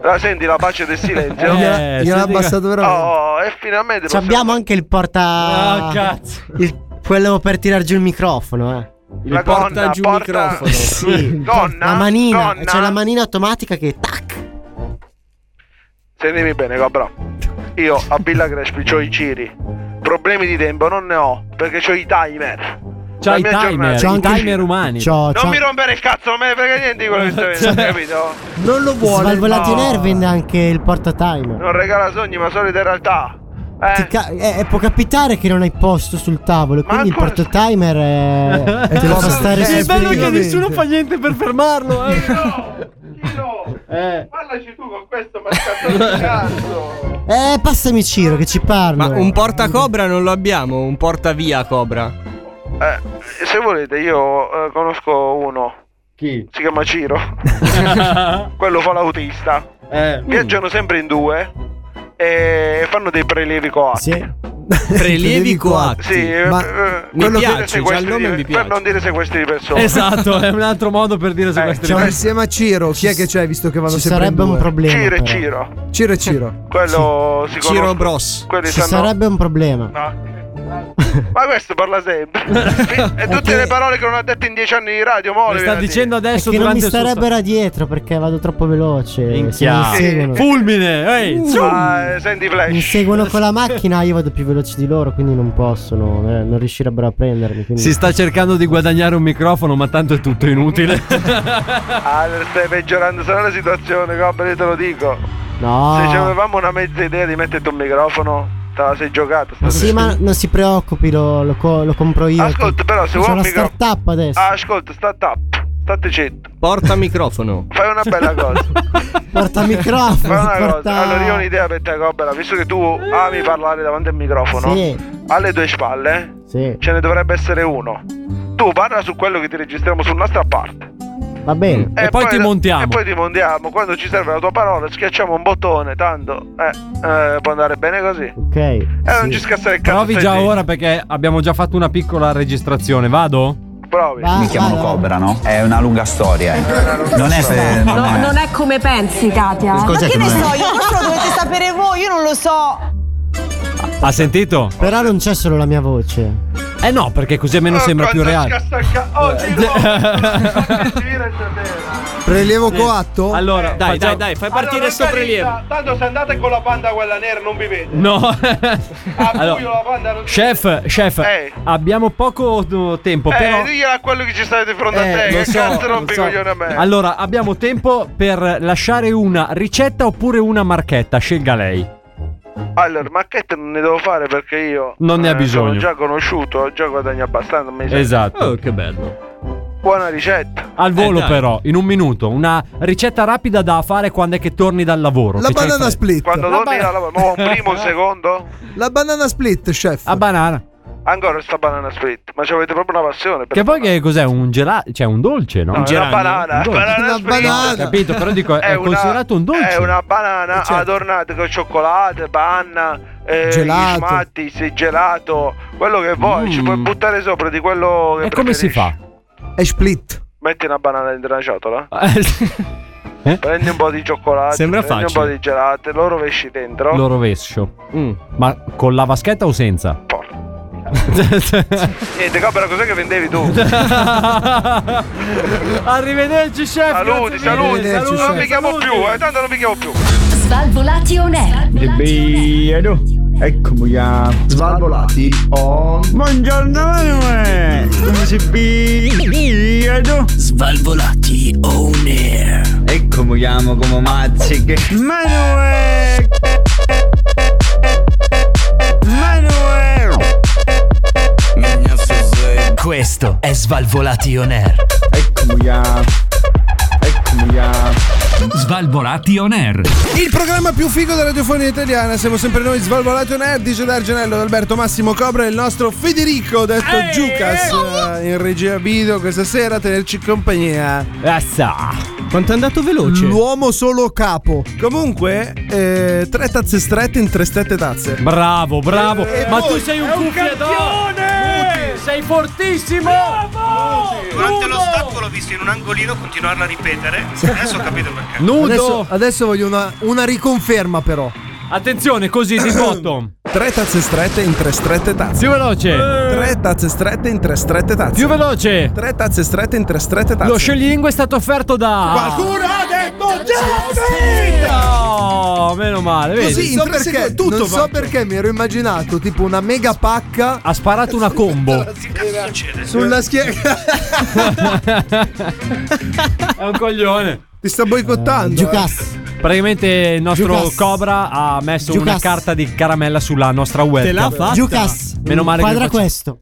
[SPEAKER 9] La senti la pace del silenzio?
[SPEAKER 10] Eh, Gliela- gliel'ha senti che- abbassato veramente.
[SPEAKER 9] Oh, e finalmente
[SPEAKER 10] Ci
[SPEAKER 9] possiamo-
[SPEAKER 10] abbiamo anche il porta.
[SPEAKER 9] Ah, cazzo.
[SPEAKER 10] il- quello per tirar giù il microfono, eh.
[SPEAKER 9] La Il porta gonna, giù il porta- microfono.
[SPEAKER 10] sì.
[SPEAKER 9] Gonna,
[SPEAKER 10] la manina.
[SPEAKER 9] gonna.
[SPEAKER 10] C'è la manina automatica che. Tac.
[SPEAKER 9] Sentimi bene, Cobra. Io a Villa Crespi c'ho i giri. Problemi di tempo non ne ho, perché c'ho i timer.
[SPEAKER 7] C'ha
[SPEAKER 9] La
[SPEAKER 7] i
[SPEAKER 9] mia
[SPEAKER 7] timer,
[SPEAKER 9] giornata-
[SPEAKER 7] i timer umani.
[SPEAKER 10] C'ho-
[SPEAKER 9] Non mi rompere il cazzo, non me ne frega niente di quello che stai vedendo, capito?
[SPEAKER 12] Non lo
[SPEAKER 9] vuole,
[SPEAKER 10] Svalvolati
[SPEAKER 9] no.
[SPEAKER 10] Nerve vende anche il porta timer.
[SPEAKER 9] Non regala sogni, ma solide realtà.
[SPEAKER 10] Ti ca- eh, eh, può capitare che non hai posto sul tavolo, quindi il porta timer eh, te lo fa stare
[SPEAKER 7] Sì,
[SPEAKER 10] sul
[SPEAKER 7] è bello che
[SPEAKER 10] spirito.
[SPEAKER 7] nessuno fa niente per fermarlo. eh.
[SPEAKER 9] Parlaci tu con questo mascatone di cazzo.
[SPEAKER 10] Eh, passami Ciro che ci
[SPEAKER 21] Ma
[SPEAKER 10] parlo.
[SPEAKER 21] un portacobra non lo abbiamo, un portavia cobra.
[SPEAKER 9] Eh, se volete, io eh, conosco uno.
[SPEAKER 7] Chi?
[SPEAKER 9] Si chiama Ciro. Quello fa l'autista.
[SPEAKER 10] Eh,
[SPEAKER 7] Uh,
[SPEAKER 9] Mm. Viaggiano sempre in due eh, e fanno dei prelievi coatti.
[SPEAKER 21] Prelievi coatti.
[SPEAKER 9] Sì, eh,
[SPEAKER 21] Ma
[SPEAKER 9] eh,
[SPEAKER 21] mi
[SPEAKER 9] quello
[SPEAKER 21] piace, già
[SPEAKER 9] dire
[SPEAKER 21] il
[SPEAKER 9] sequestri
[SPEAKER 21] nome
[SPEAKER 9] di-
[SPEAKER 21] mi piace.
[SPEAKER 9] Per non dire sequestri di
[SPEAKER 10] Eh,
[SPEAKER 9] persone.
[SPEAKER 7] Esatto, è un altro modo per dire sequestri.
[SPEAKER 12] Cioè,
[SPEAKER 9] eh.
[SPEAKER 12] insieme a Ciro, chi è che c'è visto che vanno
[SPEAKER 10] ci
[SPEAKER 12] sempre in
[SPEAKER 10] sarebbe un
[SPEAKER 12] due?
[SPEAKER 10] problema, Ciro e però.
[SPEAKER 9] Ciro.
[SPEAKER 12] Ciro e Ciro.
[SPEAKER 9] Quello si conosce.
[SPEAKER 12] Ciro Bros.
[SPEAKER 9] Quelli
[SPEAKER 10] Ci
[SPEAKER 9] sanno-
[SPEAKER 10] sarebbe un problema.
[SPEAKER 9] Ma questo parla sempre. e tutte le parole che non ha detto in dieci anni di radio, mole. viene a dire.
[SPEAKER 10] È che non mi starebbero dietro perché vado troppo veloce.
[SPEAKER 7] Minchia.
[SPEAKER 10] Se mi seguono.
[SPEAKER 7] Fulmine, ehi,
[SPEAKER 10] Uh.
[SPEAKER 7] zoom.
[SPEAKER 9] Ah, eh, senti flash.
[SPEAKER 10] Mi seguono con la macchina, io vado più veloce di loro, quindi non possono, eh, non riuscirebbero a prendermi. Quindi...
[SPEAKER 7] Si sta cercando di guadagnare un microfono, ma tanto è tutto inutile.
[SPEAKER 9] Allora, Ah, stai peggiorando solo la situazione, Cobra, io te lo dico.
[SPEAKER 10] No.
[SPEAKER 9] Se ci avevamo una mezza idea di metterti un microfono, te la sei giocata.
[SPEAKER 10] Ma
[SPEAKER 9] stasera.
[SPEAKER 10] sì, ma non si preoccupi, lo, lo co- lo compro io.
[SPEAKER 9] Ascolta, però, se
[SPEAKER 10] C'è
[SPEAKER 9] vuoi un
[SPEAKER 10] una
[SPEAKER 9] micro-
[SPEAKER 10] startup adesso.
[SPEAKER 9] Ah, Ascolta, sta up. State zitto.
[SPEAKER 21] Porta microfono.
[SPEAKER 9] Fai una bella cosa.
[SPEAKER 10] Porta microfono.
[SPEAKER 9] Fai una
[SPEAKER 10] porta-
[SPEAKER 9] cosa. Allora, io ho un'idea per te, Cobra. Visto che tu ami parlare davanti al microfono,
[SPEAKER 10] Sì.
[SPEAKER 9] alle tue spalle
[SPEAKER 10] Sì,
[SPEAKER 9] ce ne dovrebbe essere uno. Tu parla su quello che ti registriamo sulla nostra parte.
[SPEAKER 10] va bene.
[SPEAKER 21] Mm.
[SPEAKER 9] E, poi, ti montiamo. E poi ti montiamo. Quando ci serve la tua parola, schiacciamo un bottone. Tanto eh, eh, può andare bene così.
[SPEAKER 10] Ok. Eh,
[SPEAKER 9] non ci scassare il cazzo.
[SPEAKER 7] Provi
[SPEAKER 9] stai
[SPEAKER 7] già
[SPEAKER 9] zitto.
[SPEAKER 7] ora perché abbiamo già fatto una piccola registrazione. Vado?
[SPEAKER 9] Provi.
[SPEAKER 22] Ah,
[SPEAKER 5] Mi chiamano Cobra, no? È una lunga storia. eh. Non è per. non è-
[SPEAKER 22] non è come pensi, Katia. Ma
[SPEAKER 5] Cos'è
[SPEAKER 22] che
[SPEAKER 5] che
[SPEAKER 22] ne
[SPEAKER 5] non è?
[SPEAKER 22] so io? Questo lo dovete sapere voi, io non lo so.
[SPEAKER 7] Ha sentito?
[SPEAKER 10] Però non c'è solo la mia voce.
[SPEAKER 7] Eh no, perché così almeno sembra più reale.
[SPEAKER 12] Prelevo coatto?
[SPEAKER 7] Allora,
[SPEAKER 21] Dai, dai, dai, fai partire sto prelievo.
[SPEAKER 9] Tanto se andate con la banda quella nera non vi vede.
[SPEAKER 7] No.
[SPEAKER 9] buio la banda non si
[SPEAKER 7] Chef, chef,
[SPEAKER 9] Eh.
[SPEAKER 7] abbiamo poco no, tempo,
[SPEAKER 9] Eh,
[SPEAKER 7] Oh, però
[SPEAKER 9] digliela a quello che ci sta di fronte
[SPEAKER 7] Eh,
[SPEAKER 9] a te.
[SPEAKER 7] lo
[SPEAKER 9] Che
[SPEAKER 7] so,
[SPEAKER 9] cazzo
[SPEAKER 7] lo
[SPEAKER 9] rompi
[SPEAKER 7] so.
[SPEAKER 9] coglione a me?
[SPEAKER 7] Allora, abbiamo tempo per lasciare una ricetta oppure una marchetta, scelga lei.
[SPEAKER 9] Allora, macchette non ne devo fare perché io. eh,
[SPEAKER 7] Non ne ha
[SPEAKER 9] Sono
[SPEAKER 7] bisogno.
[SPEAKER 9] già conosciuto, ho già guadagno abbastanza. mi sa.
[SPEAKER 7] Esatto. Oh, che bello. Eh,
[SPEAKER 9] Buona ricetta.
[SPEAKER 7] Al volo
[SPEAKER 9] dai.
[SPEAKER 7] però, in un minuto, una ricetta rapida da fare quando è che torni dal lavoro. che c'hai fretta.
[SPEAKER 9] Quando torni dalla lavoro, mo, un primo, un secondo.
[SPEAKER 12] La banana split, chef.
[SPEAKER 7] La banana.
[SPEAKER 9] Ancora sta banana split. Ma ci avete proprio una passione. Per
[SPEAKER 7] Che poi che cos'è? Un gelato, cioè un dolce, no?
[SPEAKER 9] No, è una banana,
[SPEAKER 7] Un dolce.
[SPEAKER 9] banana Una split. banana.
[SPEAKER 7] Capito, però dico, è,
[SPEAKER 9] Ah, È una-
[SPEAKER 7] considerato un dolce.
[SPEAKER 9] È una banana
[SPEAKER 7] Certo.
[SPEAKER 9] adornata con cioccolato, panna, eh,
[SPEAKER 7] Gelato. Mm.
[SPEAKER 9] gelato. gelato, quello che vuoi. Ci puoi buttare sopra di quello che
[SPEAKER 7] E come si
[SPEAKER 9] preferisci.
[SPEAKER 7] fa?
[SPEAKER 12] È split.
[SPEAKER 9] Metti una banana dentro una ciotola. Prendi un po' di cioccolato,
[SPEAKER 7] Sembra
[SPEAKER 9] prendi
[SPEAKER 7] facile.
[SPEAKER 9] un po' di gelate, lo rovesci dentro.
[SPEAKER 7] Lo rovescio.
[SPEAKER 21] Mm.
[SPEAKER 7] Ma con la vaschetta o senza?
[SPEAKER 9] Niente, Cobra, cos'è che vendevi tu?
[SPEAKER 7] Arrivederci, chef.
[SPEAKER 9] Saluti, saluti, saluti. Non mi chiamo più, eh, tanto non mi chiamo più.
[SPEAKER 4] Svalvolati on air.
[SPEAKER 23] Libero. Eccomi a Svalvolati on Buongiorno Come si Libero Svalvolati on air Eccomi chiamo come mazzi che Manuel Manuel
[SPEAKER 24] Questo è Svalvolati On Air.
[SPEAKER 23] Eccomi a Eccomi a
[SPEAKER 14] Svalvolati on air.
[SPEAKER 6] Il programma più figo della radiofonia italiana, siamo sempre noi, Svalvolato Nerd, dice D'Argenello, Alberto Massimo Cobra e il nostro Federico, detto Giucas, eh, in regia video questa sera a tenerci compagnia.
[SPEAKER 21] Quanto è andato veloce?
[SPEAKER 6] L'uomo solo capo. Comunque, eh, tre tazze strette in tre strette tazze.
[SPEAKER 7] Bravo, bravo.
[SPEAKER 6] Eh,
[SPEAKER 7] Ma
[SPEAKER 6] voi,
[SPEAKER 7] tu sei un
[SPEAKER 6] è un
[SPEAKER 7] cuffia
[SPEAKER 8] campione!
[SPEAKER 7] Sei fortissimo!
[SPEAKER 8] Durante lo stacco l'ho visto in un angolino continuarla a ripetere. Adesso ho capito perché.
[SPEAKER 12] Adesso, adesso voglio una, una riconferma, però.
[SPEAKER 7] Attenzione, così di bottom.
[SPEAKER 6] Tre tazze strette in tre strette tazze.
[SPEAKER 7] Più veloce.
[SPEAKER 21] Eh,
[SPEAKER 6] Tre tazze strette in tre strette tazze.
[SPEAKER 7] Più veloce.
[SPEAKER 6] Tre tazze strette in tre strette tazze.
[SPEAKER 7] Lo scioglilingue è stato offerto da.
[SPEAKER 6] Qualcuno
[SPEAKER 2] ha detto
[SPEAKER 7] No, meno male. Vedi?
[SPEAKER 12] Così, non so perché, non so perché mi ero immaginato tipo una mega pacca.
[SPEAKER 7] Ha sparato una combo.
[SPEAKER 12] Sulla schiena.
[SPEAKER 7] È un coglione.
[SPEAKER 6] Ti sta
[SPEAKER 12] eh.
[SPEAKER 6] boicottando.
[SPEAKER 7] Giucas. Praticamente il nostro
[SPEAKER 6] Giucas.
[SPEAKER 7] Cobra ha messo una
[SPEAKER 6] Giucas.
[SPEAKER 7] carta di caramella sulla nostra webcam.
[SPEAKER 10] Te l'ha fatta. Giucas,
[SPEAKER 7] Meno male
[SPEAKER 10] quadra
[SPEAKER 7] che non
[SPEAKER 10] questo.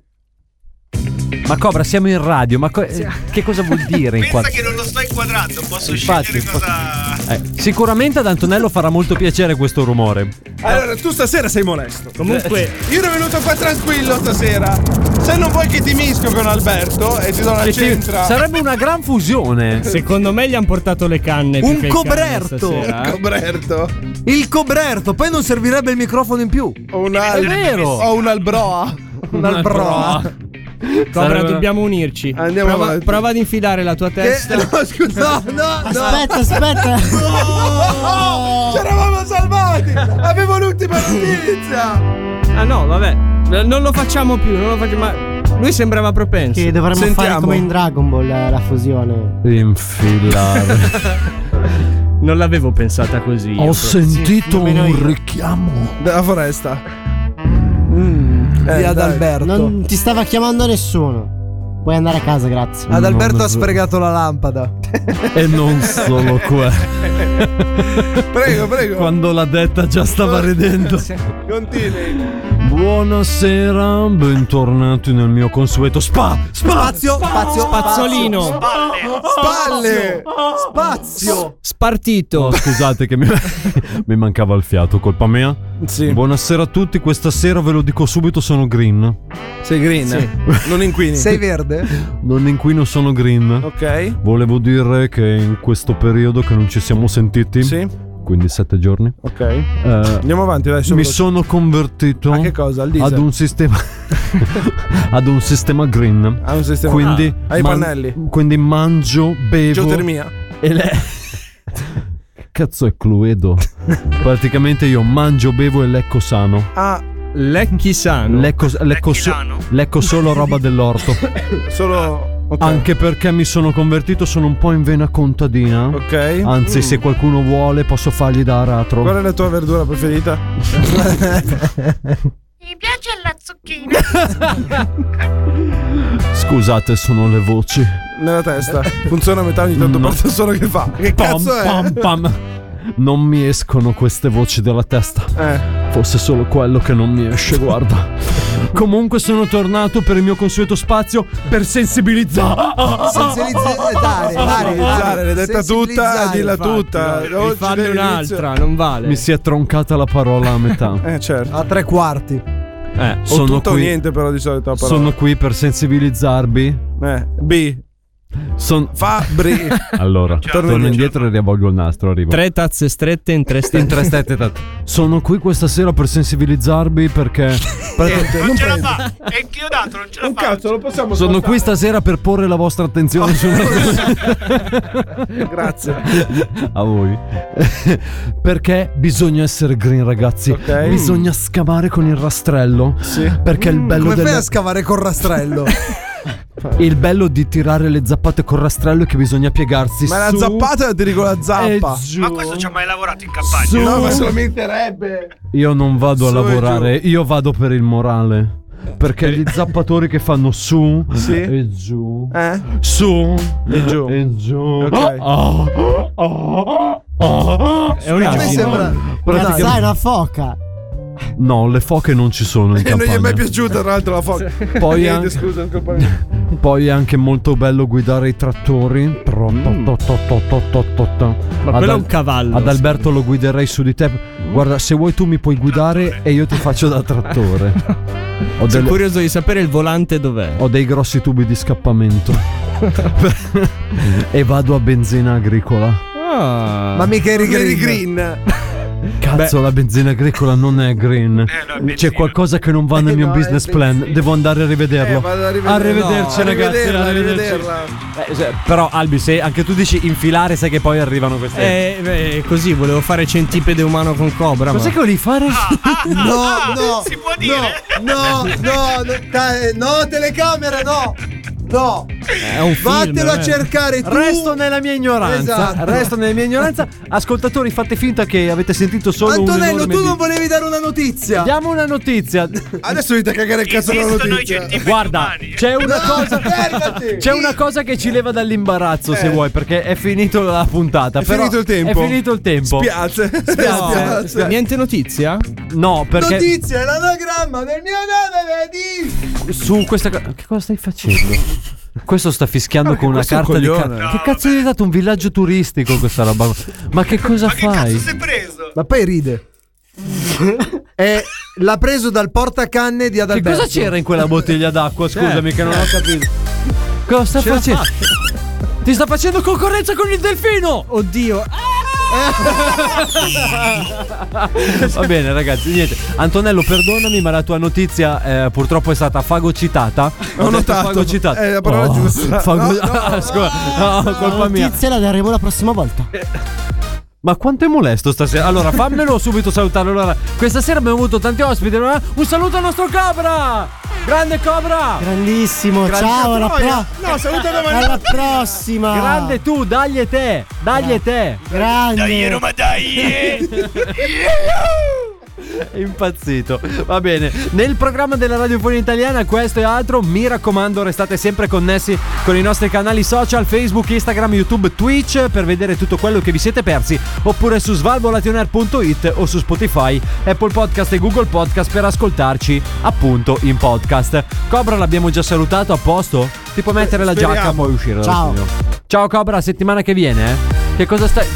[SPEAKER 7] Ma Cobra, siamo in radio, ma co- eh, che cosa vuol dire in
[SPEAKER 8] Pensa
[SPEAKER 7] quadra?
[SPEAKER 8] che non lo sto inquadrando, posso
[SPEAKER 7] Infatti,
[SPEAKER 8] scegliere cosa.
[SPEAKER 7] Eh, sicuramente ad Antonello farà molto piacere questo rumore.
[SPEAKER 6] Allora, tu stasera sei molesto. Eh.
[SPEAKER 7] Comunque-
[SPEAKER 6] io ero venuto qua tranquillo stasera. Se non vuoi che ti mischio con Alberto e ti do la
[SPEAKER 7] Che ti-
[SPEAKER 6] centra.
[SPEAKER 7] Sarebbe una gran fusione.
[SPEAKER 21] Secondo me gli hanno portato le canne. più
[SPEAKER 12] Un
[SPEAKER 21] che il cane
[SPEAKER 12] cobrerto.
[SPEAKER 21] stasera, eh.
[SPEAKER 6] cobrerto.
[SPEAKER 12] Il cobrerto. Poi non servirebbe il microfono in più.
[SPEAKER 6] Ho un al-
[SPEAKER 12] È vero.
[SPEAKER 6] Ho un albroa.
[SPEAKER 12] Un albroa.
[SPEAKER 21] Cobra,
[SPEAKER 12] Sarebbe-
[SPEAKER 21] dobbiamo unirci.
[SPEAKER 6] Andiamo
[SPEAKER 21] prova,
[SPEAKER 6] avanti.
[SPEAKER 21] prova ad infilare la tua testa.
[SPEAKER 6] no, scusa. No, no,
[SPEAKER 10] Aspetta, aspetta.
[SPEAKER 6] Ci eravamo Oh, salvati. Avevo l'ultima notizia.
[SPEAKER 21] Ah no, vabbè. Eh, Non lo facciamo più, non lo facciamo. Ma lui sembrava propenso.
[SPEAKER 10] Che dovremmo fare come in Dragon Ball eh, la, la fusione.
[SPEAKER 7] Infilare.
[SPEAKER 21] Non l'avevo pensata così. io, però.
[SPEAKER 6] richiamo della foresta.
[SPEAKER 12] ad Alberto.
[SPEAKER 10] Non ti stava chiamando nessuno. Puoi andare a casa, grazie.
[SPEAKER 12] Ad Alberto ha sfregato la lampada.
[SPEAKER 7] E non solo qua.
[SPEAKER 6] prego, prego.
[SPEAKER 7] Quando l'ha detta già stava ridendo.
[SPEAKER 6] Continui.
[SPEAKER 7] Buonasera, bentornati nel mio consueto spa.
[SPEAKER 12] Spazio, spazio,
[SPEAKER 21] Spazzolino.
[SPEAKER 12] Spalle. Spazio.
[SPEAKER 21] Spartito.
[SPEAKER 7] Oh, scusate che mi, mi mancava il fiato, colpa mia.
[SPEAKER 6] Sì.
[SPEAKER 7] Buonasera a tutti, questa sera ve lo dico subito, sono green.
[SPEAKER 6] Sei green. Non inquini.
[SPEAKER 12] Sei verde?
[SPEAKER 7] Non inquino, sono green.
[SPEAKER 6] Ok.
[SPEAKER 7] Volevo dire che in questo periodo che non ci siamo sentiti, quindi sette giorni,
[SPEAKER 6] Ok.
[SPEAKER 7] eh,
[SPEAKER 6] Andiamo avanti, dai. su,
[SPEAKER 7] mi
[SPEAKER 6] veloce.
[SPEAKER 7] sono convertito
[SPEAKER 6] A che cosa? Al diesel?
[SPEAKER 7] ad un sistema ad un sistema
[SPEAKER 12] Ah,
[SPEAKER 7] green.
[SPEAKER 6] Ha un sistema
[SPEAKER 7] Quindi
[SPEAKER 6] Ah, ai
[SPEAKER 7] man-
[SPEAKER 6] pannelli.
[SPEAKER 7] Quindi mangio, bevo
[SPEAKER 6] Geotermia.
[SPEAKER 7] E le Cazzo è Cluedo. Praticamente io mangio, bevo e lecco sano.
[SPEAKER 6] Ah,
[SPEAKER 21] Lecchi sano.
[SPEAKER 7] Lecco, lecco so- lecco solo roba dell'orto.
[SPEAKER 6] solo. ok.
[SPEAKER 7] Anche perché mi sono convertito, sono un po' in vena contadina.
[SPEAKER 6] Ok.
[SPEAKER 7] Anzi,
[SPEAKER 6] Mm.
[SPEAKER 7] se qualcuno vuole, posso fargli da aratro.
[SPEAKER 6] Qual è la tua verdura preferita?
[SPEAKER 2] Mi piace la zucchina.
[SPEAKER 7] Scusate, sono le voci.
[SPEAKER 6] Nella testa. Funziona a metà ogni tanto,
[SPEAKER 7] No.
[SPEAKER 6] basta solo che fa. Che
[SPEAKER 7] Pam,
[SPEAKER 6] cazzo è?
[SPEAKER 7] pam, pam. Non mi escono queste voci dalla testa.
[SPEAKER 6] Eh.
[SPEAKER 7] Fosse solo quello che non mi esce, guarda. Comunque sono tornato per il mio consueto spazio per sensibilizzare.
[SPEAKER 12] Sensibilizzare, dare,
[SPEAKER 7] Ah,
[SPEAKER 12] dare,
[SPEAKER 6] Sensibilizzare, l'hai detta tutta,
[SPEAKER 12] Sensibilizzare,
[SPEAKER 6] dilla
[SPEAKER 12] infatti.
[SPEAKER 6] tutta.
[SPEAKER 12] Ne
[SPEAKER 6] Oggi
[SPEAKER 12] fanno
[SPEAKER 6] dall'inizio-
[SPEAKER 12] un'altra,
[SPEAKER 21] non vale.
[SPEAKER 7] Mi si è troncata la parola a metà.
[SPEAKER 6] Eh, certo.
[SPEAKER 12] A tre quarti.
[SPEAKER 7] Eh,
[SPEAKER 6] o
[SPEAKER 7] sono
[SPEAKER 6] tutto o
[SPEAKER 7] qui.
[SPEAKER 6] niente, però di solito la parola.
[SPEAKER 7] Sono qui per sensibilizzarvi
[SPEAKER 6] Eh, B.
[SPEAKER 25] Son...
[SPEAKER 8] Fabri.
[SPEAKER 7] Allora,
[SPEAKER 8] Ah, Ciao.
[SPEAKER 7] torno indietro e riavvolgo il nastro. Arrivo.
[SPEAKER 26] Tre tazze strette in tre strette.
[SPEAKER 7] In tre strette
[SPEAKER 25] tazze. Sono qui questa sera per sensibilizzarvi perché...
[SPEAKER 8] non, ce la fa.
[SPEAKER 9] È inchiodato, non ce la
[SPEAKER 8] Un cazzo, lo possiamo
[SPEAKER 7] Sono
[SPEAKER 8] spostare?
[SPEAKER 7] qui stasera per porre la vostra attenzione su una
[SPEAKER 8] Grazie.
[SPEAKER 7] a voi. Perché bisogna essere green, ragazzi.
[SPEAKER 6] Ok.
[SPEAKER 7] Bisogna scavare con il rastrello. Sì. Perché
[SPEAKER 8] Mm,
[SPEAKER 7] il bello
[SPEAKER 6] Come
[SPEAKER 7] delle-
[SPEAKER 6] fai a scavare col rastrello?
[SPEAKER 7] il bello di tirare le zappate col rastrello è che bisogna piegarsi
[SPEAKER 8] Ma la
[SPEAKER 7] su
[SPEAKER 8] zappata la ti dico
[SPEAKER 26] Eh,
[SPEAKER 8] la zappa.
[SPEAKER 7] e giù.
[SPEAKER 9] Ma questo ci ha mai lavorato in campagna?
[SPEAKER 7] Su.
[SPEAKER 8] No, ma se lo metterebbe.
[SPEAKER 7] Io non vado a
[SPEAKER 8] Su e
[SPEAKER 7] lavorare, io vado per il morale. Perché gli zappatori che fanno su
[SPEAKER 8] Eh. Sì.
[SPEAKER 7] e giù,
[SPEAKER 8] Eh?
[SPEAKER 7] su
[SPEAKER 8] E giù.
[SPEAKER 7] e giù.
[SPEAKER 8] Ok.
[SPEAKER 7] Ah, ah, ah, ah.
[SPEAKER 6] È un
[SPEAKER 7] Sì,
[SPEAKER 6] asino.
[SPEAKER 7] mi
[SPEAKER 10] Cazzo,
[SPEAKER 7] Praticamente-
[SPEAKER 10] è una foca.
[SPEAKER 7] No, le foche non ci sono in
[SPEAKER 8] E non gli
[SPEAKER 7] campagna.
[SPEAKER 8] è mai piaciuta, tra l'altro, la foca.
[SPEAKER 7] Poi
[SPEAKER 8] Niente,
[SPEAKER 7] anche-
[SPEAKER 8] scusa, compagno.
[SPEAKER 7] Poi è anche molto bello guidare i trattori. Tro-
[SPEAKER 8] Mm.
[SPEAKER 7] to- to- to- to- to- to- to.
[SPEAKER 26] Ma
[SPEAKER 7] Ad
[SPEAKER 26] quello è
[SPEAKER 7] Al-
[SPEAKER 26] un cavallo,
[SPEAKER 7] Ad Alberto lo guiderei su di te. Guarda, se vuoi tu mi puoi guidare e io ti faccio da trattore. Ho,
[SPEAKER 26] Sono
[SPEAKER 7] delle-
[SPEAKER 26] curioso di sapere il volante dov'è.
[SPEAKER 7] ho dei grossi tubi di scappamento. e vado a benzina agricola.
[SPEAKER 26] Ah.
[SPEAKER 6] Ma mica eri green.
[SPEAKER 7] Cazzo, la benzina agricola non è green. C'è qualcosa che non
[SPEAKER 6] Eh,
[SPEAKER 7] va nel mio business plan. Devo andare a rivederlo. Arrivederci, ragazzi.
[SPEAKER 8] Arrivederla,
[SPEAKER 7] arrivederci.
[SPEAKER 8] arrivederla.
[SPEAKER 25] Eh, se- però Albi, se anche tu dici infilare, sai che poi arrivano queste...
[SPEAKER 26] Eh, beh, così volevo fare centipede umano con cobra.
[SPEAKER 25] Cos'è
[SPEAKER 26] ma...
[SPEAKER 25] che volevi fare?
[SPEAKER 7] Ah.
[SPEAKER 6] No, no. No, no, no, no, dai, no, telecamere, no. No.
[SPEAKER 26] È un film,
[SPEAKER 6] Vattelo
[SPEAKER 7] eh.
[SPEAKER 6] a cercare tu.
[SPEAKER 7] Resto nella mia ignoranza.
[SPEAKER 6] Esatto.
[SPEAKER 7] Resto nella mia ignoranza. Ascoltatori, fate finta che avete sentito solo un
[SPEAKER 6] Antonello,
[SPEAKER 7] enorme
[SPEAKER 6] tu
[SPEAKER 7] bip.
[SPEAKER 6] non volevi dare una notizia.
[SPEAKER 7] Diamo una notizia.
[SPEAKER 8] Adesso dite cagare il cazzo della notizia.
[SPEAKER 7] Guarda, c'è una cosa. C'è una cosa che ci leva dall'imbarazzo, se vuoi, perché è finito la puntata.
[SPEAKER 8] Eh. È
[SPEAKER 7] però
[SPEAKER 8] finito il tempo.
[SPEAKER 7] È finito il tempo.
[SPEAKER 8] Spiace.
[SPEAKER 7] No,
[SPEAKER 8] Spiace.
[SPEAKER 26] Niente notizia?
[SPEAKER 7] No, perché
[SPEAKER 6] Notizia, è l'anagramma del mio nome, vedi?
[SPEAKER 7] su questa. co- Che cosa stai facendo? Questo sta fischiando con una
[SPEAKER 8] questo è un
[SPEAKER 7] carta di
[SPEAKER 8] coglione.
[SPEAKER 7] carta. Che cazzo gli hai dato? Un villaggio turistico questa roba? Ma che cosa fai?
[SPEAKER 6] Ma poi ride. Eh, l'ha preso dal portacanne di
[SPEAKER 7] Che
[SPEAKER 6] Adalberto.
[SPEAKER 7] cosa c'era in quella bottiglia d'acqua? Scusami,
[SPEAKER 6] Eh.
[SPEAKER 7] che non ho capito. Cosa sta
[SPEAKER 6] Ce l'ha
[SPEAKER 7] facendo? Ti sta facendo concorrenza con il delfino!
[SPEAKER 26] Oddio.
[SPEAKER 7] Va bene, ragazzi, niente. Antonello, perdonami, ma la tua notizia eh, purtroppo è stata fagocitata. Ho,
[SPEAKER 8] notato.
[SPEAKER 7] Fagocitata. Oh,
[SPEAKER 8] È la parola giusta.
[SPEAKER 7] fago-
[SPEAKER 8] No, no,
[SPEAKER 7] Ah, scusa, no, colpa
[SPEAKER 10] La
[SPEAKER 7] mia.
[SPEAKER 10] notizia la daremo la prossima volta.
[SPEAKER 7] Ma quanto è molesto stasera? Allora, fammelo subito salutare. Allora, questa sera abbiamo avuto tanti ospiti. allora, Un saluto al nostro Cobra! Grande Cobra!
[SPEAKER 10] Grandissimo,
[SPEAKER 7] Grande
[SPEAKER 10] ciao, alla,
[SPEAKER 8] troia.
[SPEAKER 10] pro-
[SPEAKER 8] No, saluta domani.
[SPEAKER 10] alla prossima.
[SPEAKER 7] Grande tu, dagli e te, dagli e te.
[SPEAKER 10] Grande.
[SPEAKER 7] È Impazzito. Va bene. Nel programma della radiofonia italiana, questo e altro, mi raccomando, restate sempre connessi con i nostri canali social, Facebook, Instagram, YouTube, Twitch per vedere tutto quello che vi siete persi, oppure su svalvolationer.it o su Spotify, Apple Podcast e Google Podcast per ascoltarci appunto in podcast. Cobra l'abbiamo già salutato a posto? Ti puoi mettere la
[SPEAKER 8] speriamo.
[SPEAKER 7] giacca e poi uscire. dal
[SPEAKER 10] Ciao.
[SPEAKER 7] studio. Ciao Cobra, settimana che viene, eh? Che cosa stai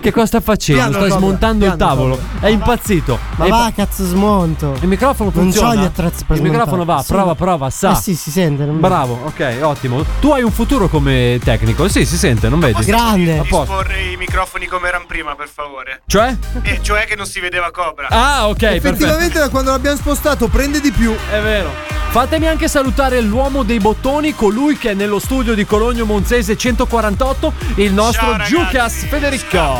[SPEAKER 7] Che cosa sta facendo?
[SPEAKER 6] Piano,
[SPEAKER 7] Stai
[SPEAKER 6] Cobra,
[SPEAKER 7] smontando il
[SPEAKER 6] piano,
[SPEAKER 7] tavolo. È impazzito.
[SPEAKER 10] Ma
[SPEAKER 7] È-
[SPEAKER 10] va, cazzo, smonto.
[SPEAKER 7] il microfono
[SPEAKER 10] Non
[SPEAKER 7] funziona.
[SPEAKER 10] c'ho gli attrezzi per
[SPEAKER 7] Il microfono va,
[SPEAKER 10] smontare. Sì.
[SPEAKER 7] prova, prova, sa.
[SPEAKER 10] Eh sì, si sente. non-
[SPEAKER 7] Bravo, ok, ottimo. Tu hai un futuro come tecnico. Sì, si sente, non vedi?
[SPEAKER 10] Grande.
[SPEAKER 7] A posto.
[SPEAKER 9] Disporre i microfoni come erano prima, per favore.
[SPEAKER 7] Cioè?
[SPEAKER 9] E cioè che non si vedeva Cobra.
[SPEAKER 7] Ah, ok, perfetto.
[SPEAKER 6] Effettivamente da quando l'abbiamo spostato prende di più.
[SPEAKER 7] È vero. Fatemi anche salutare l'uomo dei bottoni, colui che è nello studio di Cologno Monzese 148, il nostro
[SPEAKER 9] Ciao, ragazzi.
[SPEAKER 7] Giucas Federico.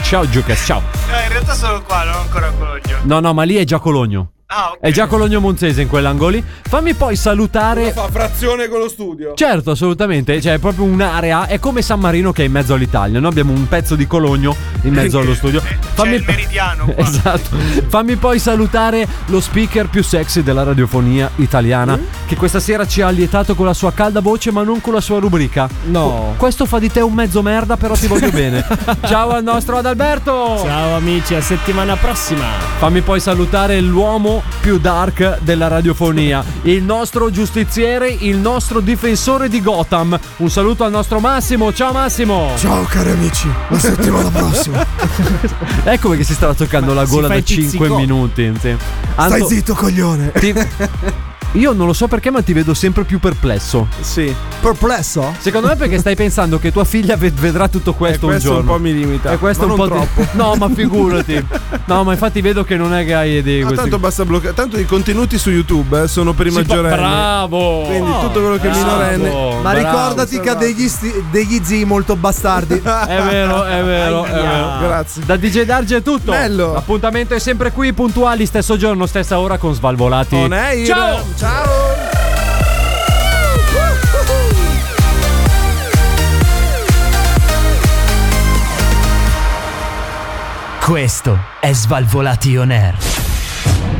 [SPEAKER 7] Ciao Giucas, ciao.
[SPEAKER 9] No, Eh, in realtà sono qua, non ancora a Cologno.
[SPEAKER 7] No, no, ma lì è già Cologno.
[SPEAKER 9] Ah, ok.
[SPEAKER 7] È già Cologno Monzese in quell'angoli. Fammi poi salutare
[SPEAKER 8] Fa frazione con lo studio.
[SPEAKER 7] Certo, assolutamente, cioè è proprio un'area, è come San Marino che è in mezzo all'Italia, noi abbiamo un pezzo di Cologno in mezzo allo studio.
[SPEAKER 9] C'è il meridiano qua.
[SPEAKER 7] Esatto. Fammi poi salutare lo speaker più sexy della radiofonia italiana che questa sera ci ha allietato con la sua calda voce ma non con la sua rubrica.
[SPEAKER 26] No.
[SPEAKER 7] Questo fa di te un mezzo merda però ti voglio bene. Ciao al nostro Adalberto.
[SPEAKER 26] Ciao amici, a settimana prossima.
[SPEAKER 7] Fammi poi salutare l'uomo più dark della radiofonia, il nostro giustiziere, il nostro difensore di Gotham. Un saluto al nostro Massimo, ciao Massimo!
[SPEAKER 6] Ciao cari amici, la settimana prossima.
[SPEAKER 7] Ecco perché si stava toccando la
[SPEAKER 26] si
[SPEAKER 7] gola
[SPEAKER 26] fa
[SPEAKER 7] da
[SPEAKER 26] i
[SPEAKER 7] 5
[SPEAKER 26] pizzicò.
[SPEAKER 7] minuti. sì. Anto-
[SPEAKER 6] Stai zitto, coglione.
[SPEAKER 7] ti- Io non lo so perché, ma ti vedo sempre più perplesso.
[SPEAKER 6] Sì.
[SPEAKER 27] Perplesso?
[SPEAKER 7] Secondo me perché stai pensando che tua figlia ved- vedrà tutto questo,
[SPEAKER 6] Eh, questo
[SPEAKER 7] un giorno.
[SPEAKER 6] un po' mi limita,
[SPEAKER 7] E questo
[SPEAKER 6] ma
[SPEAKER 7] un
[SPEAKER 6] non
[SPEAKER 7] po' di-
[SPEAKER 6] troppo.
[SPEAKER 7] No, ma figurati. No, ma infatti vedo che non è che hai idee.
[SPEAKER 6] Ma tanto basta bloccare. Tanto i contenuti su YouTube eh, sono per i
[SPEAKER 7] Sì,
[SPEAKER 6] maggiorenni.
[SPEAKER 7] bravo! Eh,
[SPEAKER 6] Quindi tutto quello che è
[SPEAKER 7] Bravo,
[SPEAKER 6] minorenne.
[SPEAKER 27] Ma ricordati che ha
[SPEAKER 6] dei
[SPEAKER 27] degli, sti- degli zii molto bastardi.
[SPEAKER 7] È vero, è vero, è vero. Grazie. Da DJ Darge è tutto.
[SPEAKER 27] Bello.
[SPEAKER 7] L'appuntamento è sempre qui, puntuali, stesso giorno, stessa ora con Svalvolati.
[SPEAKER 6] On air.
[SPEAKER 7] Ciao!
[SPEAKER 6] Ciao!
[SPEAKER 10] Questo è Svalvolati On Air.